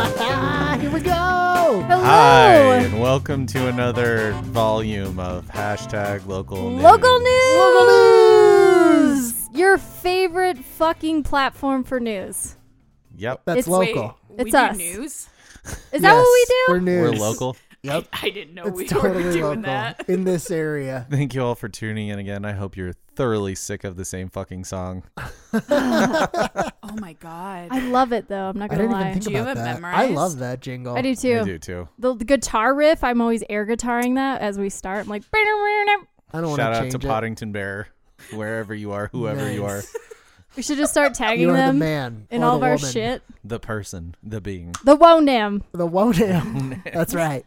Ah, Here we go. Hello. Hi, and welcome to another volume of hashtag local news. Local news. Local news. Your favorite fucking platform for news. Yep, That's It's- local. Wait, It's we do us. news? Is that what we Yes, do? We're news. we're local. Yep. I didn't know It's we were totally doing local that. in this area. Thank you all for tuning in again. I hope you're thoroughly sick of the same fucking song. Oh my god. I love it though. I'm not I gonna didn't lie. even think Do you about have it that. I memorized? love that jingle. I do I too. do too. The, the guitar riff. I'm always air guitaring that as we start. I'm like, I don't want Shout to out change to it. Poddington Bear, wherever you are, whoever you are, Nice. we should just start You tagging are the them man in or all the of our woman. shit. the person, the being. The Wonam. The wonam. That's right.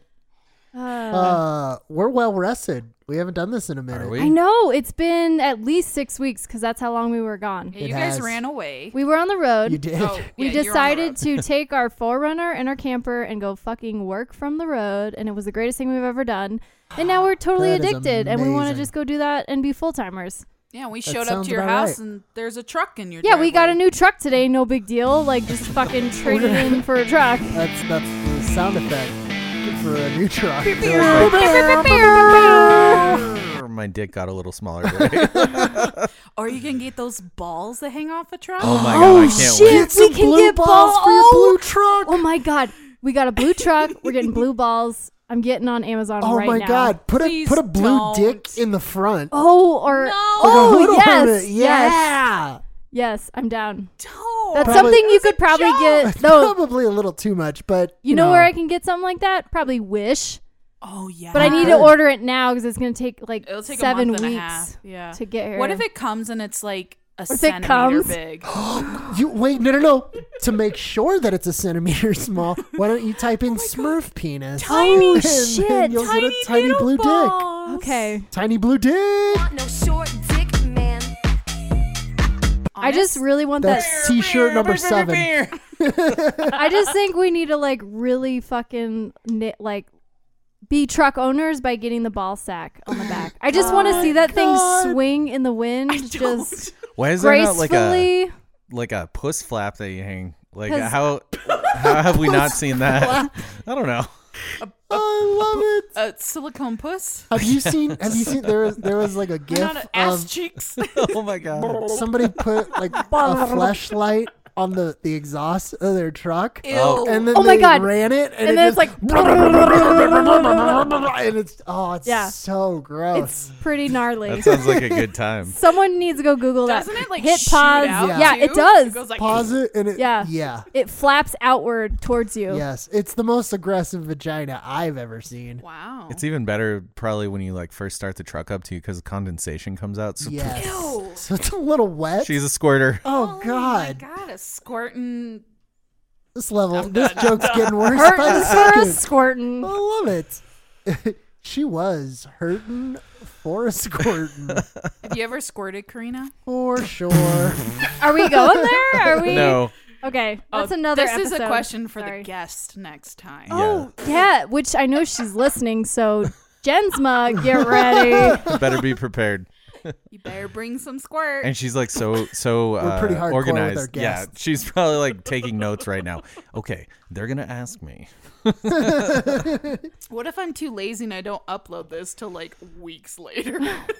Uh, Uh, we're well rested. We haven't done this in a minute. Are we? I know it's been at least six weeks because that's how long we were gone. Yeah, It you guys has- ran away. We were on the road. You did. Oh, we yeah, you're on the decided to take our forerunner and our camper and go fucking work from the road and it was the greatest thing we've ever done and now we're totally That is addicted and we want to amazing. just go do that and be full-timers road. Yeah, we That showed up sounds to your about house right. and there's a truck in your yeah we got a driveway. new truck today no big deal like just fucking traded in for a truck That's that's the sound effect for a new truck. My dick got a little smaller. Today. Or you can get those balls that hang off a truck. oh my god, I can't wait. shit, we can get balls for your oh, blue truck. oh my god we got a blue truck we're getting blue balls i'm getting on amazon Oh right my now. god! Put a Please put a blue don't. dick in the front. oh or Like a oh hood on yes, it. yes Yeah. yes i'm down Don't. that's Probably- something you could probably That's get no probably a little too much, but You know where I can get something like that? Probably Wish, oh yeah. but I need to Good. order it now because it's gonna take like It'll take seven a month weeks and a half. Yeah. to get here. What if it comes and it's like a if it centimeter comes? big? you wait. No, no, no. to make sure that it's a centimeter small, why don't you type in Smurf penis? Oh Tiny and then shit. You'll get Tiny a tiny little blue dick. balls. Okay, Tiny blue dick. no short dick man. I just really want that. That's T-shirt number seven. I just think we need to like really fucking knit like be truck owners by getting the ball sack on the back. I just want to Oh see that thing swing in the wind, just Why is there not like a gracefully. like a puss flap that you hang? Like 'Cause- how how have we not seen that? I don't know. I love it. a silicone puss. Have you seen? Have you seen? There was there was like a We're gif not a- ass of cheeks. Oh my god. somebody put like a flashlight on the the exhaust of their truck. Ew. Oh. and then Oh my they God. ran it, and, And it then just- it's like- and it's oh, it's Yeah. so gross. It's pretty gnarly. That sounds like a good time. Someone needs to go Google that. Doesn't it like hit shoot pause? out Yeah. yeah, too? it does. goes like- Pause it, and it Yeah. yeah, It flaps outward towards you. yes, it's the most aggressive vagina I've ever seen. Wow. It's even better probably when you like first start the truck up to you because condensation comes out. So Yes, Ew. so it's a little wet. she's a squirter. oh my God, God, a squirting. this level, this joke's getting worse Hurt by the for a second. squirtin'. I love it. she was hurting for a squirting Have you ever squirted, Karina? for sure. Are we going there? Are we? No. Okay, that's Oh, another. This is a episode. question for Sorry. the guest next time. Oh yeah, which I know she's listening. So Jensma, get ready. Yeah. Better be prepared. You better bring some squirt. And she's like so so uh, pretty hardcore with organized. our yeah. guests. She's probably like taking notes right now. Okay, they're gonna ask me. what if I'm too lazy and I don't upload this till like weeks later?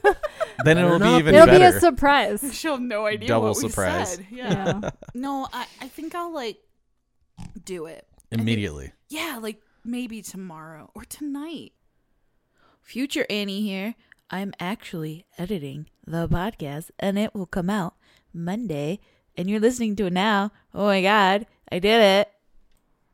Then it'll be not even It'll be better. a surprise. She'll have no idea. Double what we surprise. said. Yeah. Yeah. No, I, I think I'll like do it. Immediately. Yeah, like maybe tomorrow or tonight. Future Annie here. I'm actually editing the podcast and it will come out Monday and you're listening to it now. Oh my god, I did it.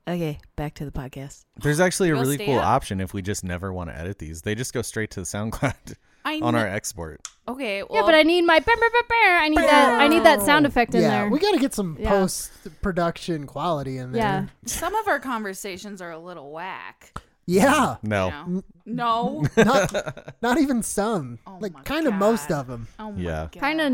Okay, back to the podcast. There's actually a You'll really stay cool up? option if we just never want to edit these. They just go straight to the SoundCloud I on kn- our export. okay. Well, Yeah, but I need my. Bear, bear, bear, bear. I need that. I need that sound effect in yeah, there. we got to get some Yeah. post production quality in there. yeah. some of our conversations are a little whack. Yeah. No. No. No. Not, not even some. Oh my like kind of most God. of them. Oh my Yeah. God. Kind of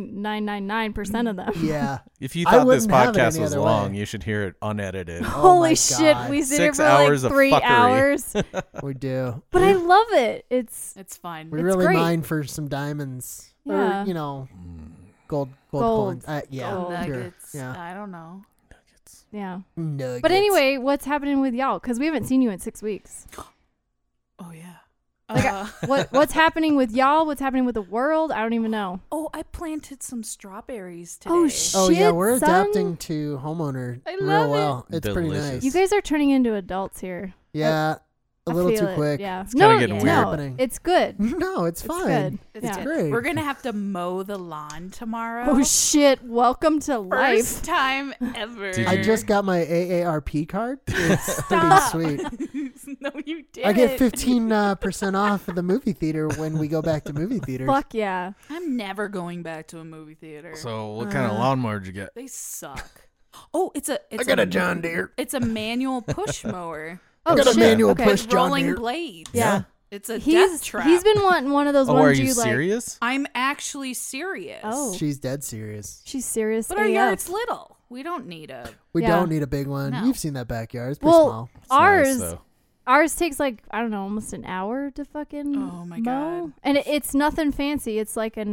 99.999% of them. Yeah. If you I thought this wouldn't have it podcast any was other long, way. you should hear it unedited. Oh my Holy shit, God. we sit here Six for hours like of three fuckery. hours. we do. But I love it. It's It's fine. We It's really great. mine for some diamonds. Yeah. Or, you know, Mm. gold, gold, Gold. coins. Uh, yeah. Gold. pure. Nuggets. Yeah. I don't know. yeah. Nuggets. But anyway, what's happening with y'all? Because we haven't seen you in six weeks. Oh yeah. Like, Uh, What what's happening with y'all? What's happening with the world? I don't even know. oh, I planted some strawberries today. Oh, shit. Oh yeah, we're son. adapting to homeowner I love real it. well. It's pretty Delicious. nice. You guys are turning into adults here. yeah, a I little feel too it, quick. Yeah. kinda no, getting no, weird. Happening. it's good. No, it's It's fine. good. It's yeah. good. great. We're gonna have to mow the lawn tomorrow. Oh shit! Welcome to First life. time ever. Did I you- just got my AARP card. It's Stop. pretty sweet. no, you did. I get fifteen uh, percent off at the movie theater when we go back to movie theaters. Fuck yeah! I'm never going back to a movie theater. So, what kind of lawnmower did you get? they suck. Oh, it's a. It's a, John Deere. It's a manual push mower. Oh got a shit! manual okay. push. with John rolling Deere. blades. Yeah. It's a He's death trap. he's been wanting one of those Oh, ones are you like. serious? I'm actually serious. Oh, She's dead serious. she's serious. But our AF. yard's little. We don't need a. We Yeah. don't need a big one. No. You've seen that backyard. It's pretty well, small. ours It's nice, though. ours takes like I don't know, almost an hour to fucking. Oh my mow. God. And it, it's nothing fancy. It's like a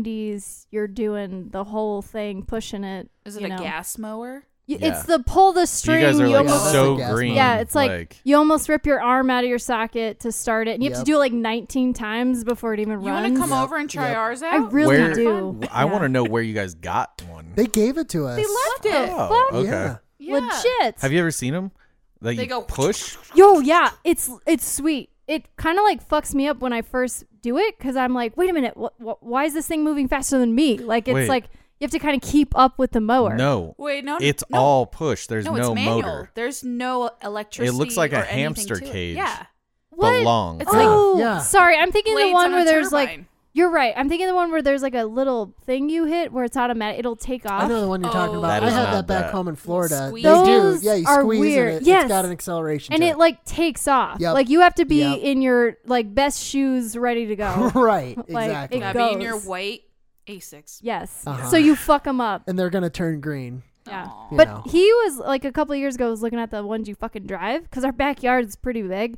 '90s. You're doing the whole thing, pushing it. Is it you a know. gas mower? Y- Yeah. It's the pull the string. you guys are like almost Yeah, so that's a gas green. mower. Yeah, it's like, you almost rip your arm out of your socket to start it, and you have Yep. to do it like 19 times before it even You runs. want to come Yep, over and try yep. ours out? I really Where- do. I want to know where you guys got one. They gave it to us. They left the it. oh, okay. Yeah. Yeah. Legit. Have you ever seen them? Like They you go- push. Yo, yeah, it's it's sweet. It kind of like fucks me up when I first do it because I'm like, wait a minute, what, what, why is this thing moving faster than me? Like it's Wait. like you have to kind of keep up with the mower. No, Wait, no, no, it's no. all push. There's no, no, it's manual. motor. There's no electricity. It looks like a or anything hamster to it. cage. Yeah. what? But long. It's like- oh, Yeah. sorry. I'm thinking the Blades one on a where there's like. turbine. You're right. I'm thinking the one where there's like a little thing you hit where it's automatic. It'll take off. I know the one you're talking Oh. about. That I is had not that back that. home in Florida. Squeeze. They do. Those Yeah, you are squeeze weird. and it, Yes. it's got an acceleration. and to it like takes off. Yep. Like you have to be Yep. in your like best shoes, ready to go. right, Like, exactly. it Gotta be in goes. your white Asics. yes. Uh-huh. So you fuck them up. and they're gonna turn green. Yeah. Aw. You But know. he was like a couple of years ago was looking at the ones you fucking drive because our backyard's pretty big.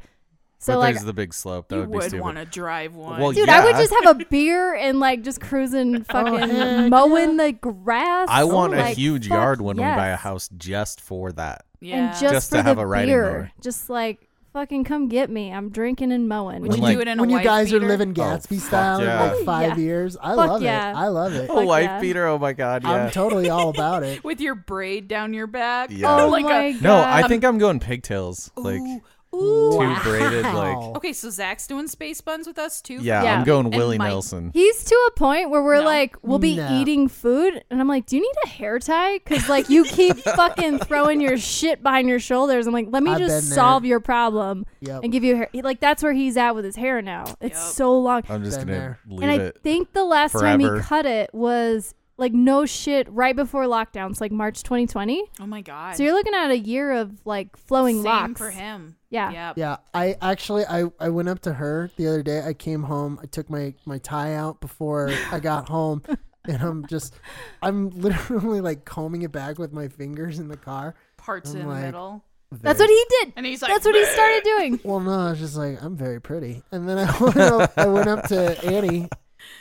So but like, there's the big slope. That You would be would stupid. want to drive one. Well, dude, I would yeah. just have a beer and like just cruising, fucking Oh, heck mowing the grass. I want a Like, huge fuck yard when we buy a yes. house just for that. yeah. and just, Just for to have the a riding beer, mower. just like fucking come get me. I'm drinking and mowing. Would And, you like- do it in when a you wife guys beater? are living Oh, Gatsby fuck style yeah. in like five Yeah. years, I Fuck love yeah. it. I love it. A wife yeah. beater. Oh my god. Yeah. I'm totally all about it. with your braid down your back. Yeah. Oh like my a, god! no, I think I'm going pigtails. Like Um, Ooh. Ooh. two braided. Like Wow. Okay, so Zach's doing space buns with us too. yeah, Yeah. I'm going And Willie Mike. Nelson. He's to a point where we're No. like, we'll be No. eating food, and I'm like, do you need a hair tie? Because like you keep fucking throwing your shit behind your shoulders. I'm like, let me I've just been there. solve your problem Yep. and give you a hair. he- Like that's where he's at with his hair now. It's Yep. so long, I'm just Been gonna there. leave and I it. think the last time he forever. cut it was like no shit right before lockdowns, like March 2020. Oh my god. So you're looking at a year of like flowing Same locks. for him. Yeah. Yep. Yeah, I actually I, I went up to her the other day. I came home. I took my my tie out before I got home, and I'm just I'm literally like combing it back with my fingers in the car. Parts I'm in like- the middle. That's what he did. And he's like, That's what he started doing. Well, no, I was just like I'm very pretty, and then I went up, I went up to Annie.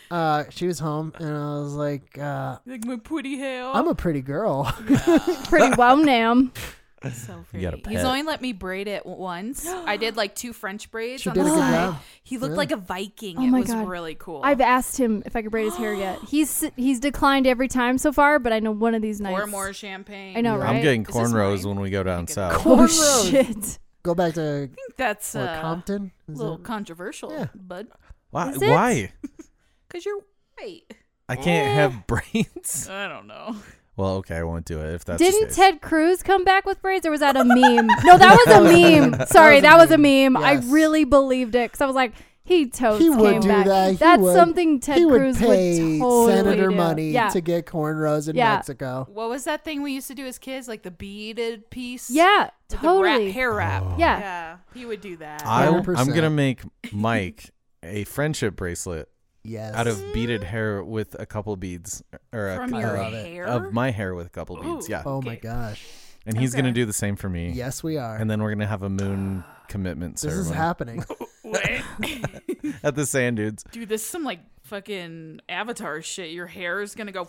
Uh, she was home, and I was like, uh, Like my pretty hair. I'm a pretty girl. Pretty well, now. so You got a pretty. He's pet. only let me braid it once. I did like two French braids She on did the a good side. job. He looked Yeah. like a Viking. Oh it my was God. really cool. I've asked him if I could braid his hair yet. He's he's declined every time so far, but I know one of these nights. Pour more champagne. I know, Yeah. right? I'm getting Is this cornrows mine? when we go down Like a- south. Oh Cornrows. shit! Go back to I think that's what, uh, Compton. a Is little it- controversial, Yeah. but Why? Is it? Why? because you're white. I Oh. can't have brains. I don't know. Well, okay, I won't do it if that's. the Didn't case. Ted Cruz come back with braids, or was that a meme? No, that was a meme. Sorry, that was a meme. I Yes. really believed it because I was like, He totes He would came do back. that. He That's would. something Ted he would Cruz pay would totally senator do. money yeah. to get cornrows in Yeah. Mexico. What was that thing we used to do as kids? Like the beaded piece? Yeah, With The totally. wrap, hair wrap. Oh. Yeah. Yeah. He would do that. I, I'm 100%. gonna make Mike a friendship bracelet Yes. out of beaded hair with a couple beads, or a, Mm. From cou- your I uh, love it. hair? of my hair with a couple beads. Ooh. Yeah, Oh my Okay. gosh. and he's gonna Okay. do the same for me. Yes, we are. and then we're gonna have a moon commitment this ceremony is happening. at the sand dudes. Dude, this is some like fucking avatar shit. Your hair is gonna go.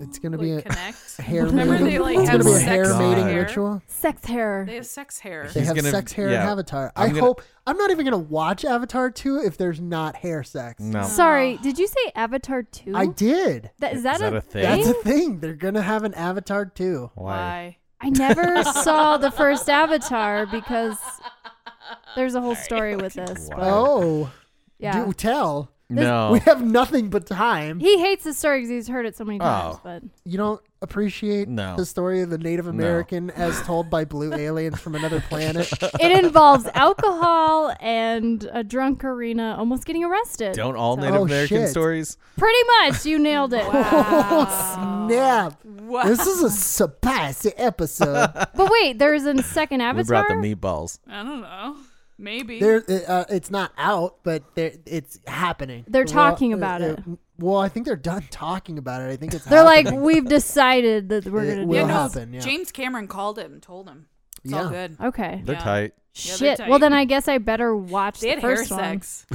It's gonna be like, a- connect. hair Remember mating. they, like, it's have gonna be a sex hair with mating hair? ritual. Sex hair. They have sex hair. They He's have gonna- sex, hair, and yeah. Avatar. i I'm gonna- hope. I'm not even gonna watch Avatar two if there's not hair sex. No, Sorry, did you say Avatar 2? I did. That, is Is that, that a, a thing? That's a thing? thing. They're gonna have an Avatar two. why? I never saw the first Avatar because there's a whole story with this. Why? but- Oh, yeah. do tell. No, We have nothing but time. He hates the story because he's heard it so many times. Oh. But You don't appreciate No. the story of the Native American as told by blue aliens from another planet. it involves alcohol and a drunk arena almost getting arrested. don't all So- Native Oh, American shit. stories? Pretty much, you nailed it. oh snap! Wow. This is a spicy episode. But wait, there's a second We brought Avatar. the meatballs. I don't know. Maybe. there, uh, it's not out, but there, it's happening. They're talking uh, about uh, it. Well, I think they're done talking about it. I think it's. They're like, happening. we've decided that we're It gonna will do this." happen, yeah. James Cameron called him, told him. It's Yeah. all good. Okay. They're Yeah. tight. Yeah, they're Shit. Well, tight. then I guess I better watch They the had hair first one. sex.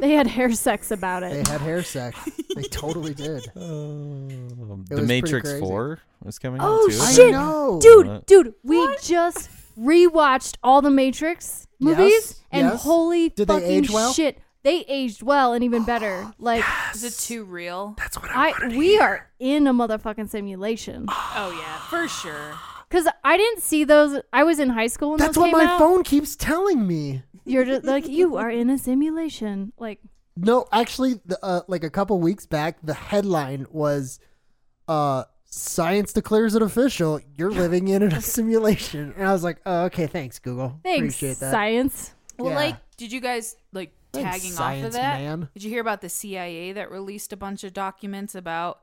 They had hair sex about They it. had hair sex. they totally did. Um, was the pretty Matrix crazy. Four is coming Oh, out too. I Shit, know, Dude, dude, we just rewatched all the Matrix movies, Yes, and yes. holy Did they fucking age well? shit, they aged well and even better. Like, Is it too real? I, we are in a motherfucking simulation. Oh yeah, for sure. Cause I didn't see those. I was in high school when That's those what came my out. phone keeps telling me. You're just like you are in a simulation. Like No, actually, the, uh, like a couple weeks back, the headline was, uh, "Science declares it official: You're living in a simulation." And I was like, "Oh, okay, thanks, Google. thanks, Appreciate that." science. Well, Yeah. like, did you guys like Thanks, tagging off science of that? man. Did you hear about the CIA that released a bunch of documents about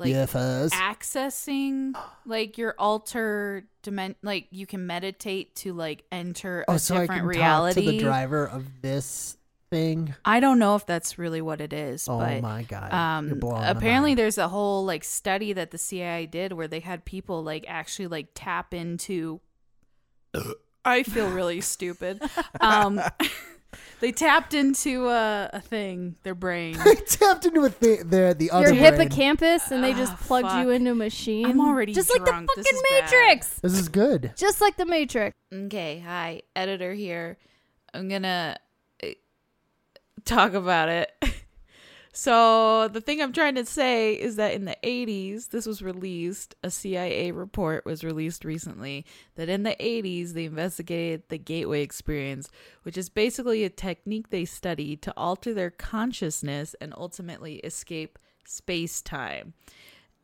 like UFOs. accessing like your alter dimension? Like you can meditate to like enter oh, a so I different can reality. talk to the driver of this thing. I don't know if that's really what it is. Oh but, my God. You're Um, blowing my apparently, mind. there's a whole like study that the CIA did where they had people like actually like tap into. I feel really stupid. Um, they tapped into a, a thing, their brain. I tapped into a thi- the the other Your brain. hippocampus, and they just Ah, plugged you fuck. into a machine. I'm already just like drunk. the This fucking is bad. Matrix. This is good. Just like the Matrix. Okay, hi, editor here. I'm gonna uh, eh, talk about it. So the thing I'm trying to say is that in the 80s, this was released. A CIA report was released recently that in the 80s they investigated the gateway experience, which is basically a technique they studied to alter their consciousness and ultimately escape space-time.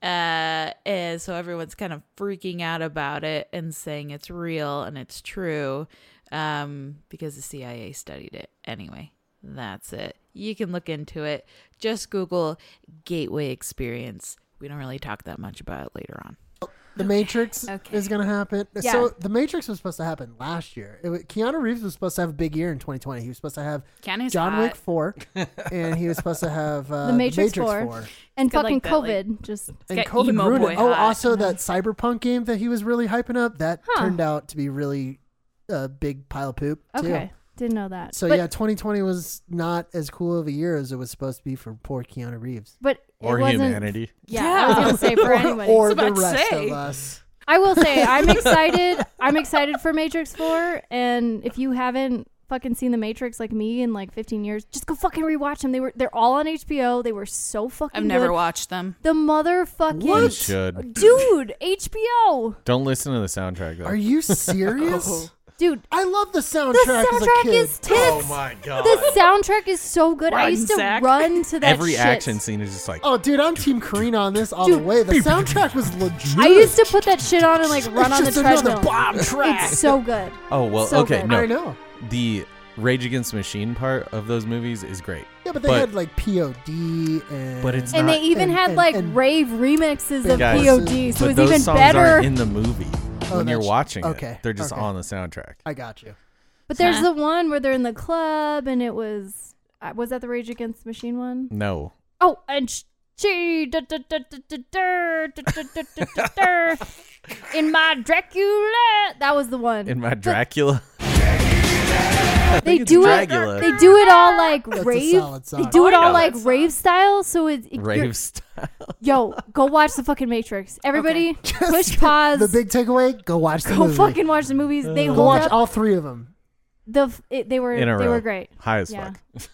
Uh, and so everyone's kind of freaking out about it and saying it's real and it's true um, because the CIA studied it. Anyway, that's it. You can look into it. Just Google Gateway Experience. We don't really talk that much about it later on. The Matrix okay. is going to happen. Yeah. So the Matrix was supposed to happen last year. It, wa- Keanu Reeves was supposed to have a big year in 2020. He was supposed to have Keanu's John hot. Wick 4 and he was supposed to have uh, The Matrix 4. 4. And got, fucking like, that, like- COVID. just And got COVID emo ruined boy it. Oh, hot. also that cyberpunk game that he was really hyping up, that Huh. turned out to be really a big pile of poop too. okay. Didn't know that. So but, yeah, 2020 was not as cool of a year as it was supposed to be for poor Keanu Reeves. but or it wasn't, humanity. Yeah, I was gonna say for anybody. or about the to rest say. of us. I will say I'm excited. I'm excited for Matrix Four, and if you haven't fucking seen The Matrix like me in like 15 years, just go fucking rewatch them. They were they're all on HBO. They were so fucking. I've never good. watched them. the motherfucking You should. dude HBO Don't listen to the soundtrack though. Are you serious? dude. I love the soundtrack. The as a soundtrack kid. is tits. Oh Oh god. the soundtrack is so good. I Run, used to Zach. run to that Every shit. action scene is just like Oh, dude, I'm Team Karina on this all the Dude. way. The soundtrack was legit. I used to put that shit on and like run it's on the just another treadmill. bomb track. It's so good. Oh well, So okay, good. no. I know. The Rage Against the Machine part of those movies is great. Yeah, but they But- had like POD and But it's and not- they even and- had and- like and- rave remixes of Guys, POD, so but it's those even songs better. aren't in the movie Oh, when you're that's- watching okay, it. They're just okay. on the soundtrack. I got you. but there's Huh. the one where they're in the club, and it was uh, was that the Rage Against the Machine one? No. Oh, and sh- she da- da- da- da- da- da- da- da- da- da- da- da. in my Dracula. That was the one. In my Dracula. I think they it's do Dracula. it. They do it all like That's a rave. solid They song. do it Oh, yeah. all like Solid song. rave style. So it's it, you're- Rave style. Yo, go watch the fucking Matrix. Everybody, Just push pause. The big takeaway: go watch the go movie. fucking watch the movies. They Uh, go Go hold watch up. all three of them. the f- it, they were In a they row. were great. High as Yeah. fuck.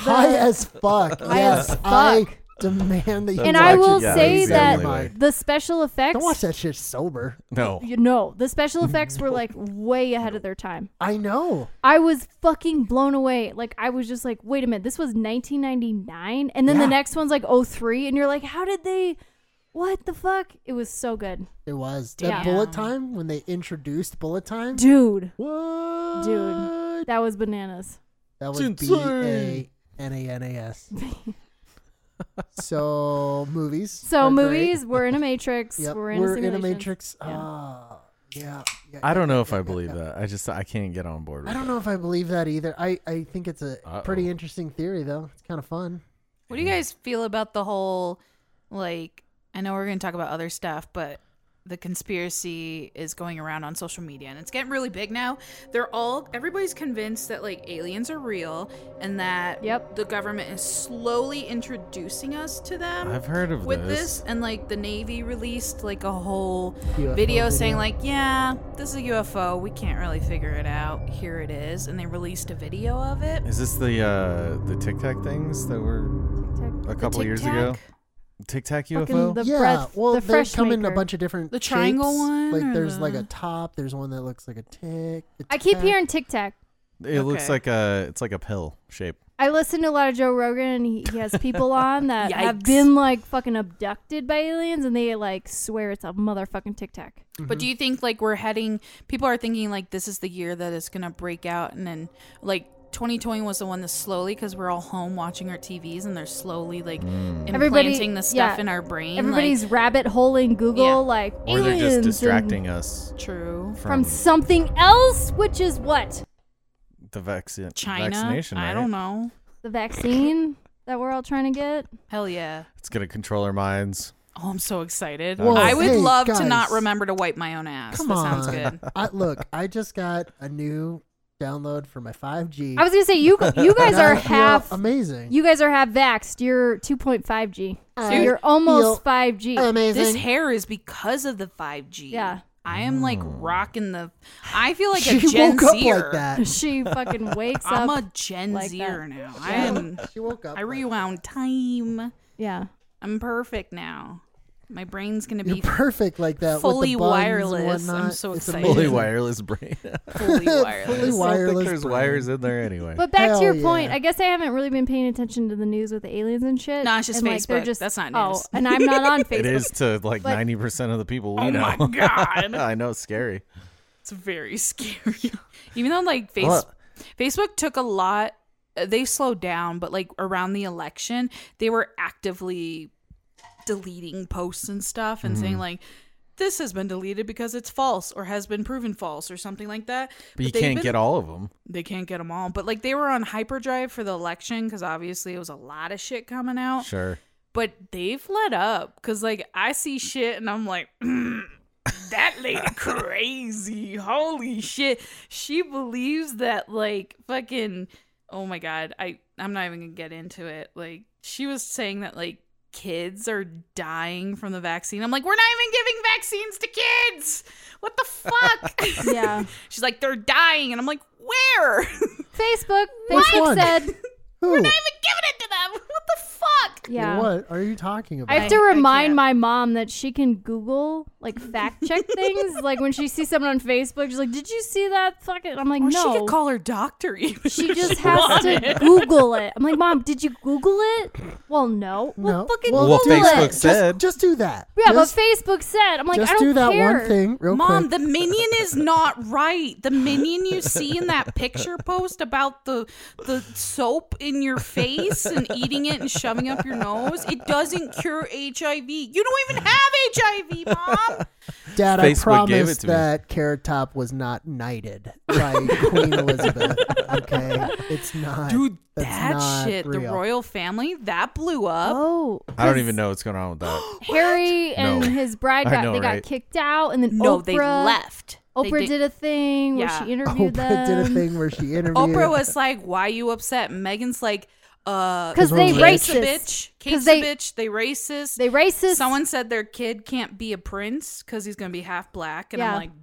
High as fuck. High yes, as I fuck. demand that you. And That's watch I actually- will it. yeah, say that's the that- only way. The special effects. Don't watch that shit sober. No. You know, the special effects were like way ahead of their time. I know. I was fucking blown away. Like I was just like, wait a minute, this was 1999, and then Yeah. the next one's like 03, and you're like, how did they? What the fuck? It was so good, It was Damn. that bullet time when they introduced bullet time. dude. What? Dude. That was bananas. That was Sensei. B A N A N A S. So movies. So are great. movies, we're in a matrix. Yep. We're in a simulation. matrix. Yeah. Ah, yeah. yeah, I don't know if yeah, I yeah, believe yeah. that. I just I can't get on board with I don't it. know if I believe that either. I, I think it's a pretty Uh-oh. interesting theory though. It's kind of fun. What do you guys feel about the whole like I know we're going to talk about other stuff, but the conspiracy is going around on social media and it's getting really big now. They're all everybody's convinced that like aliens are real and that Yep. the government is slowly introducing us to them. I've heard of with this. this and like the navy released like a whole UFO video, video. saying like yeah this is a ufo we can't really figure it out here it is and they released a video of it Is this the uh the Tic Tac things that were Tic-tac. a The couple of years Tic ago? Tac? Tic Tac Fucking UFO? the yeah, breath- well, the they fresh come in a maker. bunch of different. The triangle shapes. one Like or there's like the- a top. There's one that looks like a tick. a I keep tack. hearing tic tac. It looks Okay. like a it's like a pill shape. I listen to a lot of Joe Rogan, and he, he has people on that have Yikes. been like fucking abducted by aliens, and they like swear it's a motherfucking tic tac. But Mm-hmm. do you think like we're heading? People are thinking like this is the year that it's gonna break out, and then like 2020 was the one that slowly because we're all home watching our TVs, and they're slowly like Mm. implanting Everybody- the stuff yeah. in our brain. Everybody's rabbit holing Google, Yeah. like Or they're aliens just and- distracting us like, true. from from, something else, which is what the vaccine China. vaccination. I right? don't know. the vaccine that we're all trying to get. Hell yeah. It's gonna control our minds. Oh, I'm so excited. Whoa, I would hey, love to guys. not remember to wipe my own ass. Come that on. sounds good. I, look, I just got a new download for my 5G. I was gonna say you you guys I are feel half amazing. you guys are half vaxxed. You're 2.5 G, so Dude, you're almost 5 G. amazing. This hair is because of the 5G. Yeah. I am like Mm. rocking the. I feel like she a Gen woke up Zer. like that. she fucking wakes I'm up. a Gen like Zer that. now. I am. She woke up. I like rewound time. yeah, I'm perfect now. My brain's gonna You're be perfect like that. fully with the buns and wireless. I'm whatnot. so It's excited. amazing. Fully wireless brain. fully Fully I wireless. don't think wireless there's brain. wires in there anyway. but back Hell to your point, yeah. I guess I haven't really been paying attention to the news with the aliens and shit. Nah, it's just and, like, they're Facebook. just- That's not Oh, news. and I'm not on Facebook. it is to like But- ninety percent of the people we Oh know. my god, I know, it's scary. it's very scary. Even though like face- Well- Facebook took a lot. uh, They slowed down, but like around the election, they were actively deleting posts and stuff and Mm-hmm. saying like. This has been deleted because it's false or has been proven false or something like that. But you they've can't been- get all of them. they can't get them all. But like they were on hyperdrive for the election because obviously it was a lot of shit coming out. Sure. But they've let up because like I see shit and I'm like, "Mm, that lady crazy. Holy shit. She believes that like fucking. Oh my god. I I'm not even gonna get into it. Like she was saying that like. Kids are dying from the vaccine. I'm like, we're not even giving vaccines to kids. What the fuck? Yeah, She's like, they're dying. And I'm like, where? Facebook. Which Facebook one? said Who? giving it to them. What the fuck? fuck? Yeah. What are you talking I about? have to I- I remind can't. my mom that she can Google like fact check things. Like when she sees someone on Facebook, she's like, "Did you see that fucking?" I'm like, Or "No." she could call her doctor even. She if just she has to wanted. Google it. I'm like, Mom, did you Google it? Well, no. Well, No. fucking Well, Google what Facebook it. just, said. just do that. yeah, just, but Facebook said. I'm like, just I don't do that care. one thing real Mom, quick. the minion is not right. The minion you see in that picture post about the the soap in your face and eating it and shoving up your nose, it doesn't cure HIV. You don't even have HIV, mom. Dad, I Facebook gave it promise to me. that Carrot Top was not knighted by Queen Elizabeth. Okay, it's not, Dude, That's that not shit, the real. royal family, that blew up. Oh, I don't even know what's going on with that. Harry and No. his bride I got know, they right? got kicked out, and then No, Oprah, they left. They Oprah did, a thing Yeah. where she interviewed Oprah them did a thing where she interviewed. Oprah was like, "Why you upset?" Megan's like, "Uh, 'Cause they Kate's a racist. bitch. 'Cause Kate's they- a bitch. They racist. They racist. Someone said their kid can't be a prince because he's gonna be half black, and I'm Yeah. like,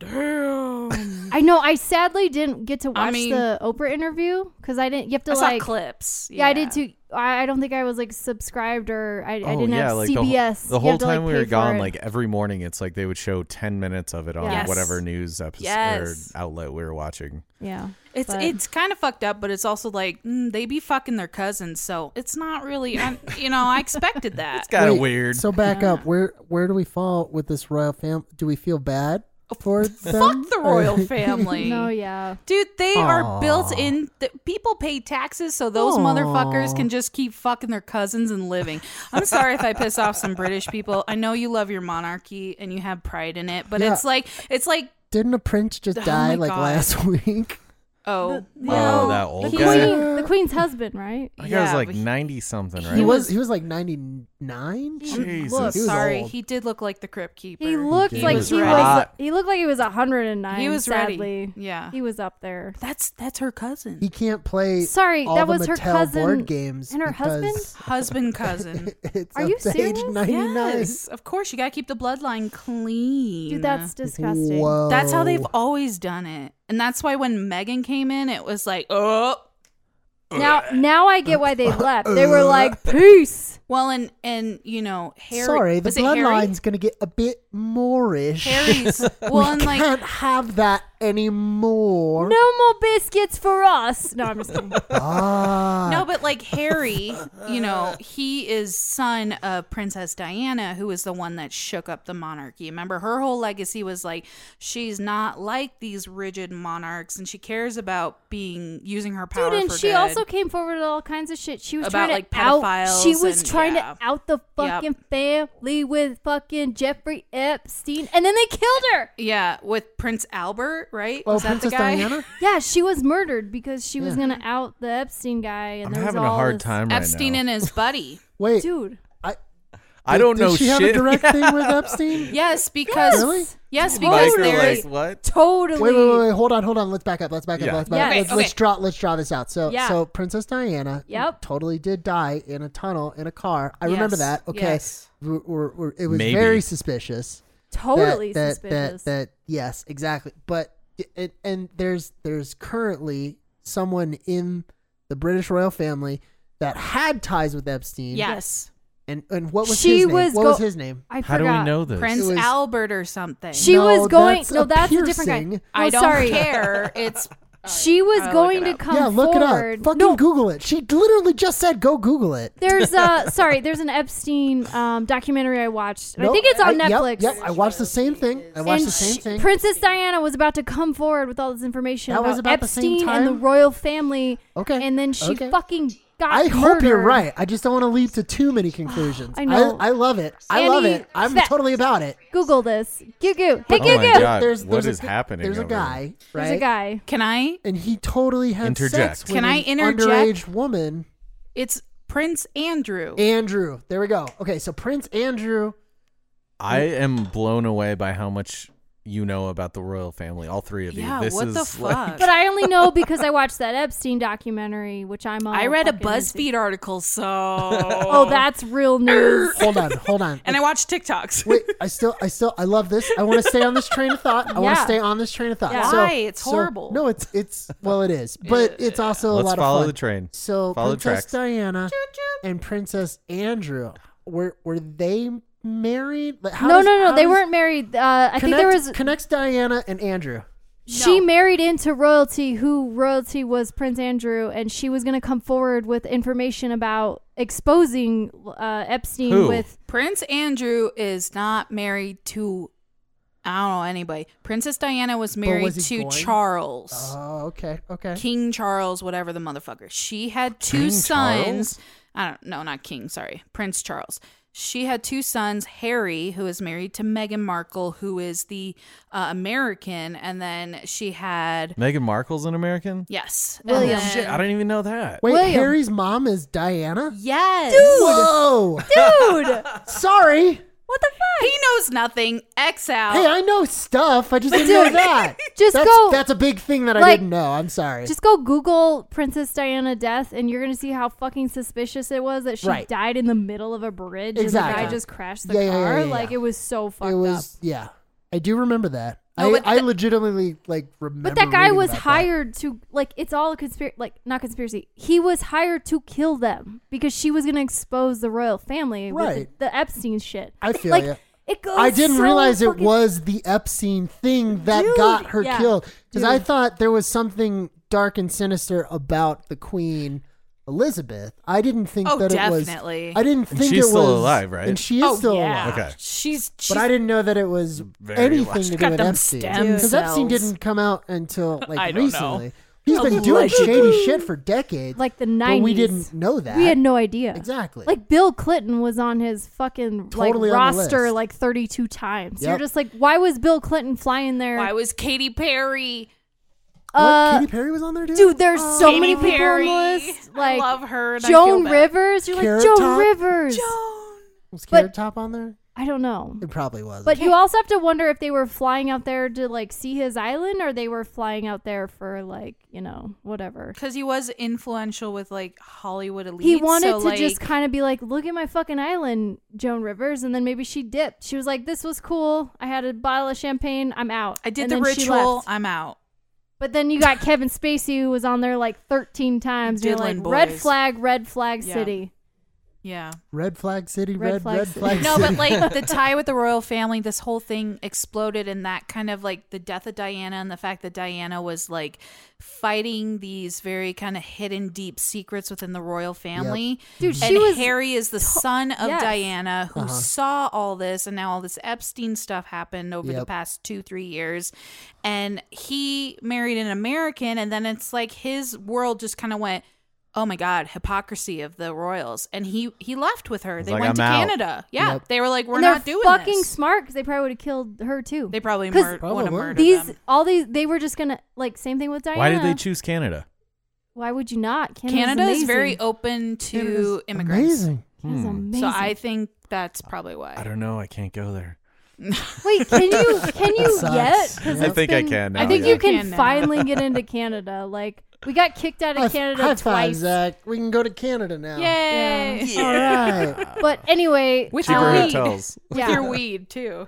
damn. I know. I sadly didn't get to watch mean- the Oprah interview because I didn't. You have to I saw like. clips. Yeah, I did too. I, I don't think I was like subscribed or I, I oh didn't yeah, have like the whole- CBS. The You whole, have to, like, time we pay were for gone, it. like every morning, it's like they would show ten minutes of it on Yes. whatever news episode Yes. or outlet we were watching. yeah, It's But- it's kind of fucked up, but it's also like mm, they be fucking their cousins, so it's not really. i you know, I expected that. Kind of Wait, weird. So back up. Where where do we fall with this royal family? Do we feel bad for them? Fuck the royal Or- family. no, yeah. Dude, they are Aw. built in. Th- people pay taxes, so those Aw. motherfuckers can just keep fucking their cousins and living. I'm sorry if I piss off some British people. I know you love your monarchy and you have pride in it, but Yeah. it's like it's like Didn't a prince just Oh my die like God. last week? oh Oh, that old the guy. queen, the queen's husband, right? That Yeah, guy was like but he- ninety something, right? He was was- he was like ninety nine. Jesus. Look, He was Mm, sorry, old. he did look like the crypt keeper. He looked He like was he was. ready. He looked like he was 109. He was ready. sadly. Yeah. he was up there. that's that's her cousin, He can't play. Sorry, all that the was her Mattel cousin board games and her because husband? husband cousin. It's Are up you to serious? Age ninety nine. yes, of course you gotta keep the bloodline clean. Dude, that's disgusting. Whoa. That's how Oh. they've always done it. And that's why when Megan came in, it was like, oh. Now, now I get why they left. They were like, "Peace." Well, and, and you know, Harry. Sorry, the was it Harry? bloodline's Oh gonna get a bit Moorish. Harry's. Well, and we like, can't have that anymore. No more biscuits for us. No, I'm just kidding. Ah, no, but like Harry, you know, he is son of Princess Diana, who is the one that shook up the monarchy. Remember, her whole legacy was like she's not like these rigid monarchs, and she cares about being using her power. Dude, and for she good. also came forward with all kinds of shit. She was About, trying to like, out. pedophiles She was and- trying yeah. to out the fucking family with fucking Jeffrey Epstein, and then they killed her. Yeah, with Prince Albert, right? oh, Was that Princess the guy? Diana. Yeah, she was murdered because she was gonna out the Epstein guy, and I'm there was having a all hard this- time right Epstein now. and his buddy. Wait, Dude, I don't did know she shit. have a direct thing with Epstein? Yes, because Really? yes, because Mike, you're there is like, what? totally. Wait, wait, wait, wait, hold on, hold on. Let's back up. Let's back up. Yeah. Let's back Yeah. up. Okay, Let's, okay. let's draw. Let's draw this out. So, Yeah. so Princess Diana, Yep. totally did die in a tunnel in a car. I remember Yes, that. Okay, yes. We're- we're- we're- it was Maybe. very suspicious. that- Totally that, suspicious. That, that, yes, exactly. But it, and there's there's currently someone in the British royal family that had ties with Epstein. yes, And and what was She his name? was what go- was his name? I How do we forgot. know this? Prince It was- Albert or something. She No, was going. that's no, a that's a different guy. piercing. No, I don't sorry. care. It's She was I'll going look it to up. come yeah, look forward. it up. Fucking no, Google it. She literally just said go Google it. there's uh sorry, there's an Epstein um documentary I watched. and I think it's on I- yep, Netflix. Yep, I watched the same thing. I watched and the same she- thing. Princess Diana was about to come forward with all this information That about, was about the same Epstein and the time? royal family. Okay, And then she okay. fucking got I hope you're murdered. right. I just don't want to lead to too many conclusions. I know. I, love it. I Andy, love it. I'm fa- totally about it. Google this. Goo goo. Hey But goo Oh my goo. God, there's, what there's is a, gu- happening There's a over there? guy, right? There's a guy. can I? and he totally had sex Interject. with Can I an interject? underage woman, It's Prince Andrew. Andrew. There we go. Okay, so Prince Andrew. I am blown away by how much you know about the royal family. All three of you. yeah, this what is the like- fuck? But I only know because I watched that Epstein documentary, which I'm all I read a fucking into. BuzzFeed article, so Oh, that's real news. Hold on, hold on. and I watched TikToks. Wait, I still, I still, I love this. I want to stay on this train of thought. I want to Yeah. stay on this train of thought. Yeah. So- Why? It's so- horrible. no, it's it's well, it is, but it's also a Let's lot of follow fun. the train. So Follow the Princess tracks. Diana and Princess Andrew were were they married? Like, how no, does- no, no, how They does- weren't married. Uh, I think there Connect- was. connects Diana and Andrew. She No. married into royalty, who royalty was Prince Andrew, and she was going to come forward with information about exposing uh, Epstein Who? with. Prince Andrew is not married to. I don't know anybody. Princess Diana was married was he to going? Charles, Oh, okay, okay. King Charles, whatever the motherfucker. She had two King sons. Charles? I don't. No, not King. Sorry, Prince Charles. She had two sons, Harry, who is married to Meghan Markle, who is the uh, American, and then she had Meghan Markle's an American? yes, Oh, and William. then- shit, I don't even know that. Wait, William. Harry's mom is Diana. yes, Whoa! Dude, what Sorry. the fuck? he knows nothing. X out. Hey, I know stuff. I just didn't know that. Oh. Just that's, go- That's a big thing that I like, didn't know. I'm sorry. Just go Google Princess Diana death, and you're going to see how fucking suspicious it was that she Right. died in the middle of a bridge, and the guy Exactly. just crashed the Yeah, yeah, yeah, car. yeah, yeah. Like it was so fucked it up. was yeah. I do remember that. No, I, but I th- legitimately like remember. But that guy reading was about that. hired to like it's all a conspiracy like not conspiracy. He was hired to kill them because she was going to expose the royal family with Right. the, the Epstein shit. I feel like ya. it goes I didn't so realize it fucking- was the Epstein thing that Dude, got her yeah, killed because I dude. thought there was something dark and sinister about the Queen Elizabeth. I didn't think Oh, that it definitely. was. I didn't And think she's it still was- alive, right? And she is Oh, still yeah. alive. Okay. She's, she's But I didn't know that it was Very anything alive. to do got with them Epstein stem because Epstein cells. didn't come out until like I don't know. recently. He's been doing shady shit for decades, like the 90s. but we didn't know that. We had no idea. exactly. Like Bill Clinton was on his fucking Totally like on the roster list. like 32 times. You're Yep. just like why was Bill Clinton flying there? why was Katy Perry? what, uh, Katy Perry was on there, dude. Dude, there's Oh. so Katy many people Perry. on the list. Like I love her. And I feel Joan bad. Rivers. You're Carrot like Joan Top? Rivers. was but- Carrot Top on there? I don't know. It probably was. But you also have to wonder if they were flying out there to like see his island or they were flying out there for like, you know, whatever. Because he was influential with like Hollywood elite. He wanted so, to just like, kind of be like, look at my fucking island, Joan Rivers. And then maybe she dipped. She was like, this was cool. I had a bottle of champagne. I'm out. I did And the then she ritual. left. I'm out. But then you got Kevin Spacey, who was on there like 13 times. You're Diddling like, red boys. flag, red flag Yeah. city. Yeah. Red Flag City, Red Red Flag Red City. Flag No, City. but like the tie with the royal family, this whole thing exploded, and that kind of like the death of Diana and the fact that Diana was like fighting these very kind of hidden, deep secrets within the royal family. Dude, she And was. Harry is the son of yes. Diana who saw all this, and now all this Epstein stuff happened over the Yep. past two, three years. And he married an American, and then it's like his world just kind of went, "Oh my God, hypocrisy of the royals." And he he left with her. He's They like, went "I'm to out." Canada. Yeah, Yep. they were like, "We're and they're not doing fucking this." smart because they probably would have killed her too. they probably 'Cause mur- Probably. want to murder these them. all these they were just gonna like same thing with Diana. Why did they choose Canada? Why would you not? Canada's Canada is amazing. very open to Canada's immigrants, Amazing. Canada's Hmm. amazing. so I think that's probably why. I don't know. I can't go there. Wait, can you can you Sucks. yet? 'Cause I it's think I been- can I now, think yeah. you can, Can now. finally get into Canada. Like we got kicked out of High- uh, Canada high five, twice. Zach. We can go to Canada now. Yay! Yeah. All right. But anyway, With um, Cheaper Halloween. hotels. yeah. Your weed too.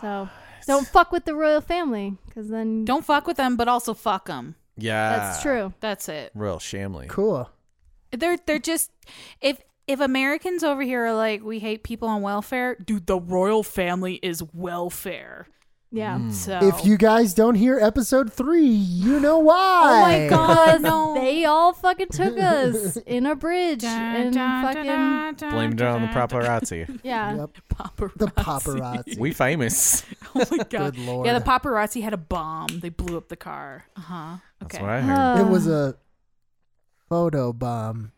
So don't fuck with the royal family, because then Don't fuck with them, but also fuck them. Yeah. that's true. That's it. Real Shamley. Cool. They're they're just if if Americans over here are like we hate people on welfare, dude, the royal family is welfare. Yeah. Hmm. So If you guys don't hear episode three, you know Oh why. my god, No. they all fucking took us in a bridge and fucking Blamed it on the paparazzi. yeah. Yep. paparazzi. The paparazzi. we famous. oh my god. Good lord. Yeah, the paparazzi had a bomb. They blew up the car. Uh huh. That's Okay. what I heard. it was Uh. a photo bomb.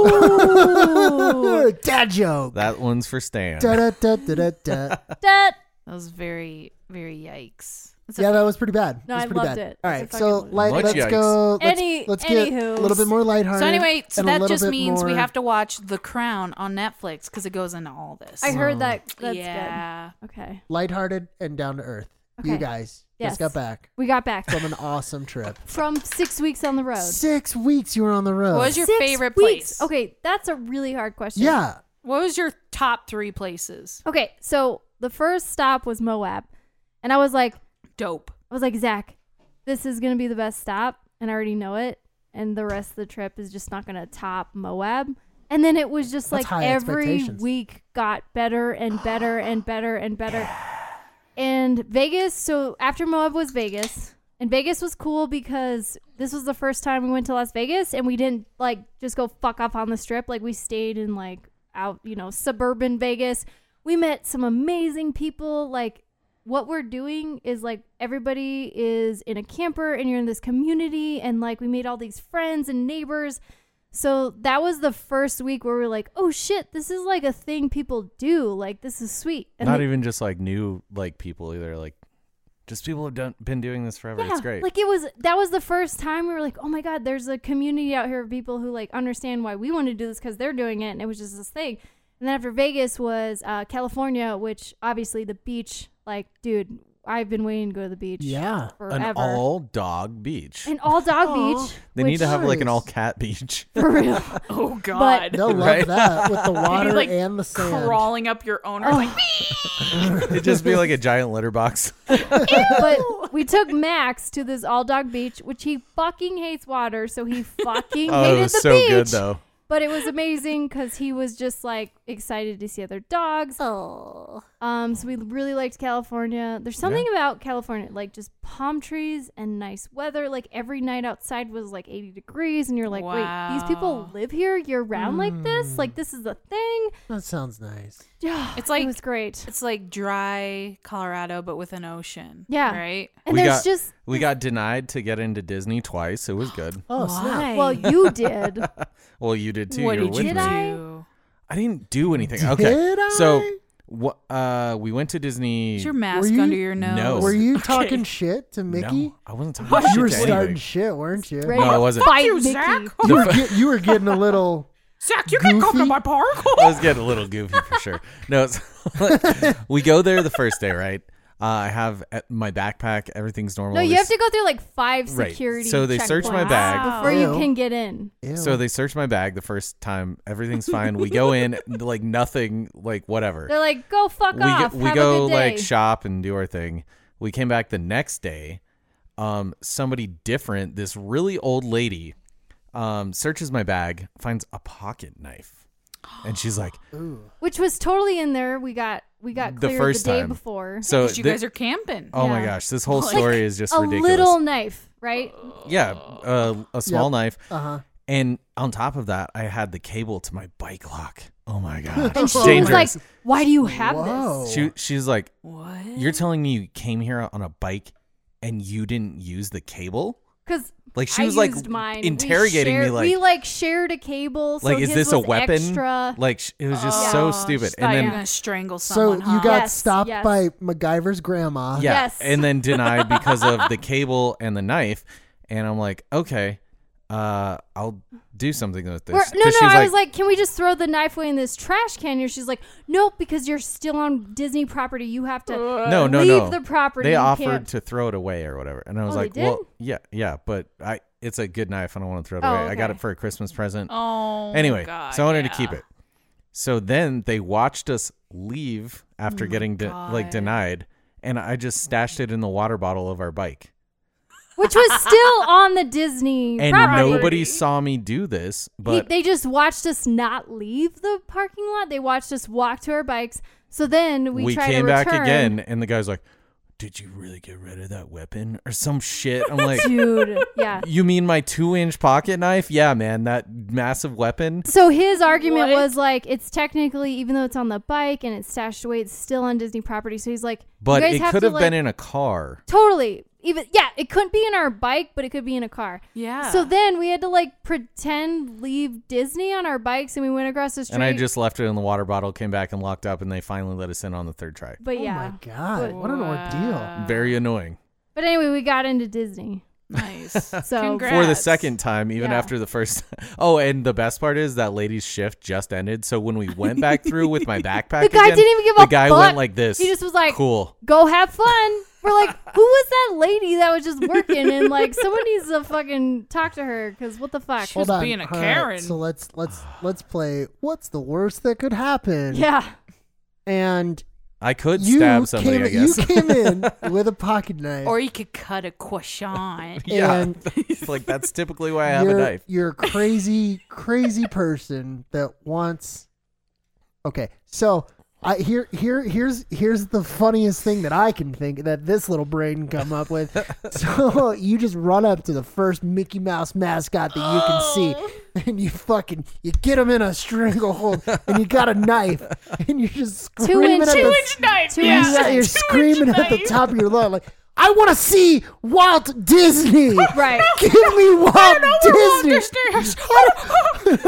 Oh. Dad joke. that one's for Stan. Da, da, da, da, da, da. That- That was very very yikes. It's yeah, that was pretty bad. No, It was I pretty loved bad. it. All I right, fucking so loved it. like, Much let's yikes. go. Let's, Any- let's get anywho. a little bit more a- lighthearted. so anyway, so and a that little just bit means we more- have to watch The Crown on Netflix because it goes into all this. I heard that. That's yeah. good. Okay. lighthearted and down to earth. You Okay. guys Yes. just got back We got back from an awesome trip. from six weeks on the road. Six weeks you were on the road. What was your Six favorite weeks? place? Okay, that's a really hard question. yeah. What was your top three places? Okay, so the first stop was Moab, and I was like, Dope. I was like, Zach, this is gonna be the best stop, and I already know it. and the rest of the trip is just not going to top Moab. And then it was just That's like high every expectations. week got better and better and better and better. And Vegas, so after Moab was Vegas, and Vegas was cool because this was the first time we went to Las Vegas and we didn't like just go fuck off on the strip. Like we stayed in like out, you know, suburban Vegas. We met some amazing people. Like what we're doing is like everybody is in a camper and you're in this community and like we made all these friends and neighbors. So that was the first week where we were like, oh shit, this is like a thing people do. Like this is sweet. And Not like, even just like new like people either. Like just people have done been doing this forever. it's great. Like it was that was the first time we were like, oh my god, there's a community out here of people who like understand why we want to do this because they're doing it, and it was just this thing. And then after Vegas was uh, California, which obviously the beach. Like, dude, I've been waiting to go to the beach. Yeah. forever. An all dog beach. An all dog Aw. beach. they need which- to have like an Nice. all cat beach. for real. Oh God. They'll love Right? that with the water like, and the sand. Crawling up your owner, like It'd just be like a giant litter box. but we took Max to this all dog beach, which he fucking hates water, so he fucking oh, it hated was the so beach. good though. but it was amazing because he was just like excited to see other dogs. Oh. Um, so we really liked California. There's something about California, like just palm trees and nice weather. Like every night outside was like 80 degrees, and you're like, wait, these people Wow. live here year round like this? Mm. Like this is a thing? That sounds nice. Yeah. It's like- it was great. it's like dry Colorado, but with an ocean. Yeah. Right. And we there's got just we got denied to get into Disney twice. It was good. Oh, snap. well, you did. Well, you did too. what you were did with you me. I? do? I didn't do anything. okay. So I? what uh we went to Disney. Is your mask you- under your nose? No. Were you talking Okay. shit to Mickey? Oh. No, I wasn't talking You were shit to starting anybody. shit, weren't you? Ready No, to I wasn't. fight you, Mickey. Zach. You were, get, you were getting a little. Zach, you can't come to Goofy. my park. I was getting a little goofy for sure. No, it's- we go there the first day, right? Uh, I have uh, my backpack. Everything's normal. No, They you have s- to go through like five Right. security. So they search my checkpoints bag. Wow. before you Ew. can get in. Ew. So they search my bag the first time. Everything's fine. We go in like nothing, like whatever. They're like, go fuck we off. we have go a good day. like shop and do our thing. We came back the next day. Um, somebody different, this really old lady, um, searches my bag, finds a pocket knife, and she's like, which was totally in there. We got we got The cleared first the day time. before. "So you thi- guys are camping. oh my Yeah. gosh, this whole story is just a ridiculous." little knife, right? yeah, uh, a small Yep. knife, Uh huh. and on top of that, I had the cable to my bike lock. Oh my gosh, And she dangerous. was like, "Why do you have Whoa. this?" she she's like, What? "You're telling me you came here on a bike and you didn't use the cable?" Because Like she I was like used mine. interrogating we shared, me like we like shared a cable. So like is his this a was weapon? Extra. Like sh- it was just Oh, so she stupid. thought And you then were gonna strangle So someone. you huh? got Yes, stopped yes. by MacGyver's grandma. yeah, Yes. and then denied because of the cable and the knife. And I'm like, okay, uh, I'll do something with this. Or- no, 'Cause no, she I was like, can we just throw the knife away in this trash can? And she's like, nope, because you're still on Disney property. You have to no, no, leave no. the property. They You offered can't- to throw it away or whatever, and I was Oh, they like, well, did? yeah, yeah, but I, it's a good knife. I don't want to throw it Oh, away. I got okay. it for a Christmas present. Oh. anyway, God, so I wanted yeah. to keep it. So then they watched us leave after Oh getting de- like God. denied, and I just stashed it in the water bottle of our bike, which was still on the Disney and property. nobody saw me do this. He- But they just watched us not leave the parking lot. They watched us walk to our bikes. So then we, we tried came to back return. again, and the guy's like, "Did you really get rid of that weapon or some shit?" I'm like. dude. Yeah. You mean my two-inch pocket knife? Yeah, man, that massive weapon. So his argument What? was like, it's technically, even though it's on the bike and it's stashed away, it's still on Disney property. So he's like, But you guys it have could to, have like, been in a car. totally. Even yeah, it couldn't be in our bike, but it could be in a car. Yeah. Ah. So then we had to like pretend leave Disney on our bikes, and we went across the street. And I just left it in the water bottle, came back and locked up, and they finally let us in on the third try. but yeah. Oh my god! What an ordeal. Very annoying. But anyway, we got into Disney. nice. So Congrats. For the second time, even Yeah. after the first. Oh, and the best part is that lady's shift just ended. So when we went back through with my backpack, The guy again, didn't even give the a guy fuck. went like this. He just was like, cool. go have fun. We're like, who was that lady that was just working? And like, someone needs to fucking talk to her because what the fuck? Hold Just on. being a All right, Karen. so let's let's let's play. What's the worst that could happen? Yeah. And I could you stab somebody, came, I guess. You came in with a pocket knife. Or you could cut a croissant. yeah. and it's like that's typically why I have a you're, knife. You're a crazy, crazy person that wants. Okay, so I here here here's here's the funniest thing that I can think that this little brain can come up with. so you just run up to the first Mickey Mouse mascot that you can see, and you fucking you get him in a stranglehold, and you got a knife, and you're just screaming inch- at two the, inch knife, Two yeah. inch yeah, you're screaming at the top of your lung like. I want to see Walt Disney. Right. Give me Walt Disney.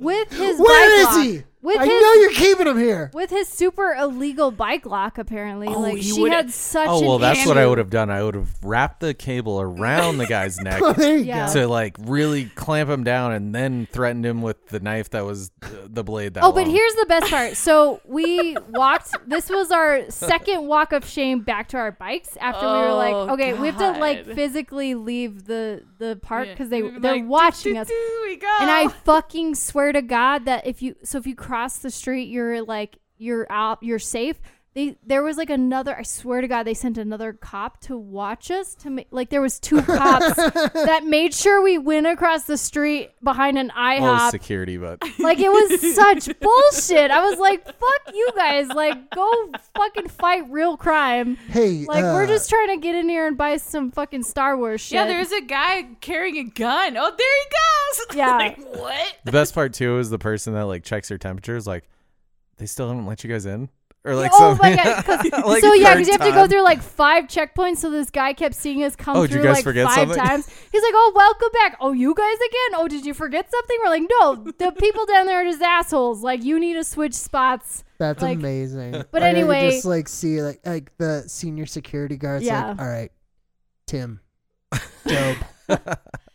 With his Where bike is lock- he? With I his know you're keeping him here. with his super illegal bike lock apparently. like he she would- had such Oh an well, that's what I issue. would have done. I would have wrapped the cable around the guy's neck Oh, there you Yeah. go. to like really clamp him down, and then threatened him with the knife that was uh, the blade that. Oh, but long. here's the best part. So we walked. This was our second walk of shame back to our bikes after we were like, Oh, okay, we have to like God. physically leave the the park because they We were they're like, watching "Doo, us. doo, we go. And I fucking swear to God that if you so if you cross the street, you're like you're out, you're safe. They there was like another. I swear to God, they sent another cop to watch us to make like there was two cops that made sure we went across the street behind an IHOP. well, it was security, but Like it was such bullshit. I was like, "Fuck you guys! Like, go fucking fight real crime. Hey, Like, uh, we're just trying to get in here and buy some fucking Star Wars shit." yeah, there's a guy carrying a gun. Oh, there he goes. Yeah. like, what? the best part too is the person that like checks their temperature is like, they still haven't let you guys in, or like oh something. my god! 'cause- Like, so yeah, third because you have to go time. through like five checkpoints. So this guy kept seeing us come Oh, did you through guys like forget five something? times. He's like, "Oh, welcome back. Oh, you guys again. Oh, did you forget something?" We're like, "No, the people down there are just assholes. Like, you need to switch spots." that's like- amazing. But Like, I could anyway- just like see like like the senior security guards. Yeah. Like, all right, Tim, dope.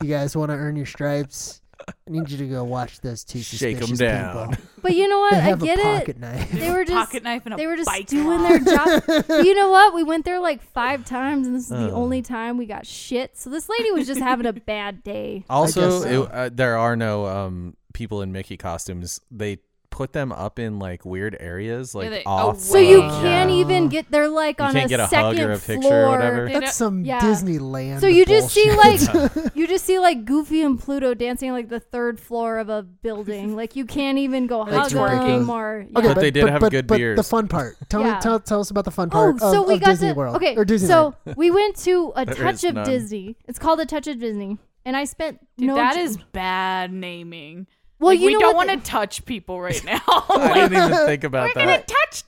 you guys want to earn your stripes? I need you to go watch those two Shake 'em suspicious down. people. But you know what? They I have get a it. pocket knife. They were just pocket knife and a they were just bike doing lock. their job. But you know what? We went there like five times, and this is the Uh. only time we got shit. So this lady was just having a bad day. Also, guess it- so. uh, there are no um, people in Mickey costumes. They put them up in like weird areas, like they- off. oh, So you Wow. can't Yeah. even get. They're like You on can't a get a hug second or a picture or floor. whatever? They know- That's some Yeah. Disneyland. So you just see like bullshit. you just see like Goofy and Pluto dancing like the third floor of a building. Like you can't even go hug That's ridiculous. them or. yeah. But they did have but, good but The beers. fun part. Tell Yeah. me, tell, tell us about the fun part. oh, so of, we of got Disney to World. okay. or Disneyland. so we went to a There is touch of none. Disney. It's called a touch of Disney, and I spent Dude, no. that j- is bad naming. well, Like, you we know don't what want the- to touch people right now. I like, didn't even think about that. touch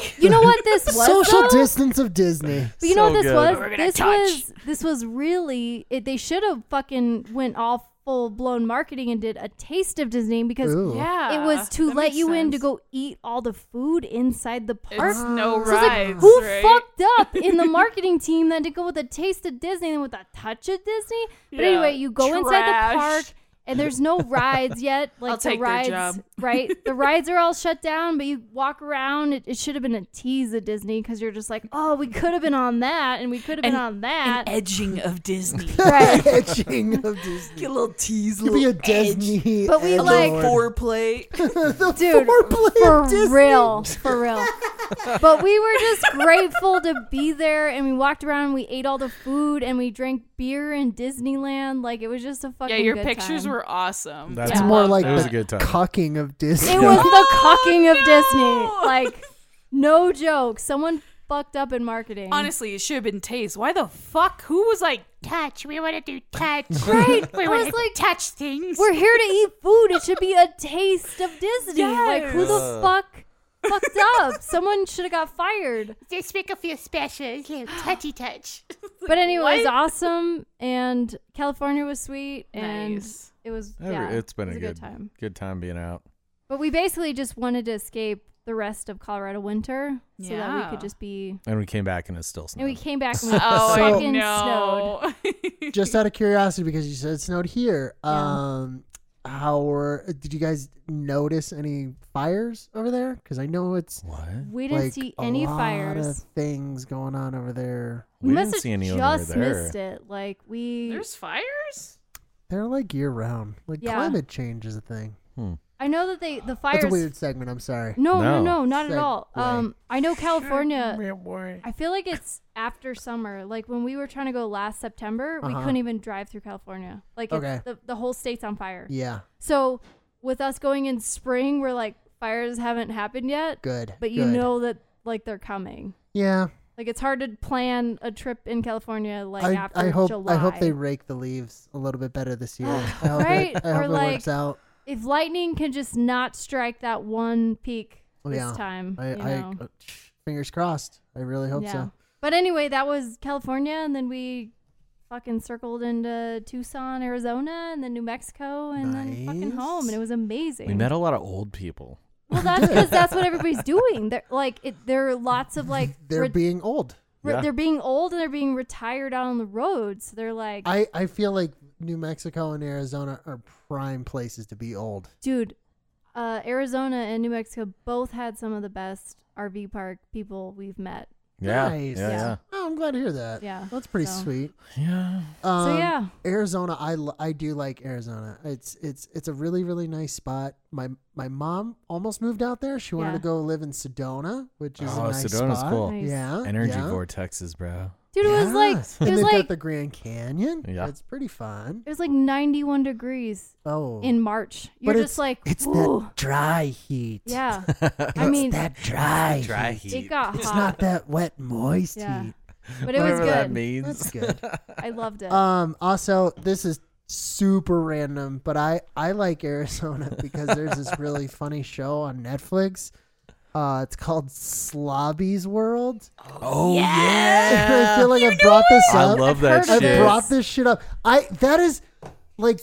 Disney. You know what this was? social though? distance of Disney. But you know So what this good. We're was? gonna This touch. was this was really it, they should have fucking went all full blown marketing and did a taste of Disney because Ooh. Yeah, it was to that let makes you in to sense. go eat all the food inside the park. It's no So it's like, rides. who right? fucked up in the marketing team then to go with a taste of Disney and with a touch of Disney? But Yeah, anyway, you go inside trash. the park and there's no rides yet. Like the take their rides, job. right? The rides are all shut down, but you walk around. It, it should have been a tease of Disney because you're just like, oh, we could have been on that and we could have been And- on that. edging of Disney. right. Edging of Disney. a little tease, Could be a Disney. But we edgelord. like- foreplay. Dude, foreplay for of Disney. real, for real. but we were just grateful to be there, and we walked around, and we ate all the food, and we drank beer in Disneyland. Like it was just a fucking Yeah, your good pictures time. were awesome. That's It's Yeah. more like It was the a good time. cucking of Disney. It was the cocking of Disney. Like no joke, someone fucked up in marketing. Honestly, it should have been taste. Why the fuck? Who was like touch? We want to do touch. right? I We was want like, to touch things. we're here to eat food. It should be a taste of Disney. Like who the Yes. fuck? Fucked up. Someone should have got fired. Just make a few special, little touchy touch. But anyway, it was awesome, and California was sweet, and Nice. it was Every- yeah, it's been it was a good, time. Good time being out. But we basically just wanted to escape the rest of Colorado winter, so that we Yeah. could just be. And we came back and it's still And snowing. we came back and we Oh, fucking snowed. I know. Just out of curiosity, because you said it snowed here. Yeah. Um, how were? Did you guys notice any fires over there? Because I know it's what? We didn't like, see a any lot fires. Of things going on over there. We, must didn't have see any over just there. missed it. Like we, There's fires. They're like year round. Like Yeah. climate change is a thing. I know that they the That's fires. a weird segment. I'm sorry. No, no, no, No. not at Segue. all. Um, I know California. boy. I feel like it's after summer. Like when we were trying to go last September, we Uh-huh. couldn't even drive through California. Like it's- Okay. the the whole state's on fire. Yeah, So with us going in spring, we're like fires haven't happened yet, good. but you good. know that like they're coming. Yeah, Like it's hard to plan a trip in California like I, after I hope July. I hope they rake the leaves a little bit better this year. I hope Right? it, I Or hope it like- works out. if lightning can just not strike that one peak Oh, this yeah. time, I, you know. I fingers crossed. I really hope so. But anyway, that was California, and then we fucking circled into Tucson, Arizona, and then New Mexico, and then fucking home, and it was amazing. We met a lot of old people. well, that's because that's what everybody's doing. They're, like, it, there are lots of like They're re- being old. re- Yeah. they're being old and they're being retired out on the road, so they're like, I, I feel like New Mexico and Arizona are prime places to be old. dude. Uh, Arizona and New Mexico both had some of the best RV park people we've met. Yeah. Nice. Yeah. Yeah. Yeah. Oh, I'm glad to hear that. Yeah, That's pretty so- sweet. yeah. Um, so yeah, Arizona, I, l- I do like Arizona. It's it's it's a really really nice spot. My my mom almost moved out there. She wanted Yeah. to go live in Sedona, which is Oh, a nice Sedona's spot. cool. Nice. Yeah, Energy yeah. vortexes, bro. dude, it was like Yes. it and was they've like got the Grand Canyon. Yeah. it's pretty fun. it was like 91 degrees Oh, in March. You're But just like, it's ooh, that dry heat. yeah. it's I mean, that dry. Dry heat. heat. it got It's hot, not that wet moist Yeah. heat. but it was Whatever that good. means. That's good. I loved it. Um, also, this is super random, but I I like Arizona because there's this really funny show on Netflix. Uh, it's called Slobby's World. oh yeah. And I feel like I brought this I up. love I've that heard I of shit. it. brought this shit up. I that is like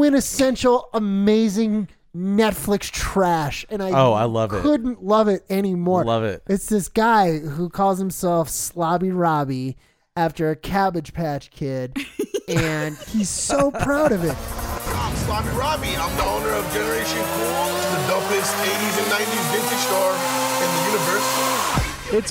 quintessential amazing Netflix trash, and I Oh, I love it. Couldn't love it anymore. Love it. It's this guy who calls himself Slobby Robbie after a Cabbage Patch Kid, and he's so proud of it. I'm Sloppy Robbie. I'm the owner of Generation Cool, the dopest 80s and 90s vintage store in the universe.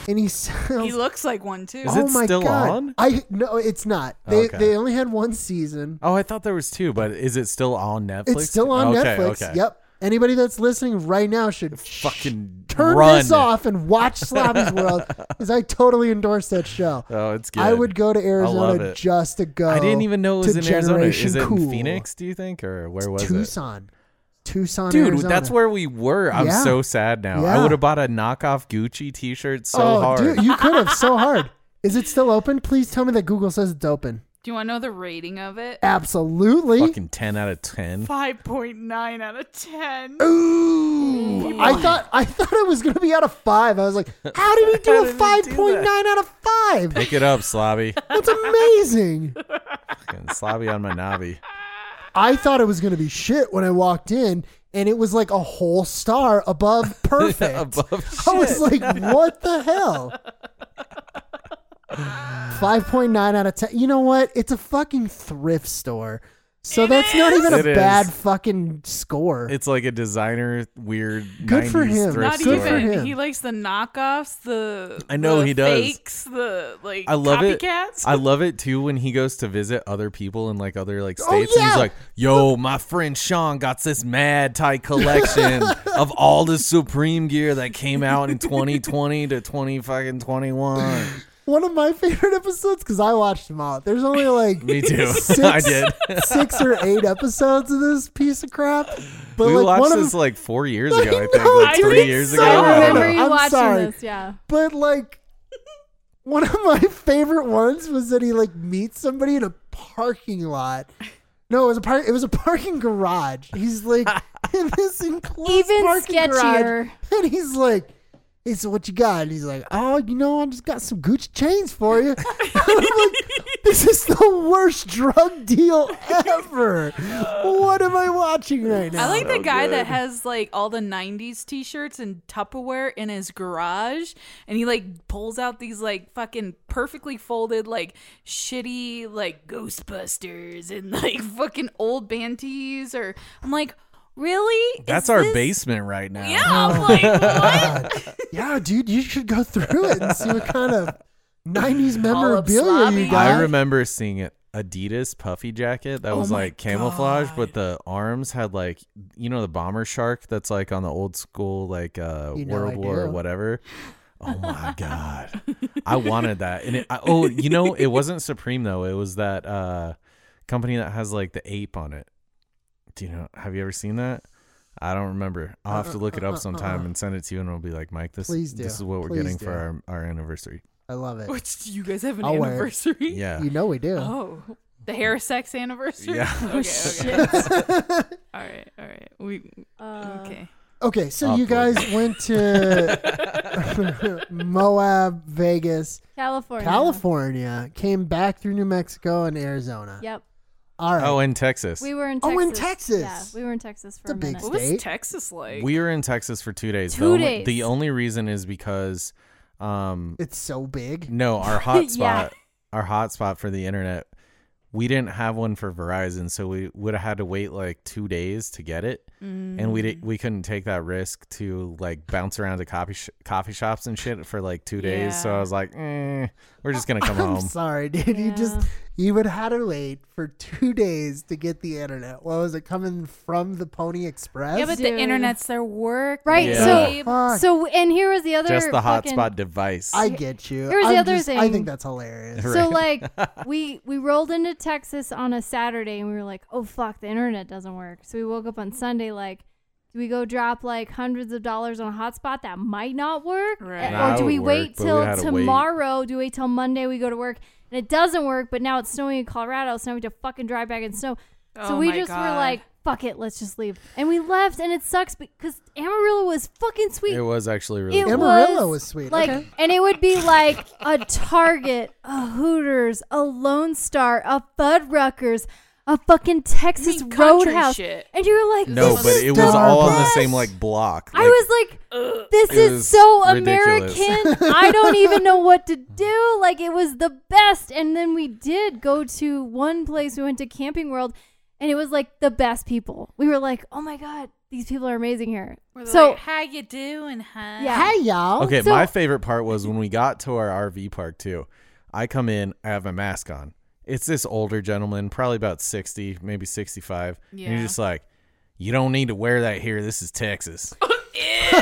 And he sounds. He looks like one too. Is it oh my still god! on? I no, it's not. They Okay. they only had one season. Oh, I thought there was two, but is it still on Netflix? It's still on Okay, Netflix. okay. Yep. Anybody that's listening right now should Fucking turn run. this off and watch Slobby's World because I totally endorse that show. Oh, it's good. I would go to love Arizona it. just to go. I didn't even know it was to in Arizona. Is Generation it cool. in Phoenix? Do you think, or where was it? Tucson. Tucson, Dude, Arizona. that's where we were. I'm Yeah. so sad now. Yeah. I would have bought a knockoff Gucci T-shirt so oh, hard. dude, you could have so hard. Is it still open? Please tell me that Google says it's open. Do you want to know the rating of it? Absolutely. Fucking ten out of ten. 5.9 out of 10. Ooh, I thought I thought it was gonna be out of five. I was like, how did he How do a did he do five point nine out of five? Pick it up, Slobby. That's amazing. Fucking Slobby on my knobby. I thought it was gonna be shit when I walked in, and it was like a whole star above perfect. Above I was like, what the hell? 5.9 out of 10. You know what? It's a fucking thrift store. So that's not even a It is. bad fucking score. It's like a designer weird. Good for 90s him. Thrift Not That's good store. for even. him. He likes the knockoffs, the I know the he does. Fakes, the like I love copycats. it. I love it too when he goes to visit other people in like other like states Oh, and yeah. he's like, "Yo, my friend Sean got this mad tight collection of all the Supreme gear that came out in 2020 to 20 fucking 21." One of my favorite episodes because I watched them all. There's only like Me too. Six, I did. six or eight episodes of this piece of crap. But we like one watched of this them, like 4 years I ago, I think. know, Like dude, 3 it's years so ago. I I don't remember know. you I'm watching sorry. this, yeah. but like one of my favorite ones was that he like meets somebody in a parking lot. No, it was a par- it was a parking garage. He's like in this enclosed Even parking garage, sketchier. and he's like, "Hey, so what you got?" And he's like, "Oh, you know, I just got some Gucci chains for you." And I'm like, "This is the worst drug deal ever. What am I watching right now?" I like the guy that has like all the 90s t-shirts and Tupperware in his garage and he like pulls out these like fucking perfectly folded like shitty like Ghostbusters and like fucking old band tees or I'm like really Is That's our this- basement right now. Yeah, I'm like what? yeah, dude, you should go through it and see what kind of '90s memorabilia you Slobby. got. I remember seeing it Adidas puffy jacket that Oh was my like camouflage, God. but the arms had like you know the bomber shark that's like on the old school like uh You know World I War or do. whatever. Oh my god, I wanted that, and it, I, oh you know it wasn't Supreme though. It was that uh company that has like the ape on it. Do you know? Have you ever seen that? I don't remember. I'll have to look it Uh, up sometime and send it to you, and it'll be like, Mike, this Please do. this is what we're Please getting do. for our, our anniversary. I love it. Which you guys have an I'll wear it. anniversary? Yeah, You know we do. Oh, the hair sex anniversary. Yeah. Okay. Okay. Oh. All right, all right. We Uh, okay. Okay, so you Upward. guys went to Moab, Vegas, California. California, came back through New Mexico and Arizona. Yep. All right. Oh, in Texas. We were in Texas. Oh, in Yeah, Texas. we were in Texas for It's a a big minute. What was State? Texas like? We were in Texas for two days. Two the only, days. The only reason is because, um, it's so big. no, our Yeah. hotspot, our hotspot for the internet, we didn't have one for Verizon, so we would have had to wait like two days to get it, and we Mm. di- we couldn't take that risk to like bounce around to coffee sh- coffee shops and shit for like two days. So I Yeah. was like, eh, we're just gonna come I'm home. sorry, dude. You just you would had to wait for two days to get the internet. What was it coming from the Pony Express? yeah, but Dude. the internet's their work. Right. Yeah. So, Fuck. so, and here was the other Just the fucking- hotspot device. I get you. Here's the I'm other just- I thing. think that's hilarious. So like we we rolled into Texas on a Saturday and we were like, oh fuck, the internet doesn't work. So we woke up on Sunday like, do we go drop like hundreds of dollars on a hotspot that might not work, Right. Uh, Nah, or it do we would work, wait but we till had to wait. tomorrow? Do we wait till Monday? We go to work and it doesn't work. But now it's snowing in Colorado, so now we have to fucking drive back in snow. So Oh we my just were God. like, fuck it, let's just leave, and we left. And it sucks because Amarillo was fucking sweet. it was actually really. It Amarillo was sweet, Like, okay. and it would be like a Target, a Hooters, a Lone Star, a Fuddruckers, a fucking Texas mean country Roadhouse, shit. and you were like, no, this but is it the was all on the best. same like block. I was like, this It is was so ridiculous. American. I don't even know what to do. Like, it was the best. And then we did go to one place. We went to Camping World, and it was like the best people. We were like, oh my God, these people are amazing here. so So, how you doing, huh? yeah. Hey y'all. Okay, Oh, So- my favorite part was when we got to our RV park too. I come in, I have my mask on. It's this older gentleman, probably about 60, maybe 65. And Yeah. you're just like, you don't need to wear that here. This is Texas.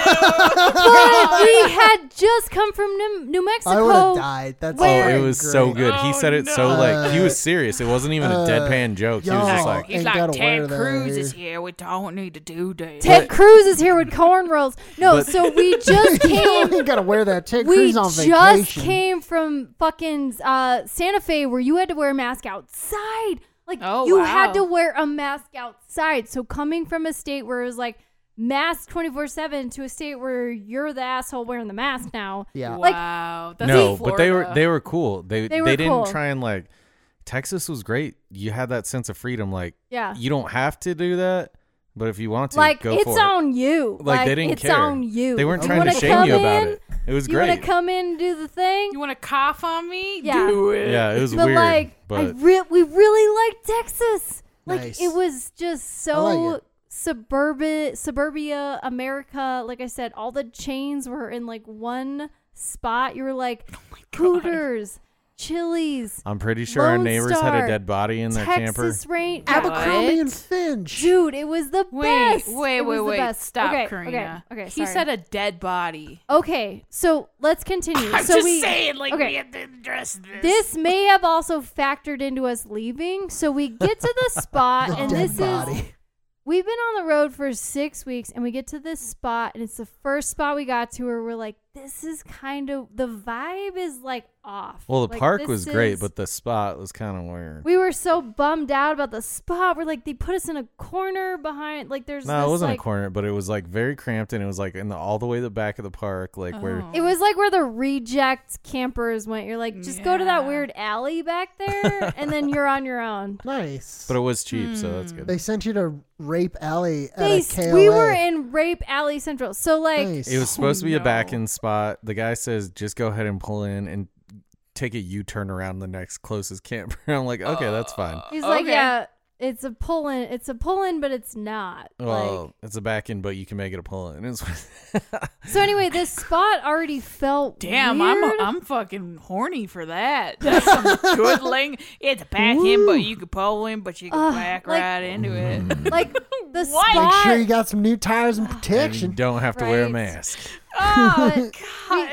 But we had just come from New, New Mexico. I would have died. That's Oh, Where- it was so great. good. he said it so like he was serious. It wasn't even a deadpan joke. he was yo. just like, He's Ain't like gotta wear Ted that Cruz is here." here. We don't need to do this. Ted Cruz is here with cornrows. No, But- so we just you came. ain't gotta wear that Ted We Cruz on just vacation. came from fucking uh, Santa Fe where you had to wear a mask outside. Like Oh, you wow. had to wear a mask outside. So coming from a state where it was like mask 24/7 to a state where you're the asshole wearing the mask now. Yeah. Like wow. That's no, in but they were Florida. they were cool. They They they, were didn't cool. try and like Texas was great. You had that sense of freedom. Like Yeah. you don't have to do that, but if you want to, like go it's for it. on you. like, they didn't it's care. on you. They weren't You trying to wanna shame come you about in? it. It was You great. want to come in and do the thing? You want to cough on me? Yeah. Do it. yeah, it was but weird. like, I but re- we really liked Texas. Like Nice. it was just I like so it. suburban, suburbia America. Like I said, all the chains were in like one spot. You were like Oh Hooters, Chili's, I'm pretty sure our Lone neighbors had Star, a dead body in their camper. Texas Rain. Abercrombie and Finch. Dude, it was the Wait, best. wait, It was wait, the wait. best. Stop, okay, Karina. Okay, okay he sorry. said a dead body. Okay, so let's continue. I'm so just we, saying, like, okay. we had to address this. this may have also factored into us leaving. So we get to the spot, The and dead this body. is we've been on the road for six weeks, and we get to this spot, and it's the first spot we got to where we're like, this is kind of the vibe is like off. Well, the Like, park this was great, is- but the spot was kind of weird. we were so bummed out about the spot. We're like, they put us in a corner behind, like there's no, this, it wasn't like- a corner, but it was like very cramped, and it was like in the all the way the back of the park, like where It was like where the reject campers went. You're like, just go to that weird alley back there, and then you're on your own. Nice. but it was cheap, so that's Hmm. good. they sent you to Rape Alley at a They s- KLA. we were in Rape Alley Central. So like Nice. It was supposed to be a back end spot. The guy says, just go ahead and pull in and take a U turn around the next closest camper. I'm like, okay, that's fine. he's like, Okay. yeah, it's a pull in. It's a pull in, but it's not. Well, like, it's a back end, but you can make it a pull in. It's so anyway, this spot already felt Damn, weird. I'm I'm fucking horny for that. That's some good lang. It's back in, but you could pull in, but you can Ugh, back like- right into it. Mm. like the Make spot. sure you got some new tires and and you protection. don't have to wear a Right. mask. but you,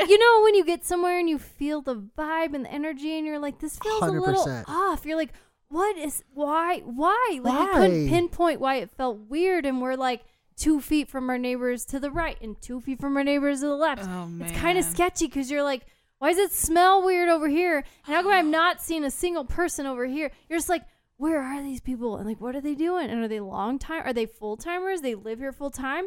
you know when you get somewhere and you feel the vibe and the energy and you're like this feels a little 100%. off you're like what is why why like i couldn't Why? pinpoint why it felt weird and we're like two feet from our neighbors to the right and two feet from our neighbors to the left Oh, it's kind man. of sketchy because you're like why does it smell weird over here and how come i'm not seeing a single person over here you're just like where are these people and like what are they doing and are they long time are they full timers they live here full time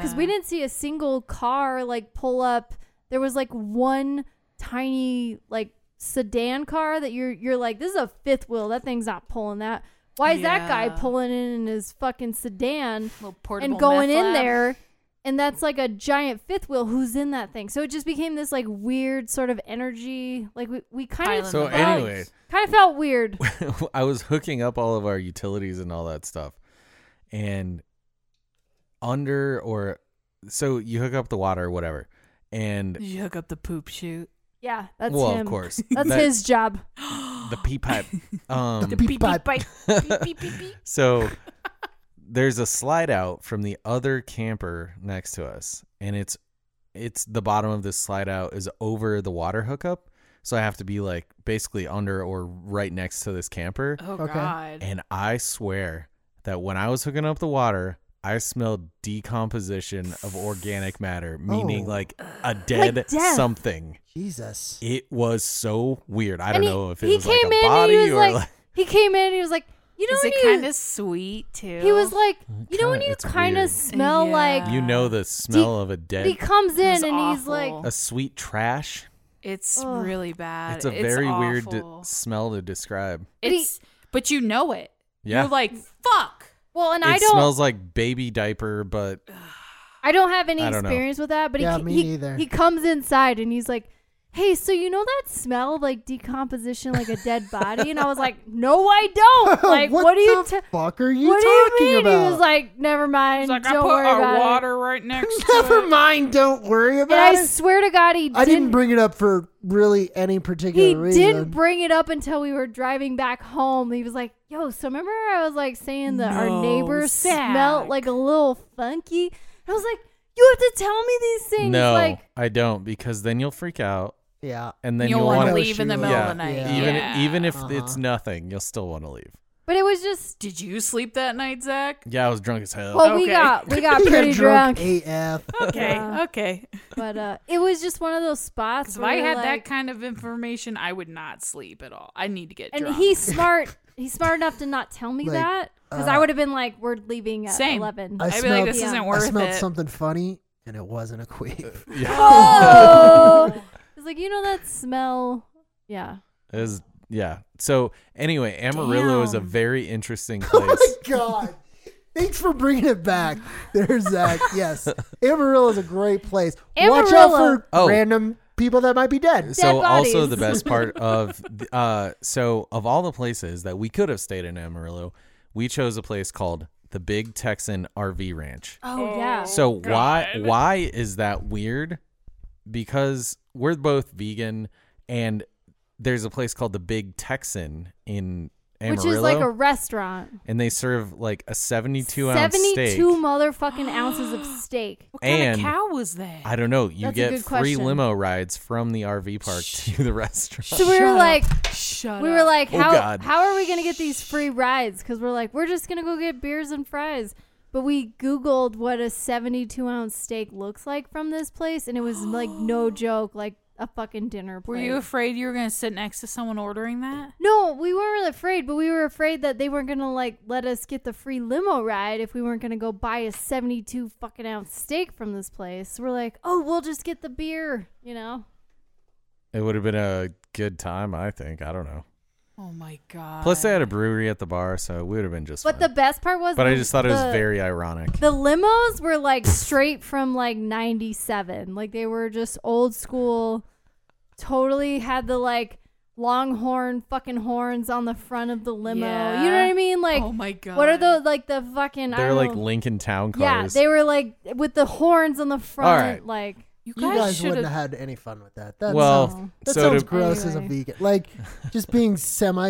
because we didn't see a single car like pull up. There was like one tiny like sedan car that you're you're like this is a fifth wheel. That thing's not pulling that. Why is that guy Yeah. pulling in in his fucking sedan Little and portable going meth in lab. there? And that's like a giant fifth wheel. Who's in that thing? So it just became this like weird sort of energy. Like we, we kind of Island So of felt- anyway. kind of felt weird. I was hooking up all of our utilities and all that stuff. And under or so you hook up the water, whatever. And Did you hook up the poop chute? Yeah, that's well, him. of course, That's that- his job. the pee pipe. Um, Beep, bop. so there's a slide out from the other camper next to us, and it's it's the bottom of this slide out is over the water hookup. So I have to be like basically under or right next to this camper. Oh Okay. God! And I swear that when I was hooking up the water, I smelled decomposition of organic matter, meaning Oh. like a dead death. something. Jesus. It was so weird. I And don't he- know if it he was like came a in and body he was or like, like, he came in and he was like, you know, Is it when you- kind of sweet too? He was like, you know, kinda- when you it's kind of weird. smell Yeah. like you know "Ah." the smell of a dead, he comes in It's and he's like, awful. a sweet trash. it's Ugh. really bad. It's a very weird awful. de- smell to describe. But he- It's but you know it. Yeah, You're like fuck. well, and it I don't, smells like baby diaper, but I don't have any I don't know. experience with that, but Yeah, he, me he, neither. he comes inside and he's like, hey, so you know that smell of like decomposition, like a dead body, and I was like, no, I don't. Like, what, do you? the ta- fuck are you what do talking you mean? about? He was like, never mind. It's like don't I put worry our about it. water right next to it. Never mind. Don't worry And about I it. swear to God, he I didn't didn't bring it up for really any particular he reason. didn't bring it up until we were driving back home. He was like, "Yo, so remember I was like saying that our No, neighbors Zach. smelled like a little funky." I was like, "You have to tell me these things." no, Like, I don't because then you'll freak out yeah. and then You'll you'll wanna want to leave in the middle yeah, of the night. Yeah. even Yeah. even if Uh-huh. it's nothing, you'll still want to leave. but it was just Did you sleep that night, Zach? Yeah, I was drunk as hell. well, we Okay. got we got He got pretty drunk, AF. Okay, Yeah. okay. but uh, it was just one of those spots. Because if where I you're had that like- kind of information, I would not sleep at all. I need to get and drunk. he's smart. He's smart enough to not tell me Like, that because I uh, would have been like, "We're leaving at Same. 11. I I'd be smelled- like, this Yeah. I isn't I worth smelled it. something funny, and it wasn't a queef. oh, it's like you know that smell. Yeah. It was- yeah. So anyway, Amarillo is a Damn. very interesting oh place. my god! Thanks for bringing it back. There's Zach. Yes, Amarillo is a great place. Watch out Amarillo. for Oh. random people that might be dead. so also bodies. the best part of th- uh so of all the places that we could have stayed in Amarillo, we chose a place called the Big Texan RV Ranch. Oh yeah. So why why is that weird? Because we're both vegan and there's a place called the Big Texan in Amarillo Which is like a restaurant. and they serve like a 72 ounce steak. 72 motherfucking ounces of steak. what kind and- of cow was that? I don't know. You That's a get good free question. limo rides from the RV park to the restaurant. So we were Shut up. like, Shut we were like, Oh, how God. how are we gonna get these free rides? Because we're like, we're just gonna go get beers and fries. But we Googled what a 72 ounce steak looks like from this place, and it was like no joke, like a fucking dinner. were Plate. you afraid you were going to sit next to someone ordering that? No, we weren't afraid, but we were afraid that they weren't gonna like let us get the free limo ride if we weren't gonna go buy a seventy-two fucking ounce steak from this place. We're like, oh, we'll just get the beer, you know. It would have been a good time, I think. I don't know. Oh my god! Plus, they had a brewery at the bar, so it would have been just. But the fine. best part was, but I the- just thought it was the- very ironic. The limos were like straight from like '97, like they were just old school. Totally had the like longhorn fucking horns on the front of the limo. You know what I Yeah. mean? Like, oh my god. what are the like the fucking? I They're don't like know. Lincoln Town yeah, cars. they were like with the horns on the front. right. Like, You You guys, guys should wouldn't have. have had any fun with that. That well, sounds, that so sounds do, gross as a Anyway. vegan. Like just being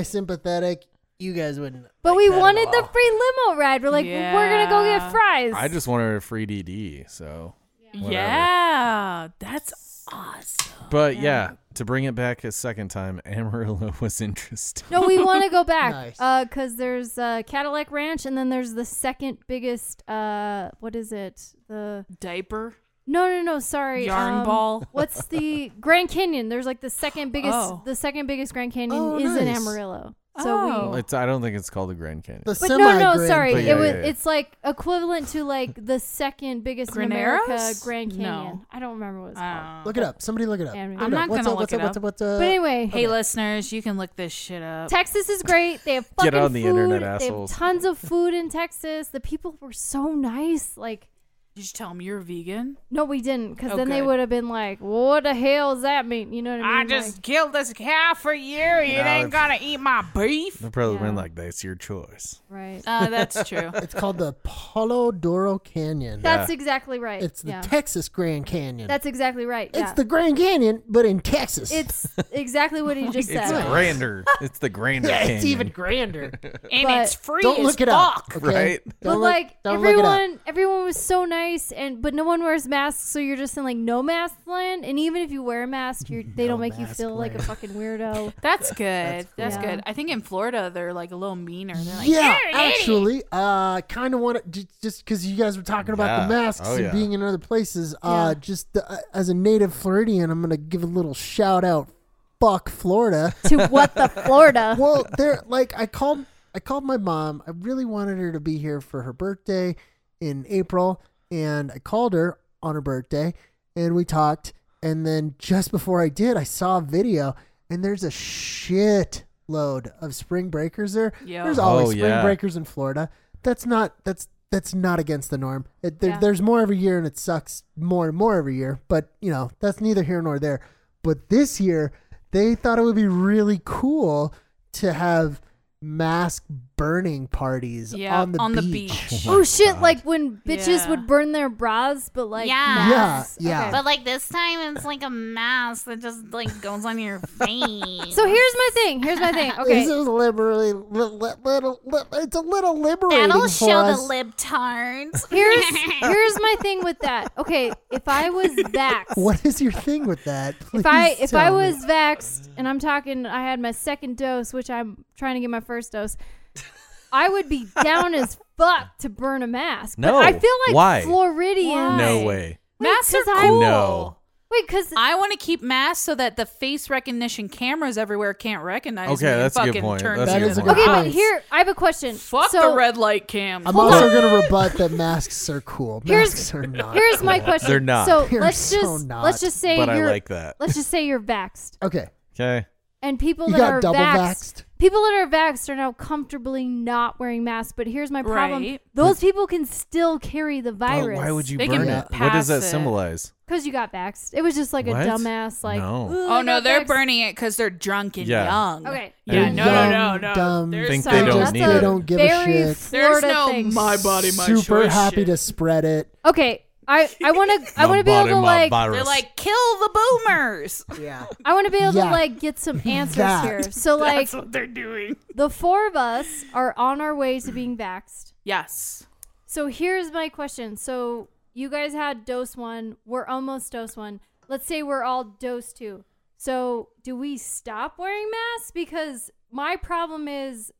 semi-sympathetic. You guys wouldn't. but like we that at wanted the all. free limo ride. We're like, we're gonna go Yeah. get fries. I just wanted a free DD. So, whatever. Yeah, that's awesome. But yeah. to bring it back a second time, Amarillo was interesting. No, we want to go back Nice. because there's uh, Cadillac Ranch, and then there's the second biggest. Uh, what is it? The Diaper, no, no, no. Sorry, yarn um, ball. What's the Grand Canyon? There's like the second biggest. Oh. The second biggest Grand Canyon Oh, is in nice. Amarillo. So Oh. we. It's, I don't think it's called the Grand Canyon. The But no, no, semi-grand sorry. But thing. yeah, it was. yeah, yeah. It's like equivalent to like the second biggest in Graneros? America Grand Canyon. No. I don't remember what it's called. Uh, Look it up. Somebody look it up. Yeah, I'm Look not up. What's gonna up, what's look it What's up. up? What's up? But anyway, hey, listeners, you can look this shit up. Texas is great. They have fucking Get on the food. internet, they have assholes. tons of food in Texas. The people were so nice. Like, Did you tell them you're vegan? no, we didn't, because Oh, then they good. would have been like, "What the hell does that mean?" You know what I mean? killed this cow for you. You No, ain't it's- gonna eat my beef. They'll probably Yeah. been like, that's your choice. Like, right. Uh, that's true. It's called the Palo Duro Canyon. That's exactly right. It's the yeah. Texas Grand Canyon. That's exactly right. it's yeah. the Grand Canyon, but in Texas. It's exactly what he just It's said. grander. It's the grander yeah, canyon. it's even grander. and But it's free Don't as look it fuck. up, okay? right? Don't But look- like don't look it up. everyone, everyone was so nice, and but no one wears masks, so you're just in like no mask land. And even if you wear a mask, you're, they No don't make you mask feel like a land. fucking weirdo. That's good. That's, cool. good. I think in Florida they're like a little meaner. They're like, yeah, actually, uh, kind of want to just because you guys were talking about the Yeah. masks Oh, and yeah. being in other places. Uh, Yeah. just uh, as a native Floridian, I'm gonna give a little shout out. Fuck Florida. to what the Florida? well, there, like I called, I called my mom. I really wanted her to be here for her birthday in April, and I called her on her birthday, and we talked. And then just before I did, I saw a video, and there's a shit load of spring breakers there. Yeah. There's always Oh, spring yeah. breakers in Florida. That's not that's that's not against the norm. It, there, Yeah. There's more every year, and it sucks more and more every year. But you know that's neither here nor there. But this year, they thought it would be really cool to have mask burning parties Yeah, on the on the beach. beach. Oh shit! Like when bitches Yeah. would burn their bras, but like Yeah. masks. Yeah, yeah. But like this time, it's like a mask that just like goes on your face. So here's my thing. Here's my thing. This Okay. is liberally little, little, it's a little liberating That'll for show us. the libtards. Here's here's my thing with that. Okay, if I was vaxxed, what is your thing with that? if I Please if I tell me. was vaxxed and I'm talking, I had my second dose, which I'm trying to get my first dose. I would be down as fuck to burn a mask. But No. I feel like Why? Floridian. No way. masks are 'cause I'm- cool. No. Wait, because I want to keep masks so that the face recognition cameras everywhere can't recognize Okay, me. and that's a good fucking point. Turn That's a me good into point. okay, but Guys. here I have a question. Fuck so, the red light cam. I'm also going to rebut that masks are cool. Here's- Masks are not. Here's my question. They're not. So They're let's so just not. let's just say but I you're like that. let's just say you're vaxxed. okay. Okay. And people You that got are double vaxxed, vaxxed. people that are vaxxed are now comfortably not wearing masks. But here's my problem: Right. those people can still carry the virus. why would you They burn can it? What does pass that it. symbolize? Because you got vaxxed. It was just like a What? dumbass. Like, No. "Ooh, I Oh no, got they're vaxxed." burning it because they're drunk and Yeah. young. Okay. Yeah. They're No, no, no, young, no. dumb, There's Think some- they So don't that's need a it. Don't give a very shit. There's Florida no thing. my body, my Super choice happy shit. to spread it. Okay, I I want to I want to be able to like They're like, kill the boomers. Yeah. I want to be able to Yeah. like get some answers That. here. So like That's what they're doing. the four of us are on our way to being vaxxed. Yes. So here's my question. So you guys had dose one. We're almost dose one. Let's say we're all dose two. So do we stop wearing masks? Because my problem is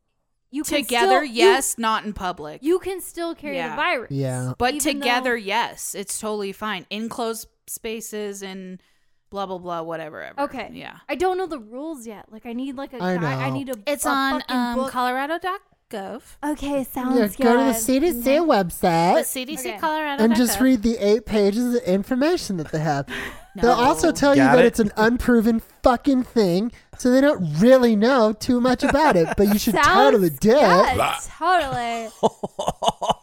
you can still- Together, you- yes, not in public. You, can still carry Yeah. the virus. Yeah. but even though- together, yes, it's totally fine. In closed spaces and blah blah blah, whatever. ever. Okay. Yeah. I don't know the rules yet. Like I need like a I guy. I know. need a. It's a on fucking um, book. Colorado.gov. Okay, sounds yeah good. go to the CDC Mhm. website CDC Okay. Colorado. and just read the eight pages of information that they have. They'll also tell you Got that it. it's an unproven fucking thing, so they don't really know too much about it. But you should totally do it. Yeah, totally.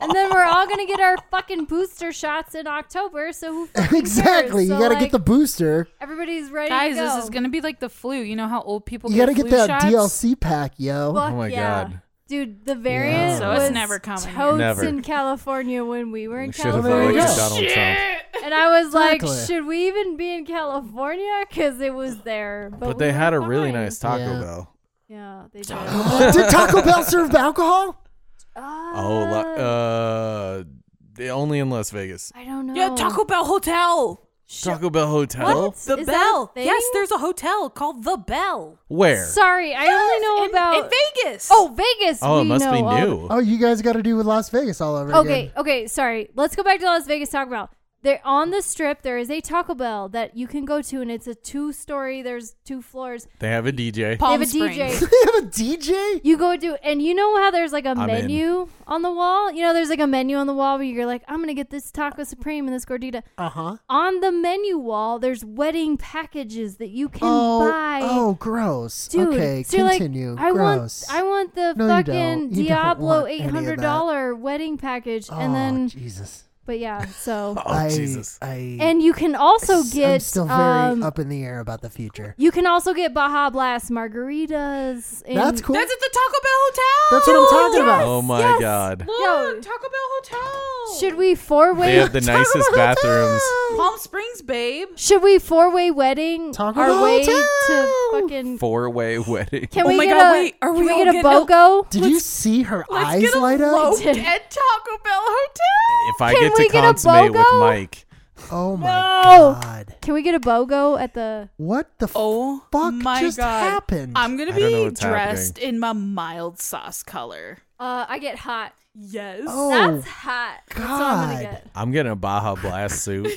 and then we're all gonna get our fucking booster shots in October. So who fucking cares? Exactly. So, you got to like, get the booster. everybody's ready. Guys, to go. this is gonna be like the flu. You know how old people You got to get get flu that shots? DLC pack, yo. Fuck Oh my yeah. God. dude, the variant So it's was never coming here. totes Never. in California when we were in We should have There voted you California, voted. go. Donald Trump. and I was like, Exactly. should we even be in California? Because it was there, but, But we they had were a really fine. nice Taco Yeah. Bell. Yeah, they did. Did Taco Bell serve alcohol? Oh, lo- uh, they- only in Las Vegas. I don't know. Yeah, Taco Bell hotel. Taco Bell Hotel. The Is that a Bell. thing? Yes, there's a hotel called The Bell. Where? Sorry, I only know in, about in Vegas. Oh, Vegas. oh, it we must know be all the- new. Oh, you guys got to do with Las Vegas all over Okay, again. okay, sorry. Let's go back to Las Vegas Taco Bell. There on the strip there is a Taco Bell that you can go to and it's a two story, there's two floors. They have a DJ. Palm they have a Springs. DJ. They have a DJ. You go do and you know how there's like a I'm in. menu on the wall? You know there's like a menu on the wall where you're like, I'm gonna get this taco supreme and this gordita. Uh huh. On the menu wall, there's wedding packages that you can Oh, buy. oh, gross. Dude, okay, so you're like, continue. I gross. want, I want the No, you don't. fucking You don't Diablo want any eight of that. hundred dollar wedding package, Oh, and then, Jesus. but yeah, so, Oh, I, Jesus. I, and you can also s- get, I'm still very um, up in the air about the future. you can also get Baja Blast margaritas. And, That's cool. That's at the Taco Bell hotel. That's what I'm talking about. oh my yes. God. Look, Yo, Taco Bell hotel. should we four They way? have the nicest bathrooms. Palm Springs, babe? should we four way wedding Taco our Bell way Hotel. to fucking? Four way wedding. Can Oh we my get God, a? wait, are can we all we get a getting a- bogo? Did you see her eyes get a light low- up? Did- At Taco Bell Hotel. if I Can get we to get a consummate with BOGO? Mike, Oh my god. Can we get a bogo at the? What the Oh fuck my just God. happened? I'm going to I don't know be what's dressed in my mild sauce color. Uh, I get hot. Yes. oh That's hot. That's all I'm gonna God. get. I'm getting a Baja Blast suit.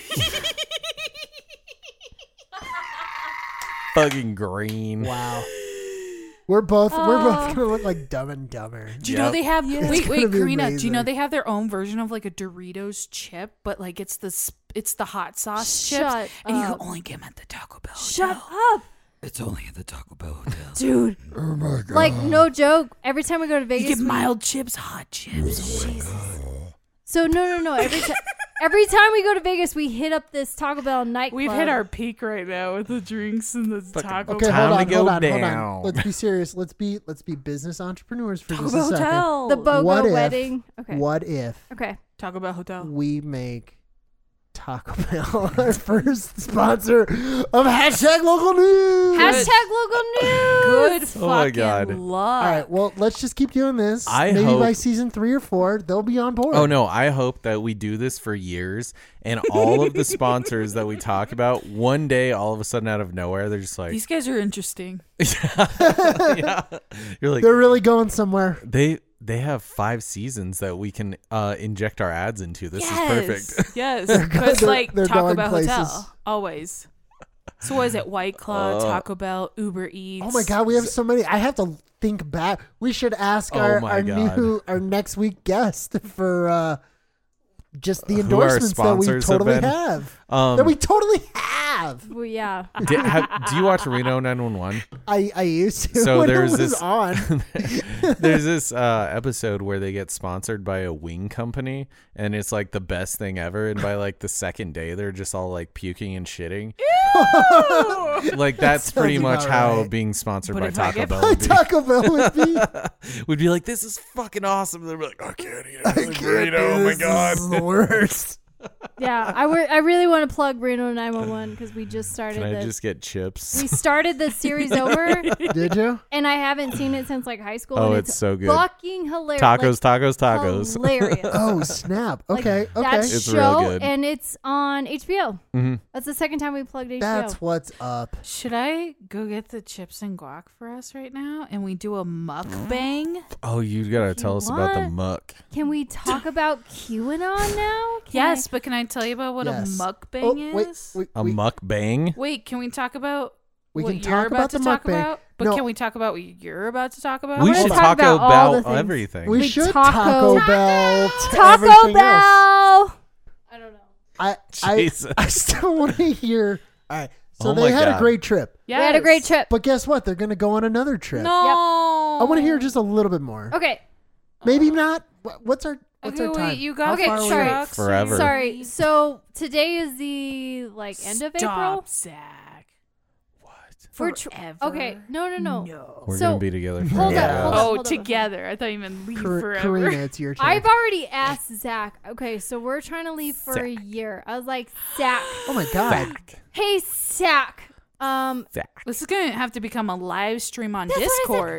Fucking green. wow. We're both we're Uh. both gonna look like dumb and dumber. Do you know Yep. they have? Wait, It's wait, gonna be Karina. Do you know amazing. they have their own version of like a Doritos chip, but like it's the sp- it's the hot sauce Shut chips, and you can up. only get them at the Taco Bell. Shut hotel. up, It's only at the Taco Bell hotel. dude. Oh Like no joke. Every time we go to you Vegas, get we- mild chips, hot chips. so no, no, no. Every time, every time we go to Vegas, we hit up this Taco Bell nightclub. We've hit our peak right now with the drinks and the taco. Okay, Time hold to on, hold go on, hold down. on. Let's be serious. Let's be let's be business entrepreneurs for Taco just Bell a second. hotel. the bogo What if- wedding. Okay. What if Okay. Taco Bell hotel. we make Taco Bell our first sponsor of hashtag local news? Hashtag local news. Good Oh my fucking God. luck. All right, well, let's just keep doing this. I Maybe by hope- season three or four, they'll be on board. Oh no, I hope that we do this for years and all of the sponsors that we talk about, one day all of a sudden out of nowhere, they're just like These guys are interesting. yeah. You're like They're really going somewhere. they they have five seasons that we can uh inject our ads into. This is perfect. yes, but it's they're- like they're Taco going Bell places. hotel always. So what is it? White Uh. Claw, Taco Bell, Uber Eats. Oh my god, we have so many. I have to think back. We should ask Oh our, my our God. new our next week guest for uh just the Who our endorsements that we sponsors have totally been. have. Um that we totally have. Well, yeah. di- have- do you watch Reno 911? I I used to So when there's it was this- on. There's this uh, episode where they get sponsored by a wing company, and it's like the best thing ever. And by like the second day, they're just all like puking and shitting. like that's sounds pretty much about how right. being sponsored But by if I Taco get- Bell By would be. Taco Bell would be. would be like, this is fucking awesome. They're like, I can't eat another burrito. Oh my This god. is the worst. Yeah. I, wor- I really want to plug Reno 911 because we just started Can I this. just get we chips? started this series over, Did you? and I haven't seen it since like high school. Oh, and it's so good. Fucking hilarious. Tacos, like, tacos, tacos. Hilarious. Oh snap! Okay, okay. That It's real show, good. and it's on HBO. Mhm. That's the second time we plugged HBO. That's what's up. Should I go get the chips and guac for us right now, and we do a Mm. mukbang? Oh, you gotta tell us about the want- muck. Can we talk about QAnon now? Can Yes, but can I tell you about what yes. a mukbang oh, wait, is? wait, A wait. muck bang? Wait, can we talk about We what can you're talk about about to the talk mukbang. about? But No. can we talk about what you're about to talk about? We wanna should talk talk about all about, the things. everything. We We should taco- Taco, Bell. to I? Taco everything Bell. else. I don't know. I, I, Jesus. I still want to hear All right. So Oh they my had a God. great trip. Yeah, We had a great trip. But guess what? They're going to go on another trip. No, I want to hear just a little bit more. Oh. Okay. Maybe not. Wha- What's our what's Okay, our wait, time? you got Okay, How far are we? sorry. trucks. Forever. Sorry. So today is the like end of April. Stop, Zach. We're tr- okay. No, no, no. We're So- gonna be together. Hold up, forever. Yeah. hold up. Oh, hold on. together. I thought you meant leave Kar- forever. Karina, it's your turn. I've already asked Zach. Okay, so we're trying to leave for a year. I was like, Zach, oh my god. hey Zach. Um, This is gonna have to become a live stream on That's what I said.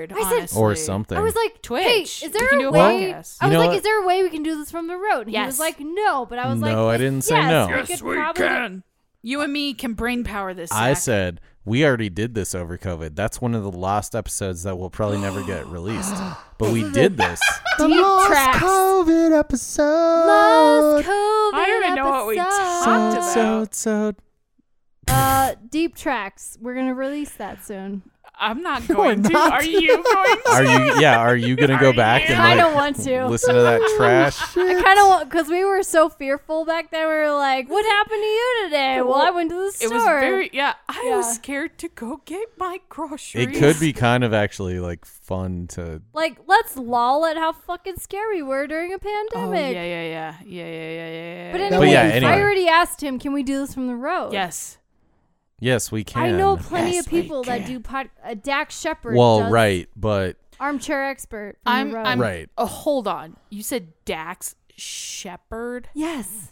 Discord. I said- honestly. Or something. I was like, Twitch. Hey, is there We can a do a way? I was podcast. You know like, what? is there a way we can do this from the road? And he was Yes. like, no. But I was like, No, I didn't say yes, no. We could probably You and me can brain power this. I Zach. said we already did this over COVID. That's one of the last episodes that will probably never get released. But we did this. The Deep lost tracks. COVID episode. Lost COVID I don't even know what we episode. talked So, so, so. Uh, deep tracks. We're gonna release that soon. I'm not going to. not. Are you going? Are you? Yeah. Are you gonna go back and I like, don't want to. listen to that trash? I kind of want because we were so fearful back then. We were like, "What happened to you today?" Well, I went to the store. It was very. Yeah, I Yeah. was scared to go get my groceries. It could be kind of actually like fun to. like, let's lol at how fucking scary we were during a Oh pandemic. yeah, yeah, yeah, yeah, yeah, yeah, yeah. yeah, But yeah. anyway, But yeah, I anyway. already asked him, "Can we do this from the road?" yes, Yes, we can. I know plenty Yes, of we people that can. do pod. Uh, Dak Shepard. Well, does right, but Armchair expert. From I'm. the road. I'm. Right. Oh, hold on. You said Dax Shepherd. Yes,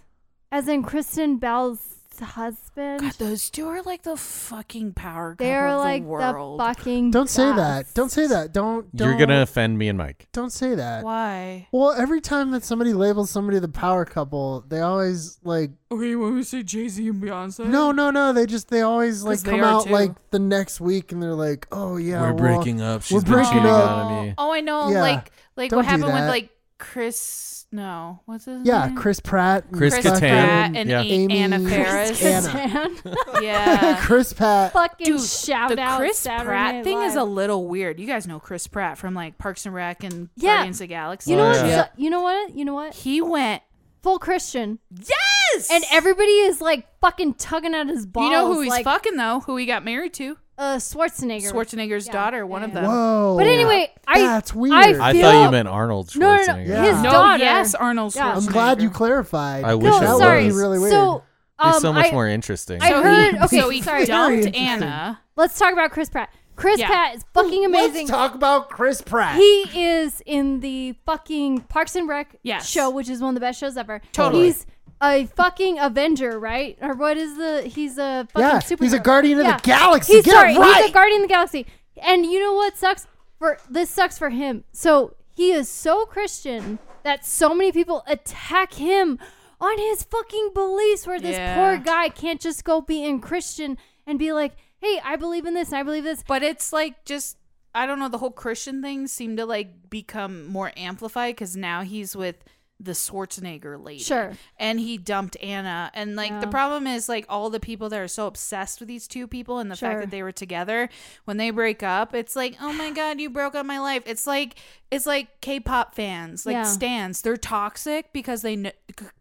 as in Kristen Bell's husband. God, those two are like the fucking power couple They're of like the the world. fucking. Don't say best. that. Don't say that. Don't. don't you're gonna offend me and Mike. Don't say that. Why? Well, every time that somebody labels somebody the power couple, they always like Okay, when we say Jay Z and Beyonce. no, no, no. They just they always like 'Cause they come are out too. like the next week and they're like, oh yeah, We're well, breaking up. we're She's been breaking cheating up. on me. Oh, I know. Yeah, Like, like don't what do happened with that. like Chris? No, what's his Yeah, name? Chris Pratt, and Chris Chris fucking- Kattan. Pratt Mm-hmm. and Yeah. A- Amy- Anna Chris Ferris. Kattan. Stan. Yeah. Chris Pratt. fucking Dude, shout the out Chris Saturday Pratt Night thing is a Live. little weird. You guys know Chris Pratt from like Parks and Rec and Yeah. Guardians of the Galaxy. You know Oh, what? yeah. so- you know what? You know what? He went. Full Christian, Yes. and everybody is like fucking tugging at his balls. you know who he's like, fucking though? Who he got married to? Uh, Schwarzenegger. Schwarzenegger's Yeah, daughter. One of yeah, them. Whoa. But anyway, I Oh, That's weird. I, feel, I thought you meant Arnold Schwarzenegger. No, no, no. His Yeah. No. daughter. Yes, Arnold Schwarzenegger. Yeah. I'm glad you clarified. I because wish No, it that sorry. would was. be really weird. So, um, He's so much I, more interesting. I heard. He, Okay, so he sorry. dumped interesting. Anna. Let's talk about Chris Pratt. Chris Yeah. Pratt is fucking amazing. Let's talk about Chris Pratt. He is in the fucking Parks and Rec Yes. show, which is one of the best shows ever. Totally. He's a fucking Avenger, right? Or what is the? He's a fucking yeah, superhero. he's a guardian of Yeah. the galaxy. He's Get sorry, it right. he's a guardian of the galaxy. And you know what sucks? For this sucks for him. So he is so Christian that so many people attack him on his fucking beliefs, where this Yeah. poor guy can't just go be in Christian and be like, "Hey, I believe in this, and I believe this." But it's like just I don't know. The whole Christian thing seemed to like become more amplified because now he's with the Schwarzenegger lady. Sure. And he dumped Anna. And like the Yeah. problem is like all the people that are so obsessed with these two people and the fact Sure. that they were together when they break up, it's like, oh my God, you broke up my life. It's like it's like K pop fans, like Yeah. stands. They're toxic because they kn-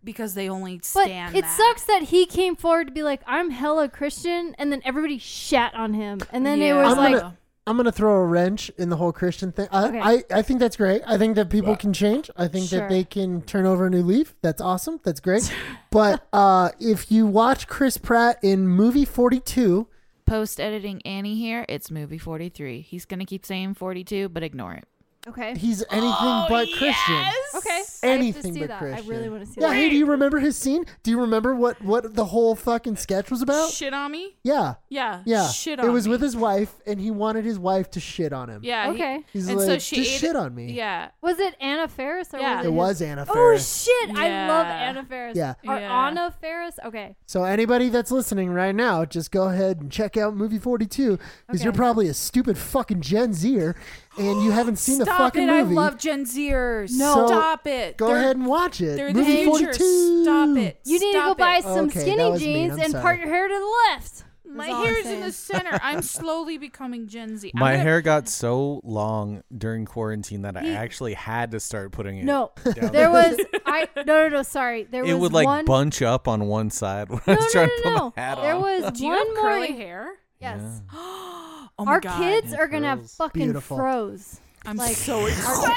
because they only But stand. it that. sucks that he came forward to be like, "I'm hella Christian," and then everybody shat on him, and then it Yeah. I'm was like, gonna, I'm gonna throw a wrench in the whole Christian thing. I, Okay. I, I think that's great. I think that people can change. I think Sure. that they can turn over a new leaf. That's awesome. That's great. but uh, if you watch Chris Pratt in movie 42, Post editing Annie here. It's movie 43. He's going to keep saying 42, but ignore it. "Okay, he's anything but Christian. okay, Oh, I have to Anything see but that. Christian. I really want to see yeah, that." hey, do you remember his scene? Do you remember what what the whole fucking sketch was about? shit on me. Yeah, Yeah. Oh. yeah. Shit on it was me. with his wife, and he wanted his wife to shit on him. Yeah. he- Okay. He's and like, so she just ate- shit on me. Yeah. Was it Anna Ferris? Or Yeah. was it, It his- was Anna Oh Faris. shit! I love Yeah. Anna Ferris. Yeah. Or Yeah. Anna Ferris? Okay. So anybody that's listening right now, just go ahead and check out movie 42 because you're Okay. probably a stupid fucking Gen Zer and you haven't seen the Stop fucking it. movie. I love Gen Zers. No. Stop it. go They're- ahead and watch it. They're the movie future. 42. Stop it. You need to Stop go buy it. some Okay, that skinny was mean. jeans I'm and sorry. part your hair to the left. My all I'm hair's in saying. the center. I'm slowly becoming Gen Z. I'm My gonna- hair got so long during quarantine that I He- actually had to start putting it. No, down. there was I no no no sorry. There it was would like one bunch up on one side when I no, was no, trying no, to put no, my hat There on. was Do you one have more curly hair? Yeah. Yes. Oh my Our God. kids are gonna have Curls. fucking Beautiful. froze. I'm like- so excited. Our-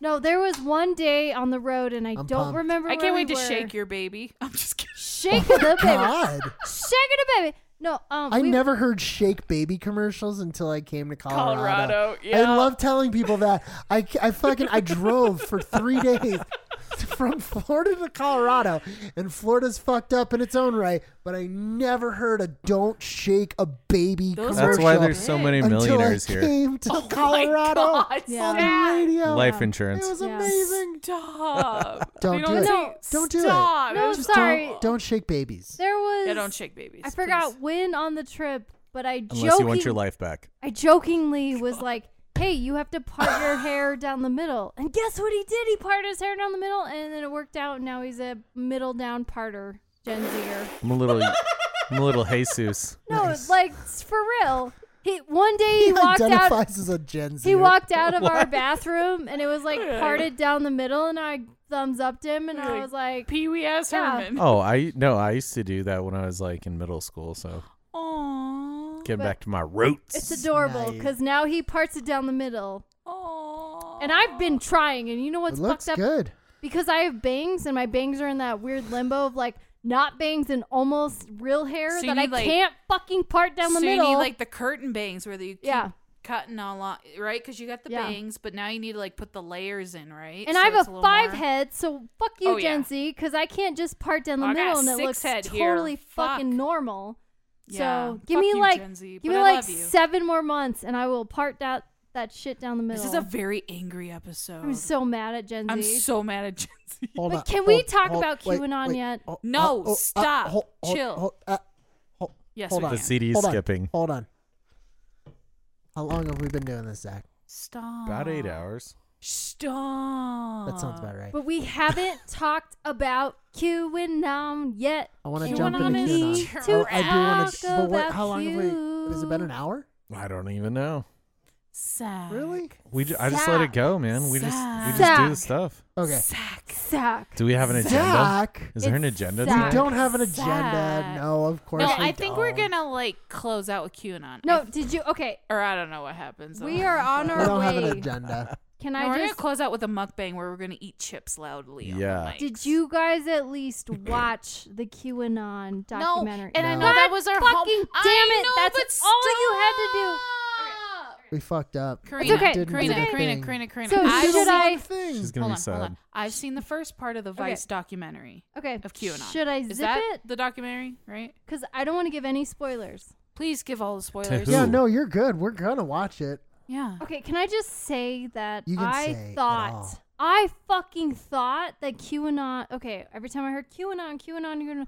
no, there was one day on the road and I I'm don't pumped. remember. I where can't wait we to were. shake your baby. I'm just kidding. shake the baby. God. Shake it a baby. No, um I we- never heard Shake Baby commercials until I came to Colorado. Colorado, I yeah. love telling people that. I, I fucking I drove for three days from Florida to Colorado, and Florida's fucked up in its own right. But I never heard a "Don't Shake a Baby" Those That's commercial why there's so many until millionaires I here. came to Oh Colorado my God. Yeah. on the radio. Life It insurance. was Yeah. amazing. Stop. Don't They do it. say- Don't do it. stop. No, was I'm awful. sorry. Don't, don't shake babies. there was Yeah, don't shake babies. I forgot please. when on the trip, but I Unless you want your joking- life back. I jokingly was like, "Hey, you have to part your hair down the middle." And guess what he did? He parted his hair down the middle, and then it worked out. And now he's a middle down parter, Gen Zer. I'm a little I'm a little Jesus. No, Nice. like s- for real. He one day he, He walked identifies out. as a Gen Z. He walked out of our bathroom, and it was like parted down the middle. And I thumbs upped him, and I Like, was like, Pee Wee ass Yeah. Herman. Oh, I no, I used to do that when I was like in middle school, so Aww. getting But- back to my roots. "It's adorable," because now he parts it down the middle. Aww. And I've been trying, and you know It what's looks fucked up? good. because I have bangs and my bangs are in that weird limbo of like not bangs and almost real hair So you that I need, like- can't fucking part down so the you middle. need like the curtain bangs where you keep yeah. cutting all on, right? Because you got the Yeah. bangs, but now you need to like put the layers in, right? And So I have it's a, little five more- head, so fuck you, Oh, Gen yeah. Z, because I can't just part down the I got middle and it six looks head here. totally Fuck. fucking normal. Yeah. So give Fuck me you, like Gen Z, give but me I like love you. seven more months, and I will part that that shit down the middle. This is a very angry episode. I'm so mad at Gen Z. I'm so mad at Gen Z. Hold But on, can we hold- talk hold- about wait, QAnon wait, yet? oh, No, oh, oh, uh, stop. hold- hold- Chill. hold- uh, hold- Yes, hold we on. the can. CD hold on, skipping. Hold on. How long have we been doing this, Zach? Stop. About eight hours. Stop. That sounds about right. But we haven't talked about QAnon yet. I want to You jump wanna into need QAnon. to Oh, I do want talk to. But what, about how long have we? Has it been you. an hour? I don't even know. Sack. Really? We ju- I just let it go, man. We just we just do Zach. the stuff. Okay. Sack. Sack. Do we have an agenda? Zach, Is there an It's agenda? Zach. we tonight? don't have an agenda. Zach. No, of course No, we I think we're don't. gonna like close out with QAnon. I No, th- did you? Okay, or I don't know what happens. we are on We our don't have an way. agenda. Can No, we're I gonna just? close out with a mukbang where we're gonna eat chips loudly. on the Yeah. mics. Did you guys at least watch the QAnon No, documentary? and I No. know that was our home. fucking I damn it, know, that's but all you had to do. stop. We fucked up. Karina, okay, Didn't do Karina, the Karina, thing. Karina, Karina. So I've should seen- I? Thing. She's gonna Hold be on, sad. hold on. I've seen the first part of the Vice documentary Okay. of QAnon. Should I zip Is that it? The documentary, right? Because I don't want to give any spoilers. Please give all the spoilers. who? Yeah, Ooh. no, you're good. We're gonna watch it. Yeah. Okay, can I just say that You can I say it all. thought I fucking thought that QAnon. Okay, every time I heard QAnon, QAnon, QAnon, I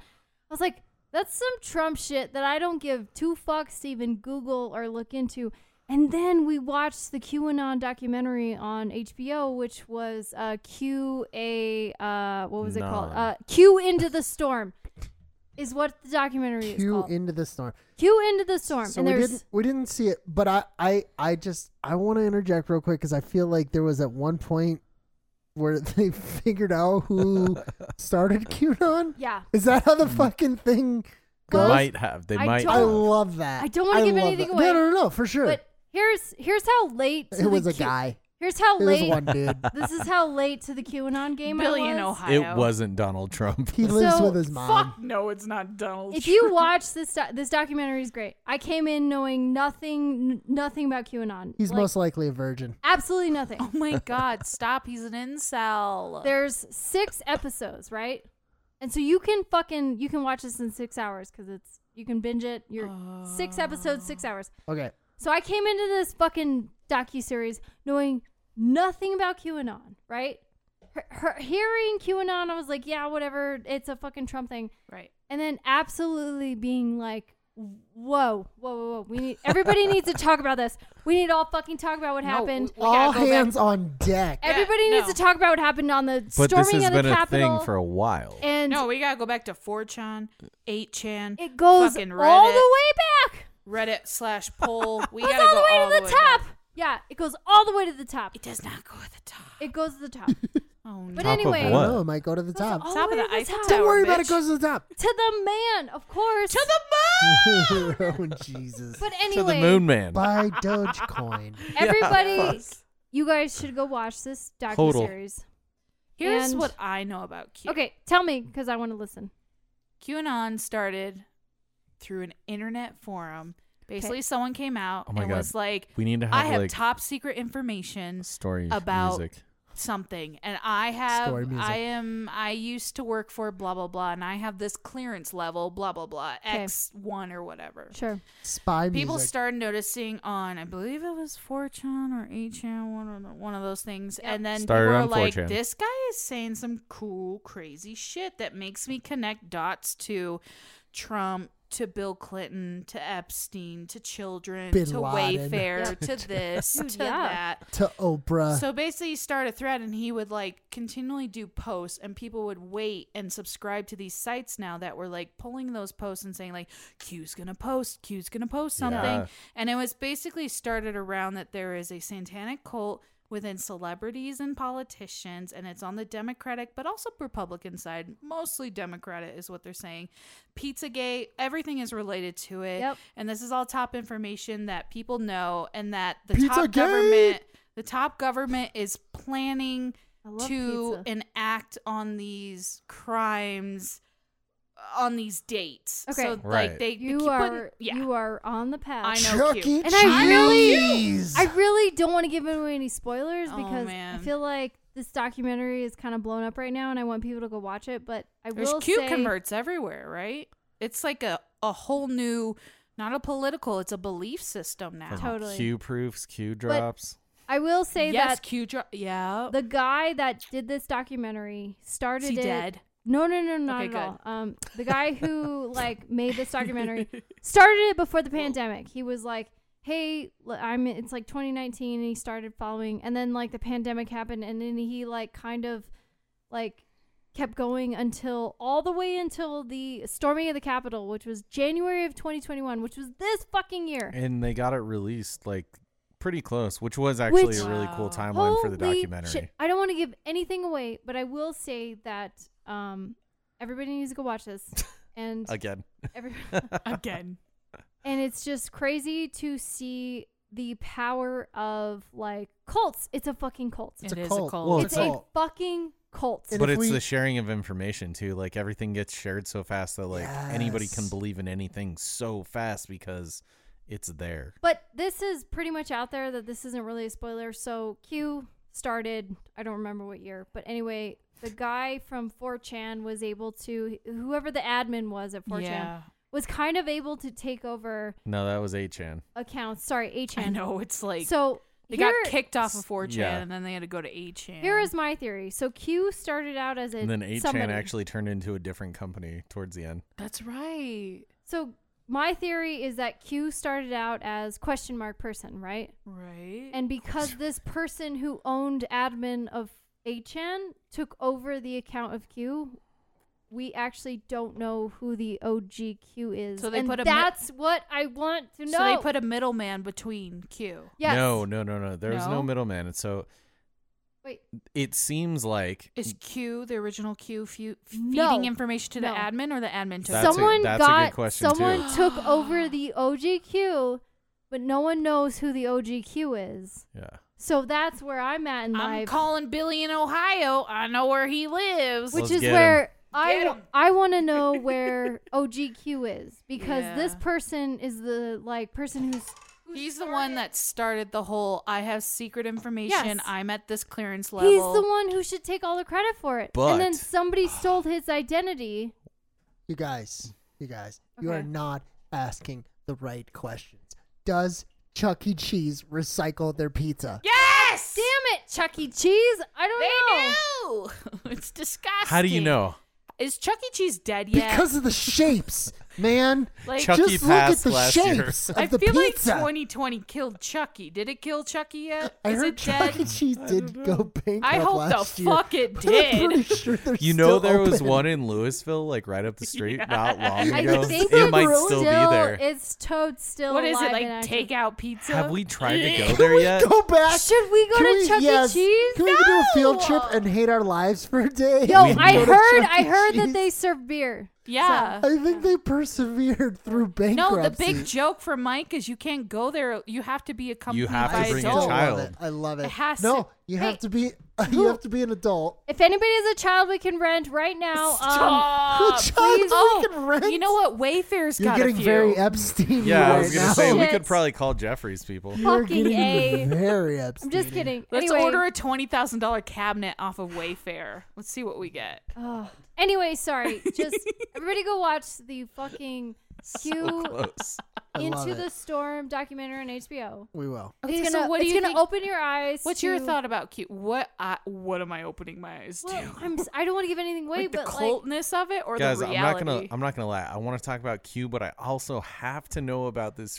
was like, that's some Trump shit that I don't give two fucks to even Google or look into. And then we watched the QAnon documentary on HBO, which was uh, Q A. Uh, what was it called? Non. Uh, Q into the storm is what the documentary is Cue called. into the storm. Q into the storm. So and we there's didn't we didn't see it, but I I I just I want to interject real quick because I feel like there was at one point where they figured out who started QAnon. yeah. Is that how the fucking thing They goes? might have. They Mm. I might. don't- I have. love that. I don't wanna I give love anything that. away. No, no, no, for sure. But here's here's how late to it the was a Q- guy. Here's how It was late. one dude. this is how late to the QAnon game Billy I in was. Ohio. It wasn't Donald Trump. He lives So, with his mom. No, it's not Donald. If you watch this, doc- this documentary is great. I came in knowing nothing, n- nothing about QAnon. He's Like, most likely a virgin. absolutely nothing. Oh my God! Stop! He's an incel. There's six episodes, right? And so you can fucking you can watch this in six hours because it's you can binge it. You're Oh. six episodes, six hours. Okay. So I came into this fucking docu series knowing nothing about QAnon, right? Her, her hearing QAnon, I was like, yeah, whatever. It's a fucking Trump thing. right. And then absolutely being like, whoa, whoa, whoa, whoa. We need everybody needs to talk about this. We need to all fucking talk about what happened. All hands on deck. Everybody needs no. to talk about what happened on the But this storming has of the been a Capitol. thing for a while. and No, we gotta go back to 4chan, 8chan, it goes all fucking the Reddit. way back. Reddit slash poll. We It goes gotta all go the way all to the, top. back. Yeah, it goes all the way to the top. It does not go at the top. It goes to the top. Oh no. But Top of anyway, I what? don't know. It might go to the top. all Top the way of the to the Eiffel top. Tower. Don't worry about bitch. it. Goes to the top. To the man, of course. To the oh Jesus! but To anyway, the moon man. Buy Dogecoin. everybody, you guys should go watch this docu series. Here's And- what I know about Q. Okay, tell me because I want to listen. QAnon started through an internet forum. Basically, Okay. someone came out Oh my and God. was like, We need to I have, have like- top secret information Story about music. something and i have Story music. i am i used to work for blah blah blah and i have this clearance level blah blah blah Okay. x1 or whatever Sure. Spy music. people started noticing on i believe it was 4chan or 8chan one of, the- one of those things and then Started people on were like 4chan. this guy is saying some cool crazy shit that makes me connect dots to trump to Bill Clinton, to Epstein, to children, Bin to Laden. Wayfair, to this, to yeah. that. to Oprah. So basically, you start a thread, and he would like continually do posts, and people would wait and subscribe to these sites now that were like pulling those posts and saying like Q's gonna post, Q's gonna post something, Yeah. and it was basically started around that there is a satanic cult within celebrities and politicians and it's on the democratic but also republican side mostly democratic is what they're saying pizzagate everything is related to it Yep. and this is all top information that people know and that the Pizza top gate! government the top government is planning love to pizza. enact on these crimes on these dates. Okay. So Right. like they they You keep are putting- yeah. you are on the path. I know Chuck Q. E. And I really- Cheese. I really don't want to give away any spoilers Oh, because I man. feel like this documentary is kind of blown up right now, and I want people to go watch it. But I There's will Q say, converts everywhere, right? It's like a, a whole new not a political, it's a belief system now. From Totally. Q proofs, Q drops. I will say yes, that Q dro- yeah. the guy that did this documentary started Is he it- dead? No, no, no, not Okay, at good. all. Um, the guy who like made this documentary started it before the pandemic. He was like, "Hey, l- I'm." It's like 2019, and he started following, and then like the pandemic happened, and then he like kind of like kept going until all the way until the storming of the Capitol, which was January of 2021, which was this fucking year. And they got it released like pretty close, which was actually Which- a really cool timeline for the Holy documentary. shit. I don't want to give anything away, but I will say that um, everybody needs to go watch this. And Again. every, Again. and it's just crazy to see the power of like cults. It's a fucking cult. It's a It is a cult. cult. Well, It's a fucking cult. And but if it's we- the sharing of information too. Like everything gets shared so fast that like anybody can Yes. believe in anything so fast because it's there. But this is pretty much out there that this isn't really a spoiler. So Q started, I don't remember what year, but anyway, the guy from 4chan was able to, whoever the admin was at 4chan, Yeah. was kind of able to take over No, that was 8chan. accounts. Sorry, 8chan. I know it's like So they here, got kicked off of 4chan Yeah. and then they had to go to 8chan. Here is my theory. So Q started out as a And then 8chan somebody. actually turned into a different company towards the end. That's right. So my theory is that Q started out as question mark person, right? Right. And because this person who owned admin of HN took over the account of Q, we actually don't know who the OG Q is. So they And put a mi- that's what I want to know. So they put a middleman between Q. yes. No, no, no, no. There was no No? middleman. And so Wait. it seems like Is Mm. Q the original Q fu- feeding No. information to No. the admin or the admin to That's a- someone that's a good got question, too. someone took over the OGQ, but no one knows who the OGQ is. yeah. So that's where I'm at in my I'm calling Billy in Ohio. I know where he lives. which Let's is get 'em. where Get I 'em. I want to know where OGQ is because this Yeah. person is the like person who's He's the one that started the whole I have secret information. Yes. I'm at this clearance level. he's the one who should take all the credit for it. and then But- somebody stole his identity. You guys, you guys, you are Okay. not asking the right questions. Does Chuck E. Cheese recycle their pizza? Yes! Damn it, Chuck E. Cheese! I don't know. They do. it's disgusting. How do you know? Is Chuck E. Cheese dead yet? Because of the shapes. man. Like, Chuck- Chucky just look at passed the last year. shapes of I the feel pizza. like 2020 killed Chucky. Did it kill Chucky yet? I Is heard it Chuck E. dead? Cheese did go bankrupt I hope last the year. fuck it But I'm pretty did. sure they're You know still there was open. one in Louisville, like right up the street, not long I ago. think it might it's still be there. It's Toad still. What is it alive and like? active. Takeout pizza? Have we tried to go there yet? Go back. Should we go Can to we- Chuck E. yes. Cheese? Can we do a field No! trip and hate our lives for a day? Yo, and I go to heard, Chuck I E. heard that Cheese? they serve beer. Yeah. I think they persevered through bankruptcy. No, the big joke for Mike is you can't go there. You have to be accompanied You have to by I bring a still adults. love child. it. I love it. It has no, to- you Hey, have to be. You have to be an adult. If anybody has a child, we can rent right now. Um, Stop. Good child, uh, please. Oh, freaking rent. You know what? Wayfair's You're got a getting few. very Epstein. Yeah, I right was gonna now. say we Shit. could probably call Jeffrey's people. You're Fucking getting A. very Epstein. I'm just kidding. Let's anyway, order a twenty thousand dollar cabinet off of Wayfair. Let's see what we get. oh. Anyway, sorry. Just everybody go watch the fucking So Q close. I love Into it. the Storm documentary on HBO. We will. Okay, it's so gonna, what do it's you gonna think- open your eyes. What's your to- thought about Q? What I, what am I opening my eyes to? Well, I'm, s- I don't want to give anything away, like the but like, cultness of it or Guys, the I'm reality? not gonna I'm not gonna lie. I want to talk about Q, but I also have to know about this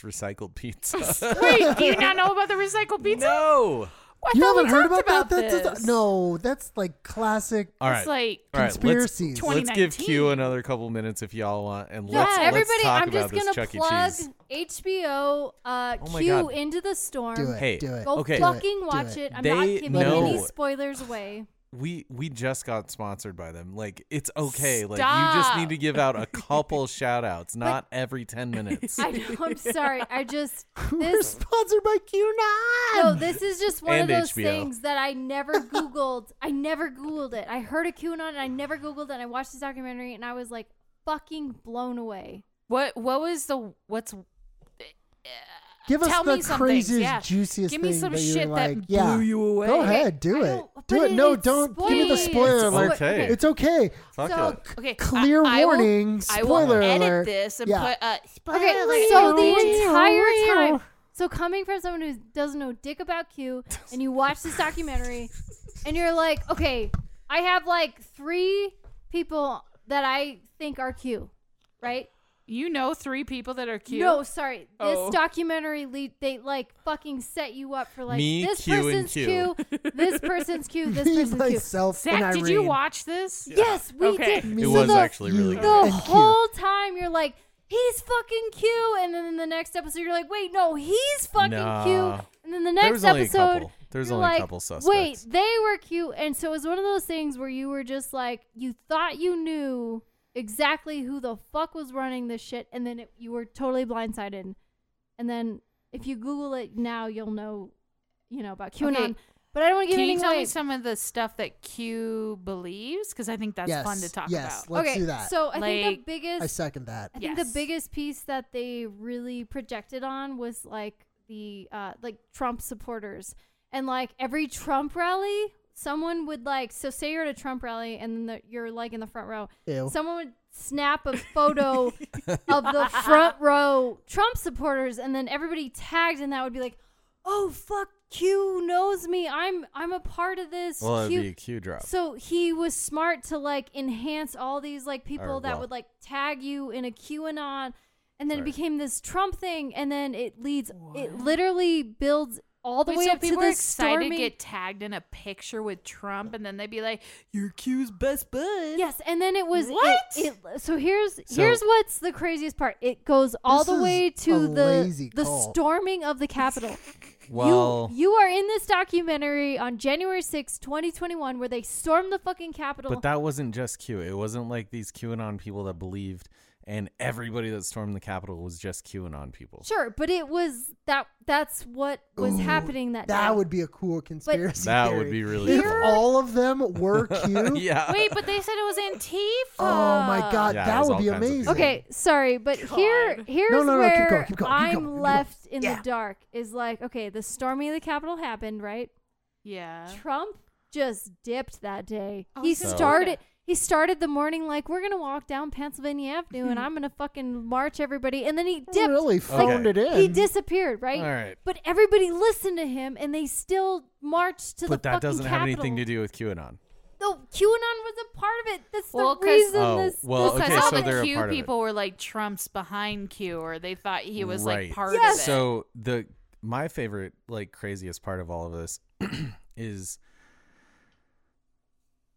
recycled pizza. Wait, do you not know about the recycled pizza? no. I you thought we haven't heard talked about, that? this. That's- No, that's like classic All right. It's like All right, let's, conspiracies. let's give 2019. Q another couple minutes if y'all want, and yeah, let's, everybody, let's talk I'm about just this gonna Chuck E. plug Cheese. HBO uh, Oh my Q God. Into the Storm. Do it. Hey, do it. Go Okay. Do it, fucking do watch it. it. I'm They not giving any know. spoilers away. We we just got sponsored by them. Like it's okay. Like you just need to Stop. give out a couple shout outs, not every ten minutes. I know, I'm sorry. I just We're this sponsored by QNOT. no, this is just one of And those HBO. things that I never Googled. I never Googled it. I heard a QAnon and I never Googled it. And I watched this documentary and I was like fucking blown away. What what was the what's Give us Tell the me some things, craziest, yeah. juiciest Give me thing some that you're shit that like, yeah, blew you away. Go ahead, do I it. don't- Do but it. it- No, it's don't give me the spoiler spoiled. alert. It's okay. It's okay. Fuck So- it. Okay, Clear I, I will- warning. I spoiler will, edit alert. this and yeah. put uh, spoiler Okay, alert. so the entire time. So coming from someone who doesn't know dick about Q, and you watch this documentary, and you're like, okay, I have like three people that I think are Q, right? you know three people that are cute. No, sorry. This Oh. documentary, lead, they like fucking set you up for like Me, this Q, and person's Q. Q, this person's Q, this Me, person's Q. myself, and Zach, Irene. did you watch this? Yes, we Okay. did. Me, It was the- actually really you, good. the and Q. whole time you're like he's fucking q and then in the next episode you're like wait no he's fucking Nah. q and then the There next was only a episode couple. There was you're only a like, couple wait suspects. they were cute and so it was one of those things where you were just like you thought you knew exactly who the fuck was running this shit and then it, you were totally blindsided and then if you google it now you'll know you know about qanon but i don't want to give Can you anything tell away me some of the stuff that Q believes? Because I think that's yes, fun to talk yes, about. Let's okay do that. so i think Like- the biggest I second that. I think Yes. the biggest piece that they really projected on was like the uh, like Trump supporters and like every Trump rally, someone would like so say you're at a Trump rally and the, you're like in the front row, Ew. someone would snap a photo of the front row Trump supporters and then everybody tagged and that would be like, oh fuck, Q knows me, I'm I'm a part of this. Well, it'd Q- be a Q drop. so he was smart to like enhance all these like people Or, that well- would like tag you in a QAnon, and then it Sorry. became this Trump thing, and then it leads it literally builds all the Wait, way so up to people are this excited storming. to get tagged in a picture with Trump, and then they'd be like, "You're Q's best bud." yes, and then it was it- What? It, so here's So- here's what's the craziest part. It goes all This the way is a to lazy the the cult. storming of the Capitol. well, you, you are in this documentary on January sixth, 2021, where they stormed the fucking Capitol. But that wasn't just Q. It wasn't like these QAnon people that believed, and everybody that stormed the Capitol was just QAnon people. Sure, but it was that that's what was happening that That day. would be a cool conspiracy That theory. would be really If cool. all of them were Q, Yeah. Wait, but they said it was Antifa. oh my god, Yeah, that there's would all be kinds of amazing. people. okay, sorry, but here here's No, no, no, keep where going, keep going, keep I'm going, keep going. left in Yeah. the dark is like, okay, the storming of the Capitol happened, right? Yeah. Trump just dipped that day. Oh, he so- started he started the morning like we're gonna walk down Pennsylvania Avenue and I'm gonna fucking march everybody and then he dipped Really phoned Okay. it in. he disappeared, right? All right. But everybody listened to him and they still marched to But the that fucking doesn't have Capitol. anything to do with QAnon. No, QAnon was a part of it. That's Well, the 'cause- reason Oh, this. well, because okay, all so they're the a Q part of it. people were like Trump's behind Q, or they thought he was Right. like part of it. So the my favorite, like craziest part of all of this is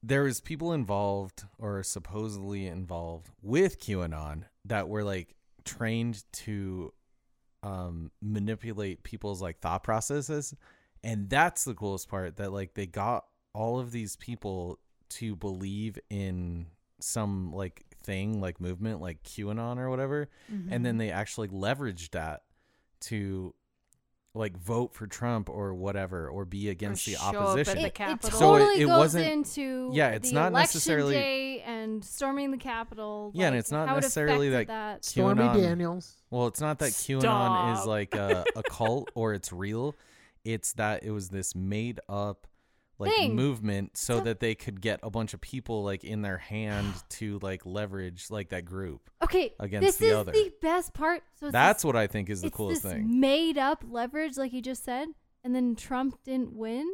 there was people involved or supposedly involved with QAnon that were like trained to um manipulate people's like thought processes. And that's the coolest part that like they got all of these people to believe in some like thing like movement like QAnon or whatever and then they actually leveraged that to like vote for Trump or whatever or be against the show up at opposition. the it, it Capitol. So it- totally it goes wasn't- into yeah, it's the not election necessarily- day and storming the Capitol. Yeah, and like, it's not how it necessarily affected that- that. Stormy QAnon. Daniels. Well, it's not that QAnon is Stop. like a, a cult or it's real. It's that it was this made up like Thing. movement so that they could get a bunch of people like in their hand to like leverage like that group. Okay, against this the is other. the best part. So it's That's this, what I think is the it's coolest this thing. Made up leverage, like you just said, and then Trump didn't win,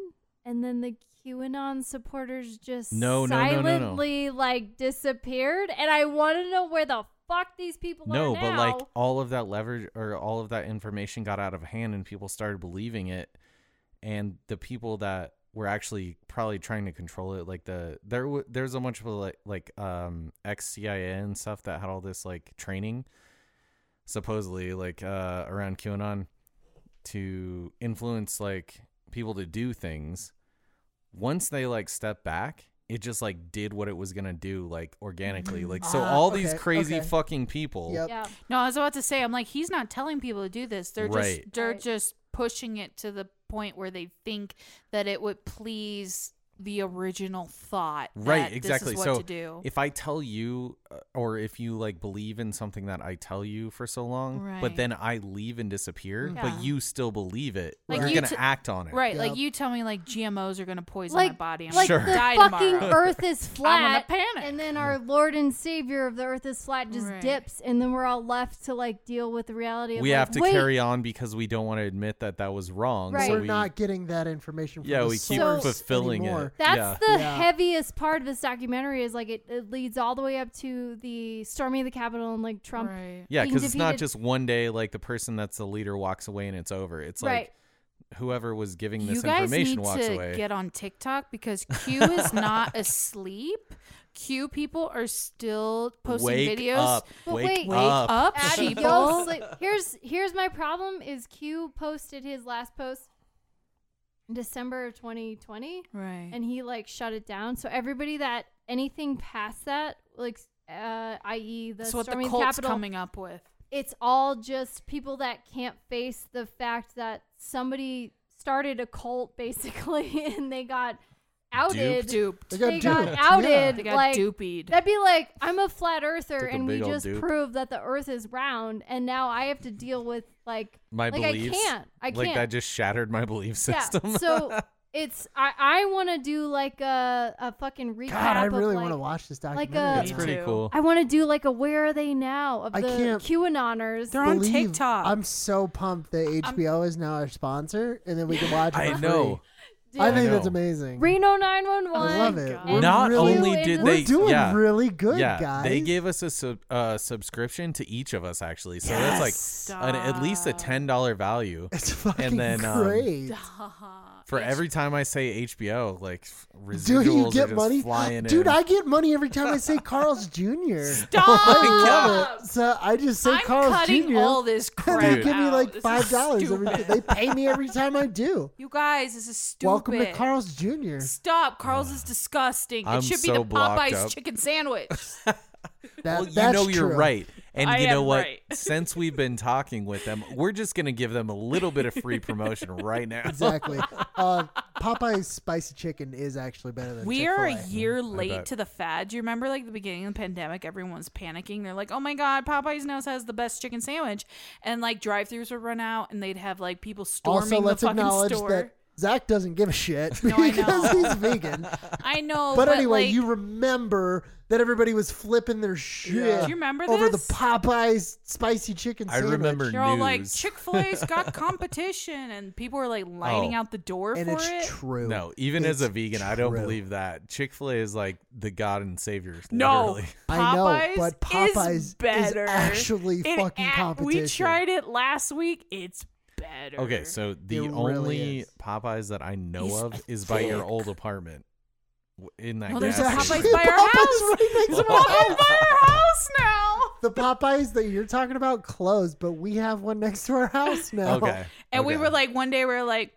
and then the QAnon supporters just No, no, no, no, no. silently like disappeared. And I want to know where the fuck these people No, are but now. like all of that leverage or all of that information got out of hand and people started believing it. And the people that were actually probably trying to control it, like the there, w- there's a bunch of like like um ex CIA and stuff that had all this like training, supposedly like uh around QAnon to influence like people to do things. Once they like step back, it just like did what it was gonna do like organically. Like so, Ah, all these okay, crazy okay. fucking people. Yep. yeah, No, I was about to say, I'm like, he's not telling people to do this. They're Right. just they're Right. just pushing it to the point where they think that it would please the original thought. right that exactly This is what so to do. if i tell you uh, or if you like believe in something that i tell you for so long but Right. then i leave and disappear Yeah. but you still believe it Like you're you gonna t- act on it right, Yep. like you tell me, like GMOs are going to poison my like body. I'm like Sure. the die fucking tomorrow. Earth is flat, panic. and then our Lord and Savior of the Earth is flat just Right. dips, and then we're all left to like deal with the reality. Of we like, have to wait, carry on because we don't want to admit that that was wrong Right. so We're we, not getting that information. From yeah the we keep source fulfilling anymore. it That's yeah. the Yeah. heaviest part of this documentary is like it, it leads all the way up to the storming of the Capitol and like Trump. Right. yeah, because it's not defeated- just one day like the person that's the leader walks away and it's over. It's Right. like whoever was giving this You guys information need walks to away. get on TikTok because Q is not asleep. Q people are still posting wake videos. up, But wake, wait. Wake up. up, At sheeple. Yo Sleep- here's here's my problem is Q posted his last post in December of 2020 Right. and he like shut it down. So everybody that anything past that like uh, i.e. the That's what the storming of cult's Capitol, coming up with. it's all just people that can't face the fact that somebody started a cult basically and they got outed. Duped. They got They got duped, yeah. outed. They got like, dupied. That'd be like I'm a flat earther, Took a and we big ol' just dupe. proved that the Earth is round, and now I have to deal with like My like beliefs. I can't. I Like can't. that just shattered my belief system. Yeah. So it's I I want to do like a a fucking recap. God, I really of, like, want to watch this like a- documentary. That's Me pretty too. cool. I want to do like a where are they now of I the can't QAnoners. They're on Believe- TikTok. I'm so pumped that HBO is now our sponsor, and then we can watch. it I for know. free. I think I that's know. amazing. Reno 911. I love it. and Not really- only Q did and We're they- doing yeah. really good, guys. They gave us a sub, uh, subscription to each of us actually, so that's like an, at least a ten dollar value. It's fucking then, um, great. For every time I say HBO, like f- residuals Dude, you are get just money. flying Dude, in. I get money every time I say Carl's Jr. Stop! I love it. So I just say I'm Carl's cutting Jr. all this crap. and they give me out. like This is five dollars every. stupid. They pay me every time I do. You guys, this is stupid. Welcome to Carl's Jr. Stop. Carl's is disgusting. I'm it should so be the blocked Popeye's up. chicken sandwich. That, well, you that's know you're true. right, and I you know am what? right. Since we've been talking with them, we're just gonna give them a little bit of free promotion right now. Exactly. Uh, Popeye's spicy chicken is actually better than We are a Chick-fil-A. year bet. late to the fad. Do you remember, like, the beginning of the pandemic? Everyone's panicking. They're like, oh my God, Popeyes now has the best chicken sandwich. And, like, drive throughs would run out and they'd have, like, people storming Also, let's the fucking acknowledge store. that Zach doesn't give a shit No, I know. because he's vegan. I know. But, anyway, like, you remember that everybody was flipping their shit Do you remember over this? the Popeyes spicy chicken I sandwich. remember You're all like news. Chick Fil A's got competition, and people were like lining Oh. out the door and for it's it. true. No, even as a It's vegan, I don't true. believe that. Chick fil A is like the God and Savior. no, literally. I know, Popeyes but Popeyes is is better. actually It fucking act- We competition. tried it last week. It's better. Okay, so the really only is. Popeyes that I know He's of is by your old apartment. W- In that No, gas there's There's a station. actually Popeyes by our Popeyes house. right next There's to a my Popeyes house. by our house now. The Popeyes that you're talking about closed, but we have one next to our house now. Okay. And we okay. were like, one day we were like,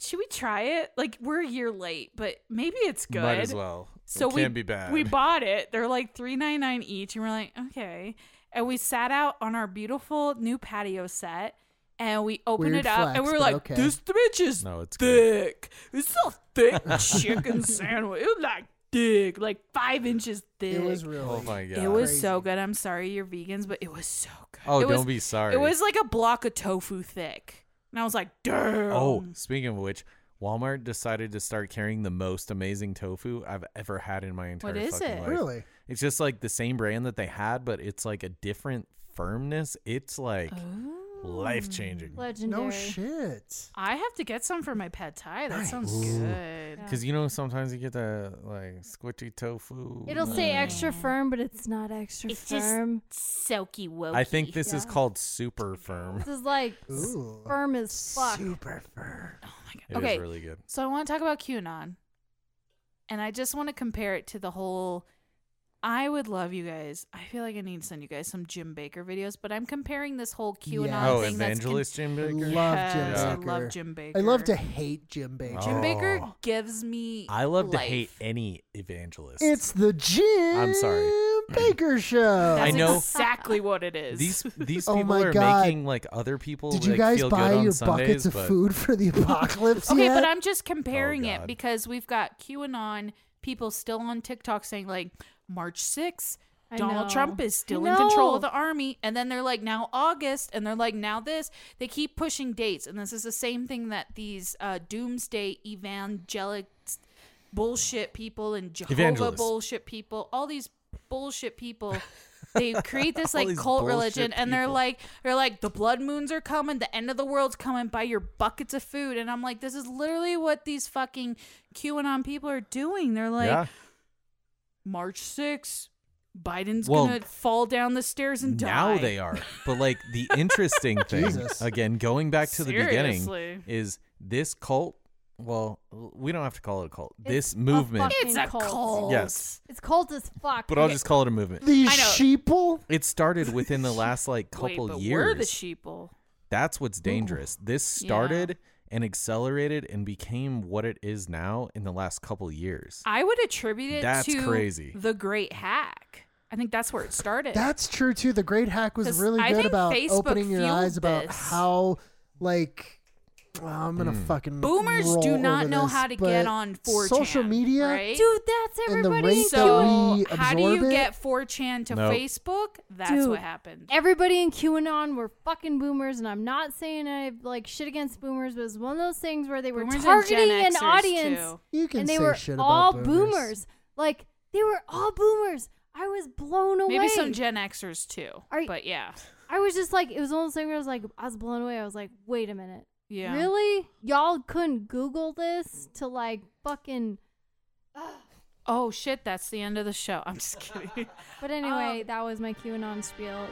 should we try it? Like, we're a year late, but maybe it's good. Might as well. So So we can't be bad. We bought it. They're like three nine nine each, and we're like, okay. And we sat out on our beautiful new patio set, and we opened Weird it up, flex, and we were but like, okay. this bitch is No, it's good. thick. It's a thick chicken sandwich. It was like thick, like five inches thick. It was really. Oh my god. It was so good. I'm sorry you're vegans, but it was so good. Oh, it was, don't be sorry. It was like a block of tofu thick, and I was like, damn. Oh, speaking of which, Walmart decided to start carrying the most amazing tofu I've ever had in my entire is fucking it? life. Really? It's just like the same brand that they had, but it's like a different firmness. It's like Oh. life changing. Legendary. No shit. I have to get some for my pad thai. That sounds good. Because you know sometimes you get the like squishy tofu. It'll say extra firm, but it's not extra It's just- firm. Silky woke. I think this is Yeah. called super firm. This is like Ooh. firm as fuck. Super fur. It is Oh Okay. really good. So I want to talk about QAnon. And I just want to compare it to the whole I would love you guys. I feel like I need to send you guys some Jim Baker videos, but I'm comparing this whole QAnon Yeah. Oh, thing evangelist Jim I Baker. love that's Jim con- Yes, I Baker. love Jim Baker. I love to hate Jim Baker. Oh. Jim Baker Oh. gives me I love to life. hate any evangelist. It's the Jim I'm sorry. Baker show. That's I know- exactly what it is. these these Oh people my are God. making like other people. Did you like, guys feel buy good on your Sundays, buckets of but food for the apocalypse Okay, yet? but I'm just comparing it Oh, God. because we've got QAnon people still on TikTok saying like March 6th, I Donald know. Trump is still I in control know. of the army, and then they're like now August, and they're like now this. They keep pushing dates, and this is the same thing that these uh, doomsday evangelic bullshit people and Jehovah Evangelists. bullshit people, all these bullshit people. They create this All like these cult bullshit religion, and they're people. like like they're like the blood moons are coming the end of the world's coming buy your buckets of food and i'm like this is literally what these fucking qanon people are doing they're like yeah, march 6th biden's Well, gonna fall down the stairs and die now they are. But like the interesting thing, Jesus. again, going back to the Seriously. beginning, is this cult. Well, we don't have to call it a cult. this a movement. fucking it's a cult, Yes. It's cold as fuck. But I'll just call it a movement. These I know. sheeple? It started within the last like Wait, couple but years. we're the sheeple That's what's dangerous. This started and accelerated and became what it is now in the last couple years. i would attribute it That's to crazy. the great hack i think that's where it started That's true too. The Great Hack 'Cause was really I good think about Facebook opening your fueled eyes about this. how like well, I'm gonna Hmm. fucking boomers roll do not over know this, how to but get on 4chan social media. right? Dude, that's the everybody. rate that so so we how do you absorb it? get 4chan to Nope. facebook that's Dude. what happened everybody in QAnon were fucking boomers, and I'm not saying I like shit against boomers, but it was one of those things where they were Boomers and targeting Gen an Xers, audience, too. You can and they say were shit about all boomers. Like they were all boomers. I was blown away. Maybe some Gen Xers too. Are y- but yeah. I was just like, it was one of those things where I was like, I was blown away. I was like, wait a minute. Yeah. Really? Y'all couldn't Google this to like fucking. Oh shit, that's the end of the show. I'm just kidding. But anyway, Um, that was my QAnon spiel.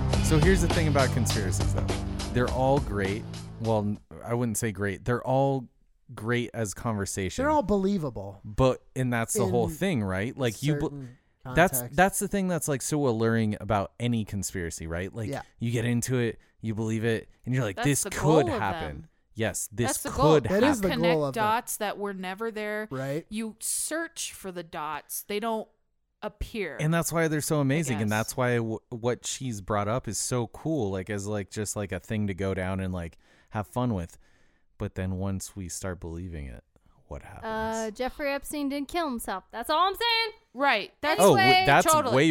Ah. So here's the thing about conspiracies, though. They're all great. Well, n- I wouldn't say great. They're all great as conversation. They're all believable. but and that's the whole in thing, right? Like you. bel- Certain that's context. that's the thing that's like so alluring about any conspiracy, right? Like Yeah. you get into it, you believe it, and you're like, That's this the could goal of happen. them. Yes, this that's the goal. could That happen. is the Connect goal of it. dots that were never there. right. You search for the dots. They don't appear. and that's why they're so amazing and guess. that's why w- what she's brought up is so cool like as like just like a thing to go down and like have fun with But then once we start believing it, what happens? Uh, Jeffrey Epstein didn't kill himself. That's all I'm saying. Right. That's oh, anyway, wait, that's totally. way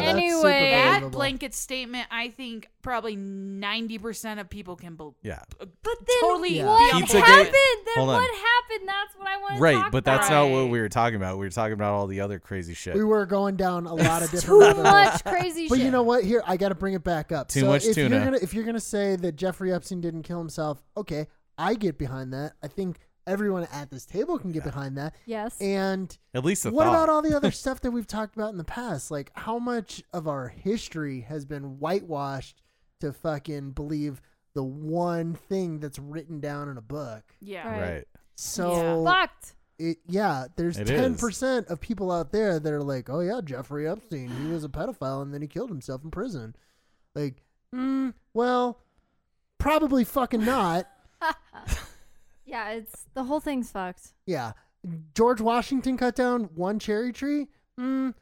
Yeah, that's Anyway, super that that believable. blanket statement. I think probably ninety percent of people can believe. yeah. But then Totally Yeah. what Pizzagate- happened? Then Hold on. what happened? That's what I want. Right, but that's not what Right. we were talking about. We were talking about all the other crazy shit. We were going down a lot of different too rabbit holes. much crazy But shit. you know what? Here, I got to bring it back up. Too so much if tuna. You're gonna, if you're gonna say that Jeffrey Epstein didn't kill himself, okay, I get behind that. I think everyone at this table can get behind that. Yes. And At least a what thought. about all the other stuff that we've talked about in the past? Like how much of our history has been whitewashed to fucking believe the one thing that's written down in a book? Yeah. Right. right. So Fucked. it, yeah, there's It ten is. percent of people out there that are like, oh yeah, Jeffrey Epstein, he was a pedophile and then he killed himself in prison. Like, mm, well, probably fucking not. Yeah, it's the whole thing's fucked. yeah, George Washington cut down one cherry tree. Mm,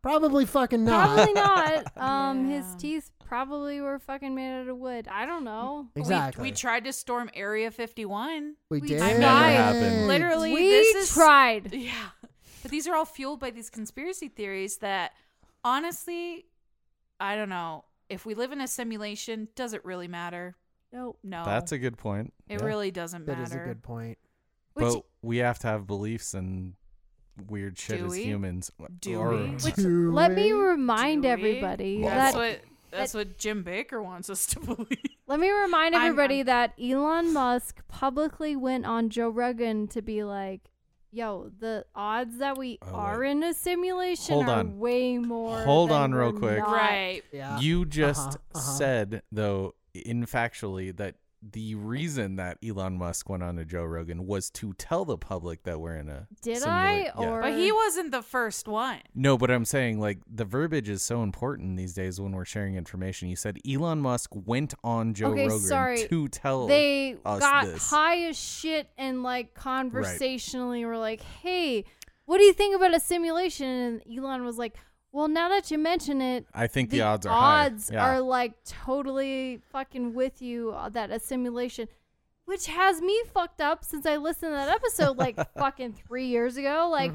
probably fucking not. Probably not. Um, Yeah. his teeth probably were fucking made out of wood. I don't know. exactly. We, we tried to storm Area 51. We we did. tried. Never happened. Literally, we this is tried. Yeah. But these are all fueled by these conspiracy theories that honestly, I don't know. If we live in a simulation, does it really matter? No. No. That's a good point. Oh. it Yeah. really doesn't That matter. is a good point. Which- but we have to have beliefs and weird shit Do as we? humans. Do or, we? Which- Do Let me it. remind Do we? everybody That's that what that's what Jim Baker wants us to believe. Let me remind I'm- everybody I'm- that Elon Musk publicly went on Joe Rogan to be like, "Yo, the odds that we Oh, are wait. in a simulation Hold are on. way more." Hold than on real we're quick. not." Right. Yeah. You just uh-huh. said, though, in factually, that the reason that Elon Musk went on to Joe Rogan was to tell the public that we're in a. Did simula- I? Yeah. Or But he wasn't the first one. No, but I'm saying like the verbiage is so important these days when we're sharing information. You said Elon Musk went on Joe Okay, Rogan sorry. to tell they Oh, us got this. high as shit and like conversationally were like, "Hey, what do you think about a simulation?" And Elon was like, "Well, now that you mention it, I think the, the odds are odds high. Yeah. are like totally fucking with you uh, that a simulation which has me fucked up since I listened to that episode like fucking 3 years ago like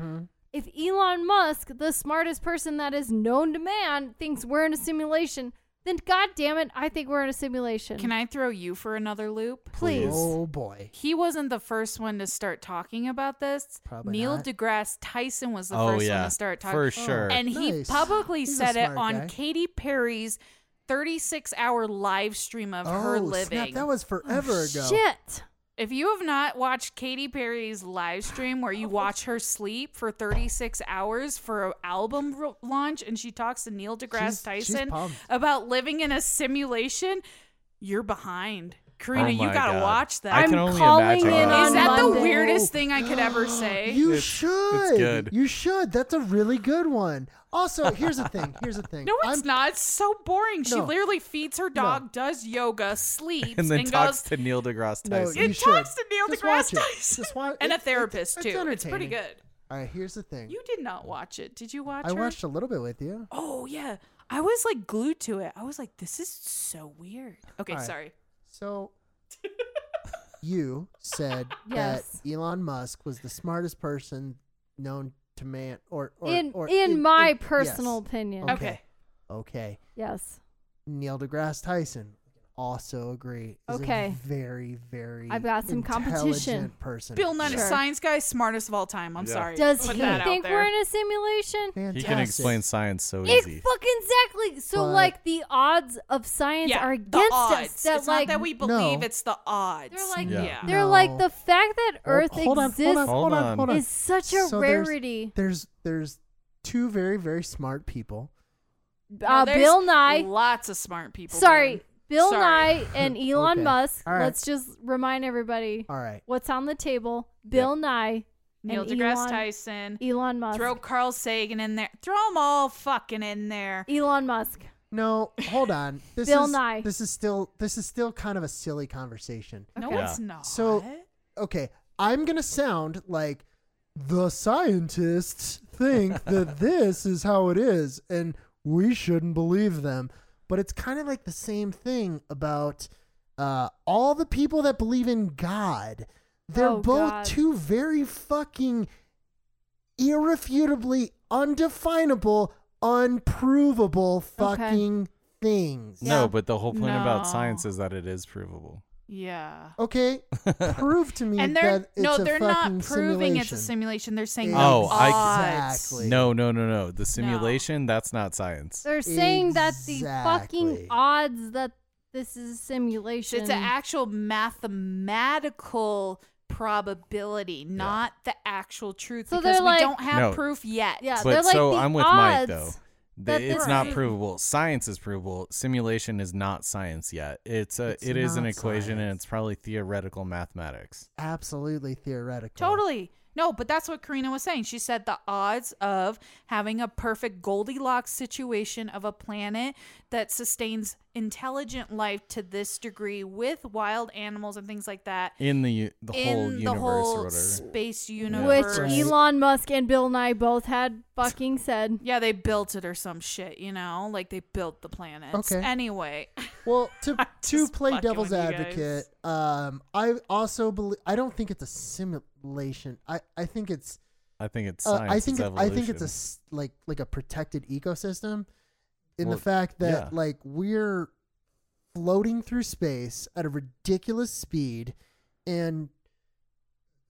if Elon Musk the smartest person that is known to man thinks we're in a simulation then god damn it I think we're in a simulation Can I throw you for another loop? Please. Oh boy. He wasn't the first one to start talking about this. Probably Neil not. deGrasse Tyson was the oh first yeah, one to start talking. for sure. And he Nice. publicly He's a said it smart on guy. Katy Perry's 36 hour live stream of her oh, living. Oh, snap. That was forever ago. Shit. if you have not watched Katy Perry's live stream where you watch her sleep for 36 hours for an album ro- launch and she talks to Neil She's- deGrasse she's Tyson pumped. about living in a simulation, you're behind. Karina, Oh you my gotta God. watch that. I I'm can only calling imagine. in Is on that the Monday. weirdest thing I could ever say? You It's- it's should. good. You should. That's a really good one. Also, here's the thing. Here's the thing. No, it's I'm- not. It's so boring. She No. literally feeds her dog, does yoga, sleeps, and then talks goes to Neil deGrasse No, Tyson. you and should. talks to Neil Just watch deGrasse it. Tyson Just wa- and it- a it- therapist it's too. It's pretty entertaining. good. All right, here's the thing. You did not watch it, did you watch? I her? watched a little bit with you. Oh yeah, I was like glued to it. I was like, this is so weird. Okay, All right. sorry. So you said Yes. that Elon Musk was the smartest person known to man or, or in or in, my in- yes. personal opinion. Okay. Okay. Okay. Yes. Neil deGrasse Tyson also agree. Is A Okay. very, very I've got some competition. intelligent person. Bill Nye, Sure. science guy, smartest of all time. I'm Yeah. sorry. Does Put he that out think there. we're in a simulation? He Fantastic. can explain science so It easy. fucking exactly. So But- like the odds of science yeah, are the against odds. us. That it's like not that we believe. No. It's the odds. they're like Yeah. yeah. they're like No. the fact that Hol- Earth hold on, exists hold on, hold Hold on, hold on. is such a So there's- rarity. There's, there's two very, very smart people. Uh, there's Bill Nye. Lots of smart people. Sorry, Dan. Bill Sorry. Nye and Elon Okay. Musk. All right. Let's just remind everybody All right. what's on the table. Bill Nye, Neil and deGrasse Elon, Tyson. Elon Musk, Throw Carl Sagan in there. Throw them all fucking in there. Elon Musk. No, hold on. This Bill is, Nye. This is still this is still kind of a silly conversation. No, Okay. it's not. So okay, I'm gonna sound like the scientists think that this is how it is, and we shouldn't believe them. But it's kind of like the same thing about uh, all the people that believe in God. They're Oh, both God. two very fucking irrefutably undefinable, unprovable Okay. fucking things. No, but the whole point No. about science is that it is provable. Yeah. Okay, prove to me And they're that it's no, a they're not fucking proving it's a simulation. simulation. They're saying Oh, the I- odds. Exactly. No, no, no, no. The simulation, that's not science. They're saying that the Exactly. fucking odds that this is a simulation. It's an actual mathematical probability, not the actual truth. So because they're we like- don't have No. proof yet. Yeah, But they're like so the I'm with Mike odds. though. that The- it's this not is- provable. Science is provable. Simulation is not science yet. It's a It's it is an not equation and science. it's probably theoretical mathematics. Absolutely theoretical. Totally. No, but that's what Karina was saying. She said the odds of having a perfect Goldilocks situation of a planet that sustains intelligent life to this degree with wild animals and things like that In the u- the whole in universe the or whole whatever. space which universe. Right. Elon Musk and Bill Nye both had fucking said. yeah, they built it or some shit, you know? Like they built the planets. Okay. Anyway, Well, to I'm to just play fucking devil's with you advocate, um, I also believe I don't think it's a simulation. I I think it's I think it's uh, science. I think it's it, I think it's a evolution. s- like like a protected ecosystem, in Well, the fact that yeah. like we're floating through space at a ridiculous speed, and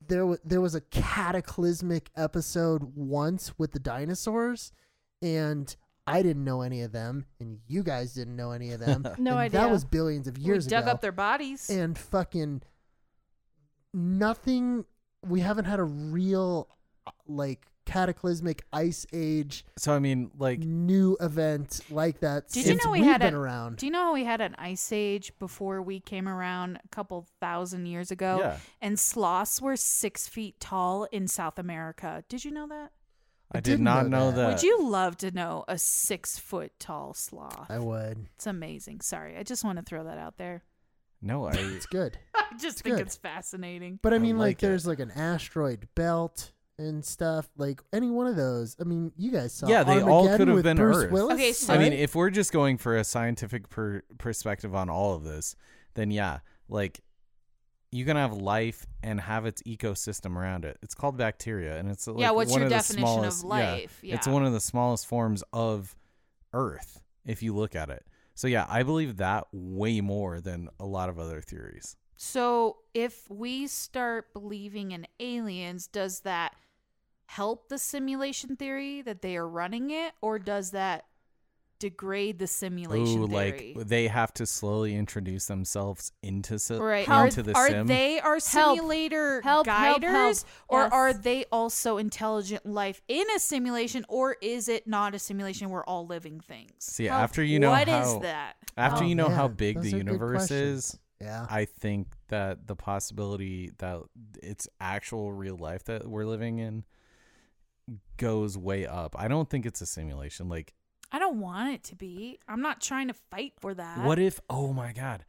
there w- there was a cataclysmic episode once with the dinosaurs, and I didn't know any of them, and you guys didn't know any of them. No and That idea. was billions of years we dug ago up their bodies. and fucking nothing we haven't had a real uh, like cataclysmic ice age So I mean, like new event like that Did you since know we have had been an- around Do you know we had an ice age before we came around a couple thousand years ago? Yeah. And sloths were six feet tall in South America. Did you know that? I, I did didn't not know know that. that. Would you love to know a six foot tall sloth? i would It's amazing. Sorry, I just want to throw that out there. No, I it's good I just think good. it's fascinating. but I i mean like, like it. there's like an asteroid belt and stuff like any one of those i mean you guys saw Yeah, they all Armageddon could have with been Bruce Earth. Willis, Okay, so- I mean, right? if we're just going for a scientific per- perspective on all of this, then yeah, like you can have life and have its ecosystem around it. It's called bacteria, and it's like Yeah, what's one your of the definition of smallest- life? it's Yeah. one of the smallest forms of Earth if you look at it. So yeah, I believe that way more than a lot of other theories. So, if we start believing in aliens, does that help the simulation theory that they are running it, or does that degrade the simulation Ooh, theory? like they have to slowly introduce themselves into si- right? Are, into the are sim. they our Help. simulator Help, help, help. guiders, or Yes. are they also intelligent life in a simulation, or is it not a simulation? We're all living things. See, after you know what is how- that? After Oh, you know how man, big those the are good universe questions. is, yeah I think that the possibility that it's actual real life that we're living in goes way up. I don't think it's a simulation. Like, I don't want it to be. I'm not trying to fight for that. what if, oh my God,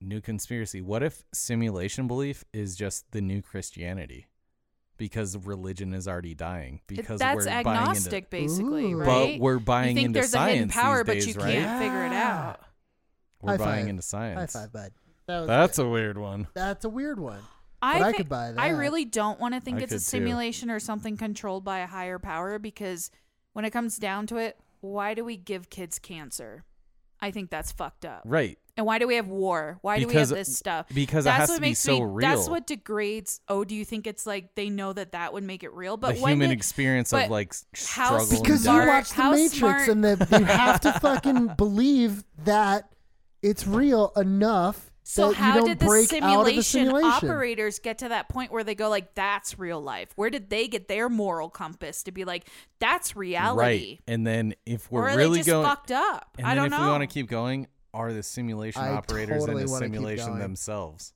new conspiracy. What if simulation belief is just the new Christianity? Because religion is already dying. Because that's we're agnostic, basically, Ooh. right? buying into, but we're buying you think into there's a hidden science power, these days, but you right? can't figure it out. We're High buying five. into high science. five bud that was That's good. a weird one. that's a weird one I, But I thi- could buy I that. really don't want to think I it's a could too. simulation or something controlled by a higher power because when it comes down to it, why do we give kids cancer? I think that's fucked up. Right. And why do we have war? Why do we Because- have this stuff? because it that's has what to be makes so me, That's real. what degrades. Oh, do you think it's like they know that that would make it real? But the when human did- experience but of like s- how struggle and because you doubt. Smart- watch the how matrix smart- and that you have to fucking believe that it's real enough So that how you don't did the break simulation, out of the simulation operators get to that point where they go like, "That's real life"? Where did they get their moral compass to be like, "That's reality"? Right. And then if Or we're are really they just going, fucked up? and I then don't if know. we want to keep going, are the simulation I operators totally in the wanna keep simulation going. themselves?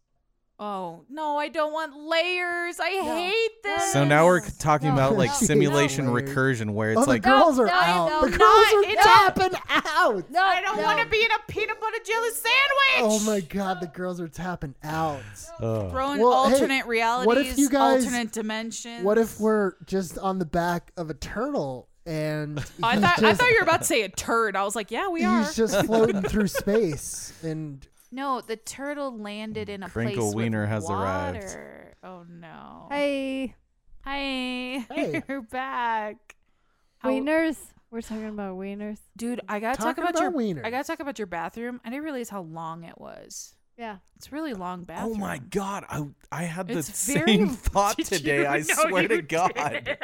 oh no, I don't want layers. I hate this. So now we're c- talking No, about like no, simulation no. recursion, where it's oh the like, girls No, are no, out no, the not- girls it- are tapping out No, I don't no. want to be in a peanut butter jelly oh sandwich. my god the girls are tapping out Ugh. Throwing Well, hey, alternate realities, what if you guys- alternate dimensions. what if we're just on the back of a turtle and Oh, I he's thought I just- thought you were about to say a turd. I was like, yeah, we are. he's just floating through space and No, the turtle landed in a Crinkle place wiener with has arrived. water. Oh no! Hey, Hey, Hey. you're back, How- wieners. We're talking about wieners. dude. I gotta talk, Talking about, your. about wieners. I gotta talk about your bathroom. I didn't realize how long it was. Yeah. It's a really long Oh bathroom. my god, I I had the It's very- same thought Did you today. I know swear you to did? God.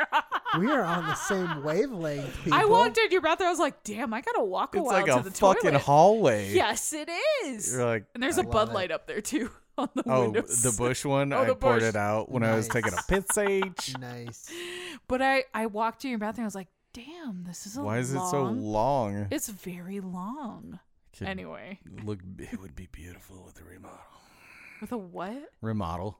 We are on the same wavelength. People. I walked in your bathroom. I was like, damn, I gotta walk a It's while like to a the fucking toilet. hallway. Yes, it is. You're like and there's I a Bud love it. Light up there too on the Oh, windows. the bush one. Oh, I the poured bush. it out when I was Nice. taking a piss H. Nice. But I I walked in your bathroom. I was like, damn, this is a Why is it so long- long? It's very long. Could Anyway, look, it would be beautiful with a remodel. with a what? Remodel.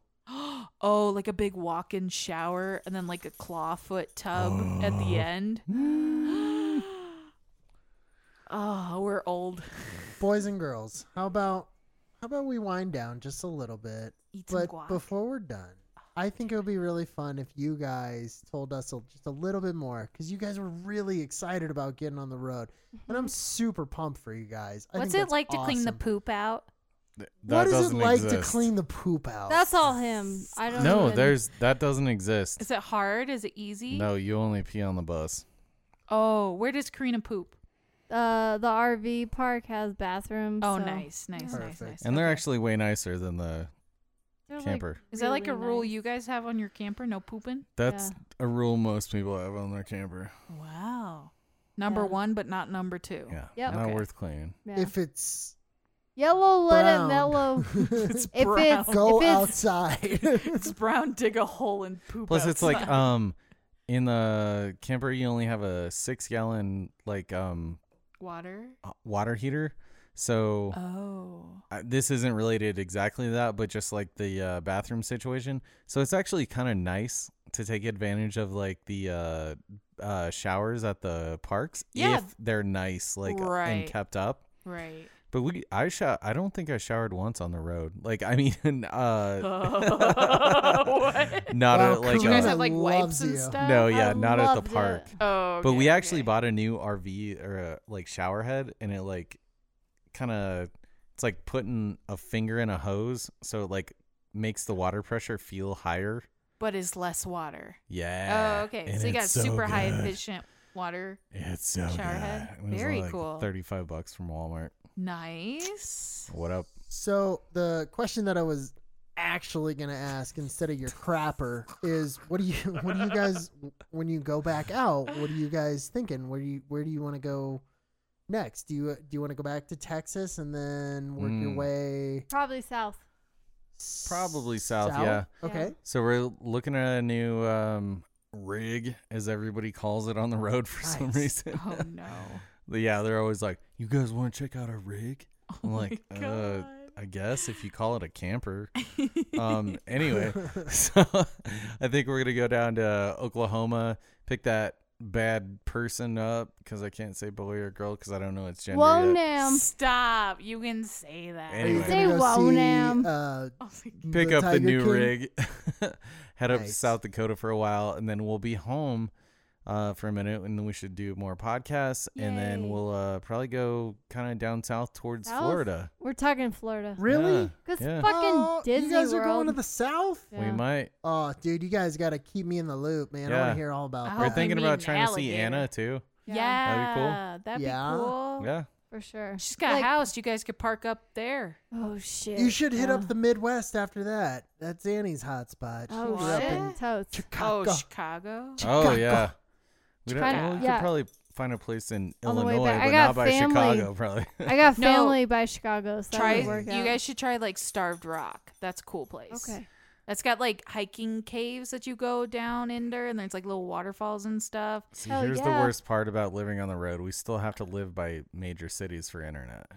Oh, like a big walk-in shower and then like a clawfoot tub at the end. oh, we're old. Boys and girls, how about how about we wind down just a little bit? Eat some But guac. before we're done, I think it would be really fun if you guys told us a, just a little bit more because you guys were really excited about getting on the road, and I'm super pumped for you guys. I What's think it that's like to clean the awesome. poop out? Th- That What is it doesn't like to exist. clean the poop Oh. out? That's all him. I don't No, even- there's that doesn't exist. Is it hard? Is it easy? No, you only pee on the bus. Oh, where does Karina poop? uh the RV park has bathrooms. Oh, so nice, nice, nice, Perfect. nice. And they're Okay. actually way nicer than the they're, like, camper. Is that like a really rule nice. you guys have on your camper? No pooping? That's Yeah. a rule most people have on their camper. Wow. Number Yeah. one, but not number two. Yeah. Yep. Not Okay. worth cleaning. Yeah. If it's yellow, let it brown, mellow. mellow. if brown. it's go if it's outside. It's brown, dig a hole and poop. Plus, it's like outside. um, in the camper you only have a six gallon like um water. uh, water heater. So Oh. uh, this isn't related exactly to that, but just like the uh, bathroom situation. So it's actually kind of nice to take advantage of like the uh, uh, showers at the parks Yeah. if they're nice, like Right. and kept up. Right. But we, I show, I don't think I showered once on the road. Like, I mean, uh, what? not Wow, at like, Karina Do you guys a- have like wipes loves and you. stuff? no, I yeah, not at the loved it. park. Oh. But we okay, actually okay. bought a new RV or a, like shower head, and it like kind of it's like putting a finger in a hose, so it like makes the water pressure feel higher. But it's less water. Yeah. oh, okay. Eh, And so you got it's so super high good. efficient water. It's so shower good. head. It was Very like cool. Thirty-five bucks from Walmart. Nice. What up? So the question that I was actually gonna ask instead of your crapper is what do you what do you guys when you go back out what are you guys thinking where do you where do you want to go next do you do you want to go back to Texas and then work your Mm. way probably south. s- Probably south, yeah. okay So we're looking at a new um, rig, as everybody calls it on the road for some Nice. reason. Oh no. But yeah, they're always like, "You guys want to check out our rig?" I'm like, Oh my uh, God. I guess if you call it a camper. um, anyway, so I think we're gonna go down to Oklahoma, pick that bad person up because I can't say boy or girl because I don't know its gender Whoa, yet. now. Stop. You can say that. Are you Anyway. Say gonna go whoa see, now. uh, Oh, my pick the up the Tiger new King? rig, head up to Nice. South Dakota for a while, and then we'll be home uh, for a minute, and then we should do more podcasts, and then Yay. we'll uh, probably go kind of down south towards South? Florida. We're talking Florida. really Cause Yeah. fucking Oh, Disney you guys World. are going to the south Yeah. We might. oh dude you guys got to keep me in the loop man Oh, I want Yeah. to hear all about We're I hope that. they thinking meet about an trying to see alligator. Anna too. Yeah. That'd be That'd be cool. Yeah. Oh. Yeah, for sure. She's got Like- a house. You guys could park up there. Oh shit. you should hit Yeah. up the Midwest after that. That's Annie's hotspot. She Oh grew up shit. in Totes. Oh, Chicago. Chicago. Oh yeah. We don't, Kinda- well, we yeah. could probably find a place in On the way Illinois, back. I but got not by family. Chicago, probably. I got No. family by Chicago, so Try. that would work You out. guys should try like Starved Rock. That's a cool place. Okay. That's got like hiking caves that you go down in there, and there's like little waterfalls and stuff. See, Hell here's yeah. the worst part about living on the road: we still have to live by major cities for internet.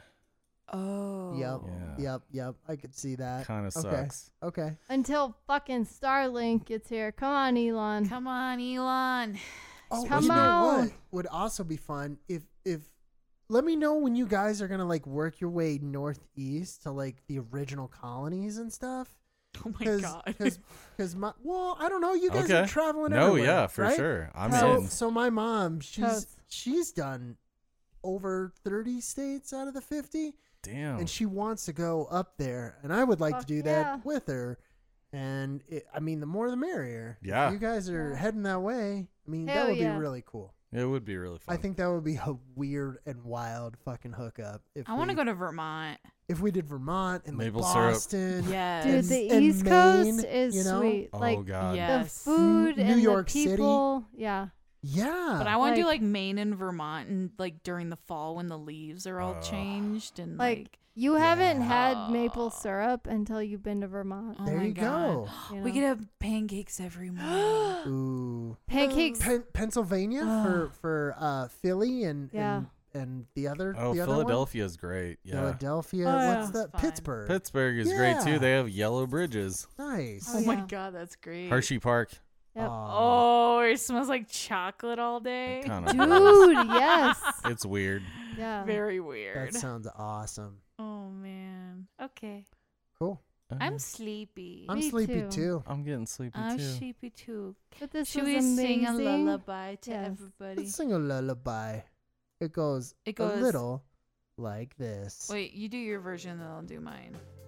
Oh. Yep. Yeah. Yep. Yep. I could see that. Kind of okay. sucks. Okay. Until fucking Starlink gets here. Come on, Elon. Come on, Elon. Oh, Come you know on. what would also be fun if if let me know when you guys are gonna like work your way northeast to like the original colonies and stuff. Oh my god. Because my well, I don't know. You guys are Okay. traveling. No, everywhere, yeah, for right? sure. I'm So in. so my mom, she's Totes. she's done over thirty states out of the fifty. Damn. and she wants to go up there, and I would like Fuck to do yeah. that with her. And it, I mean, the more the merrier. If Yeah. you guys are heading that way. I mean, Hell that would yeah. be really cool. it would be really fun. I think that would be a weird and wild fucking hookup. If I want to to go to Vermont. If we did Vermont and like Maple syrup. Boston, Yes. Dude, And- the and East Maine, Coast is you know? sweet. Oh like god. Yeah. the Yes. food New and York the City. people. Yeah. yeah. But I want to do Like- like Maine and Vermont and like during the fall when the leaves are all Ugh. changed and Like, like, you haven't had maple syrup until you've been to Vermont. oh there my you God. go. you know? We could have pancakes every Oh morning. Ooh, pancakes. Pen- Pennsylvania for for uh, Philly and Yeah. and, and the other. Oh, the other one? Philadelphia is great. Yeah. Philadelphia. Oh, yeah. What's that? fine. Pittsburgh. Pittsburgh is great Yeah. too. They have yellow bridges. nice. oh my yeah. god, that's great. Hershey Park. Yep. Aw. Oh, it smells like chocolate all day. Kind Dude, of. yes. It's weird. Yeah. Very that weird. sounds awesome. Oh man. Okay. Cool. Uh, I'm sleepy. I'm Me sleepy too. too. I'm getting sleepy Oh, I'm too. sleepy too. But this Should was we amazing. sing a lullaby to Yes. everybody? Let's sing a lullaby. It goes, It goes- a little like this. Wait, you do your version, then I'll do mine.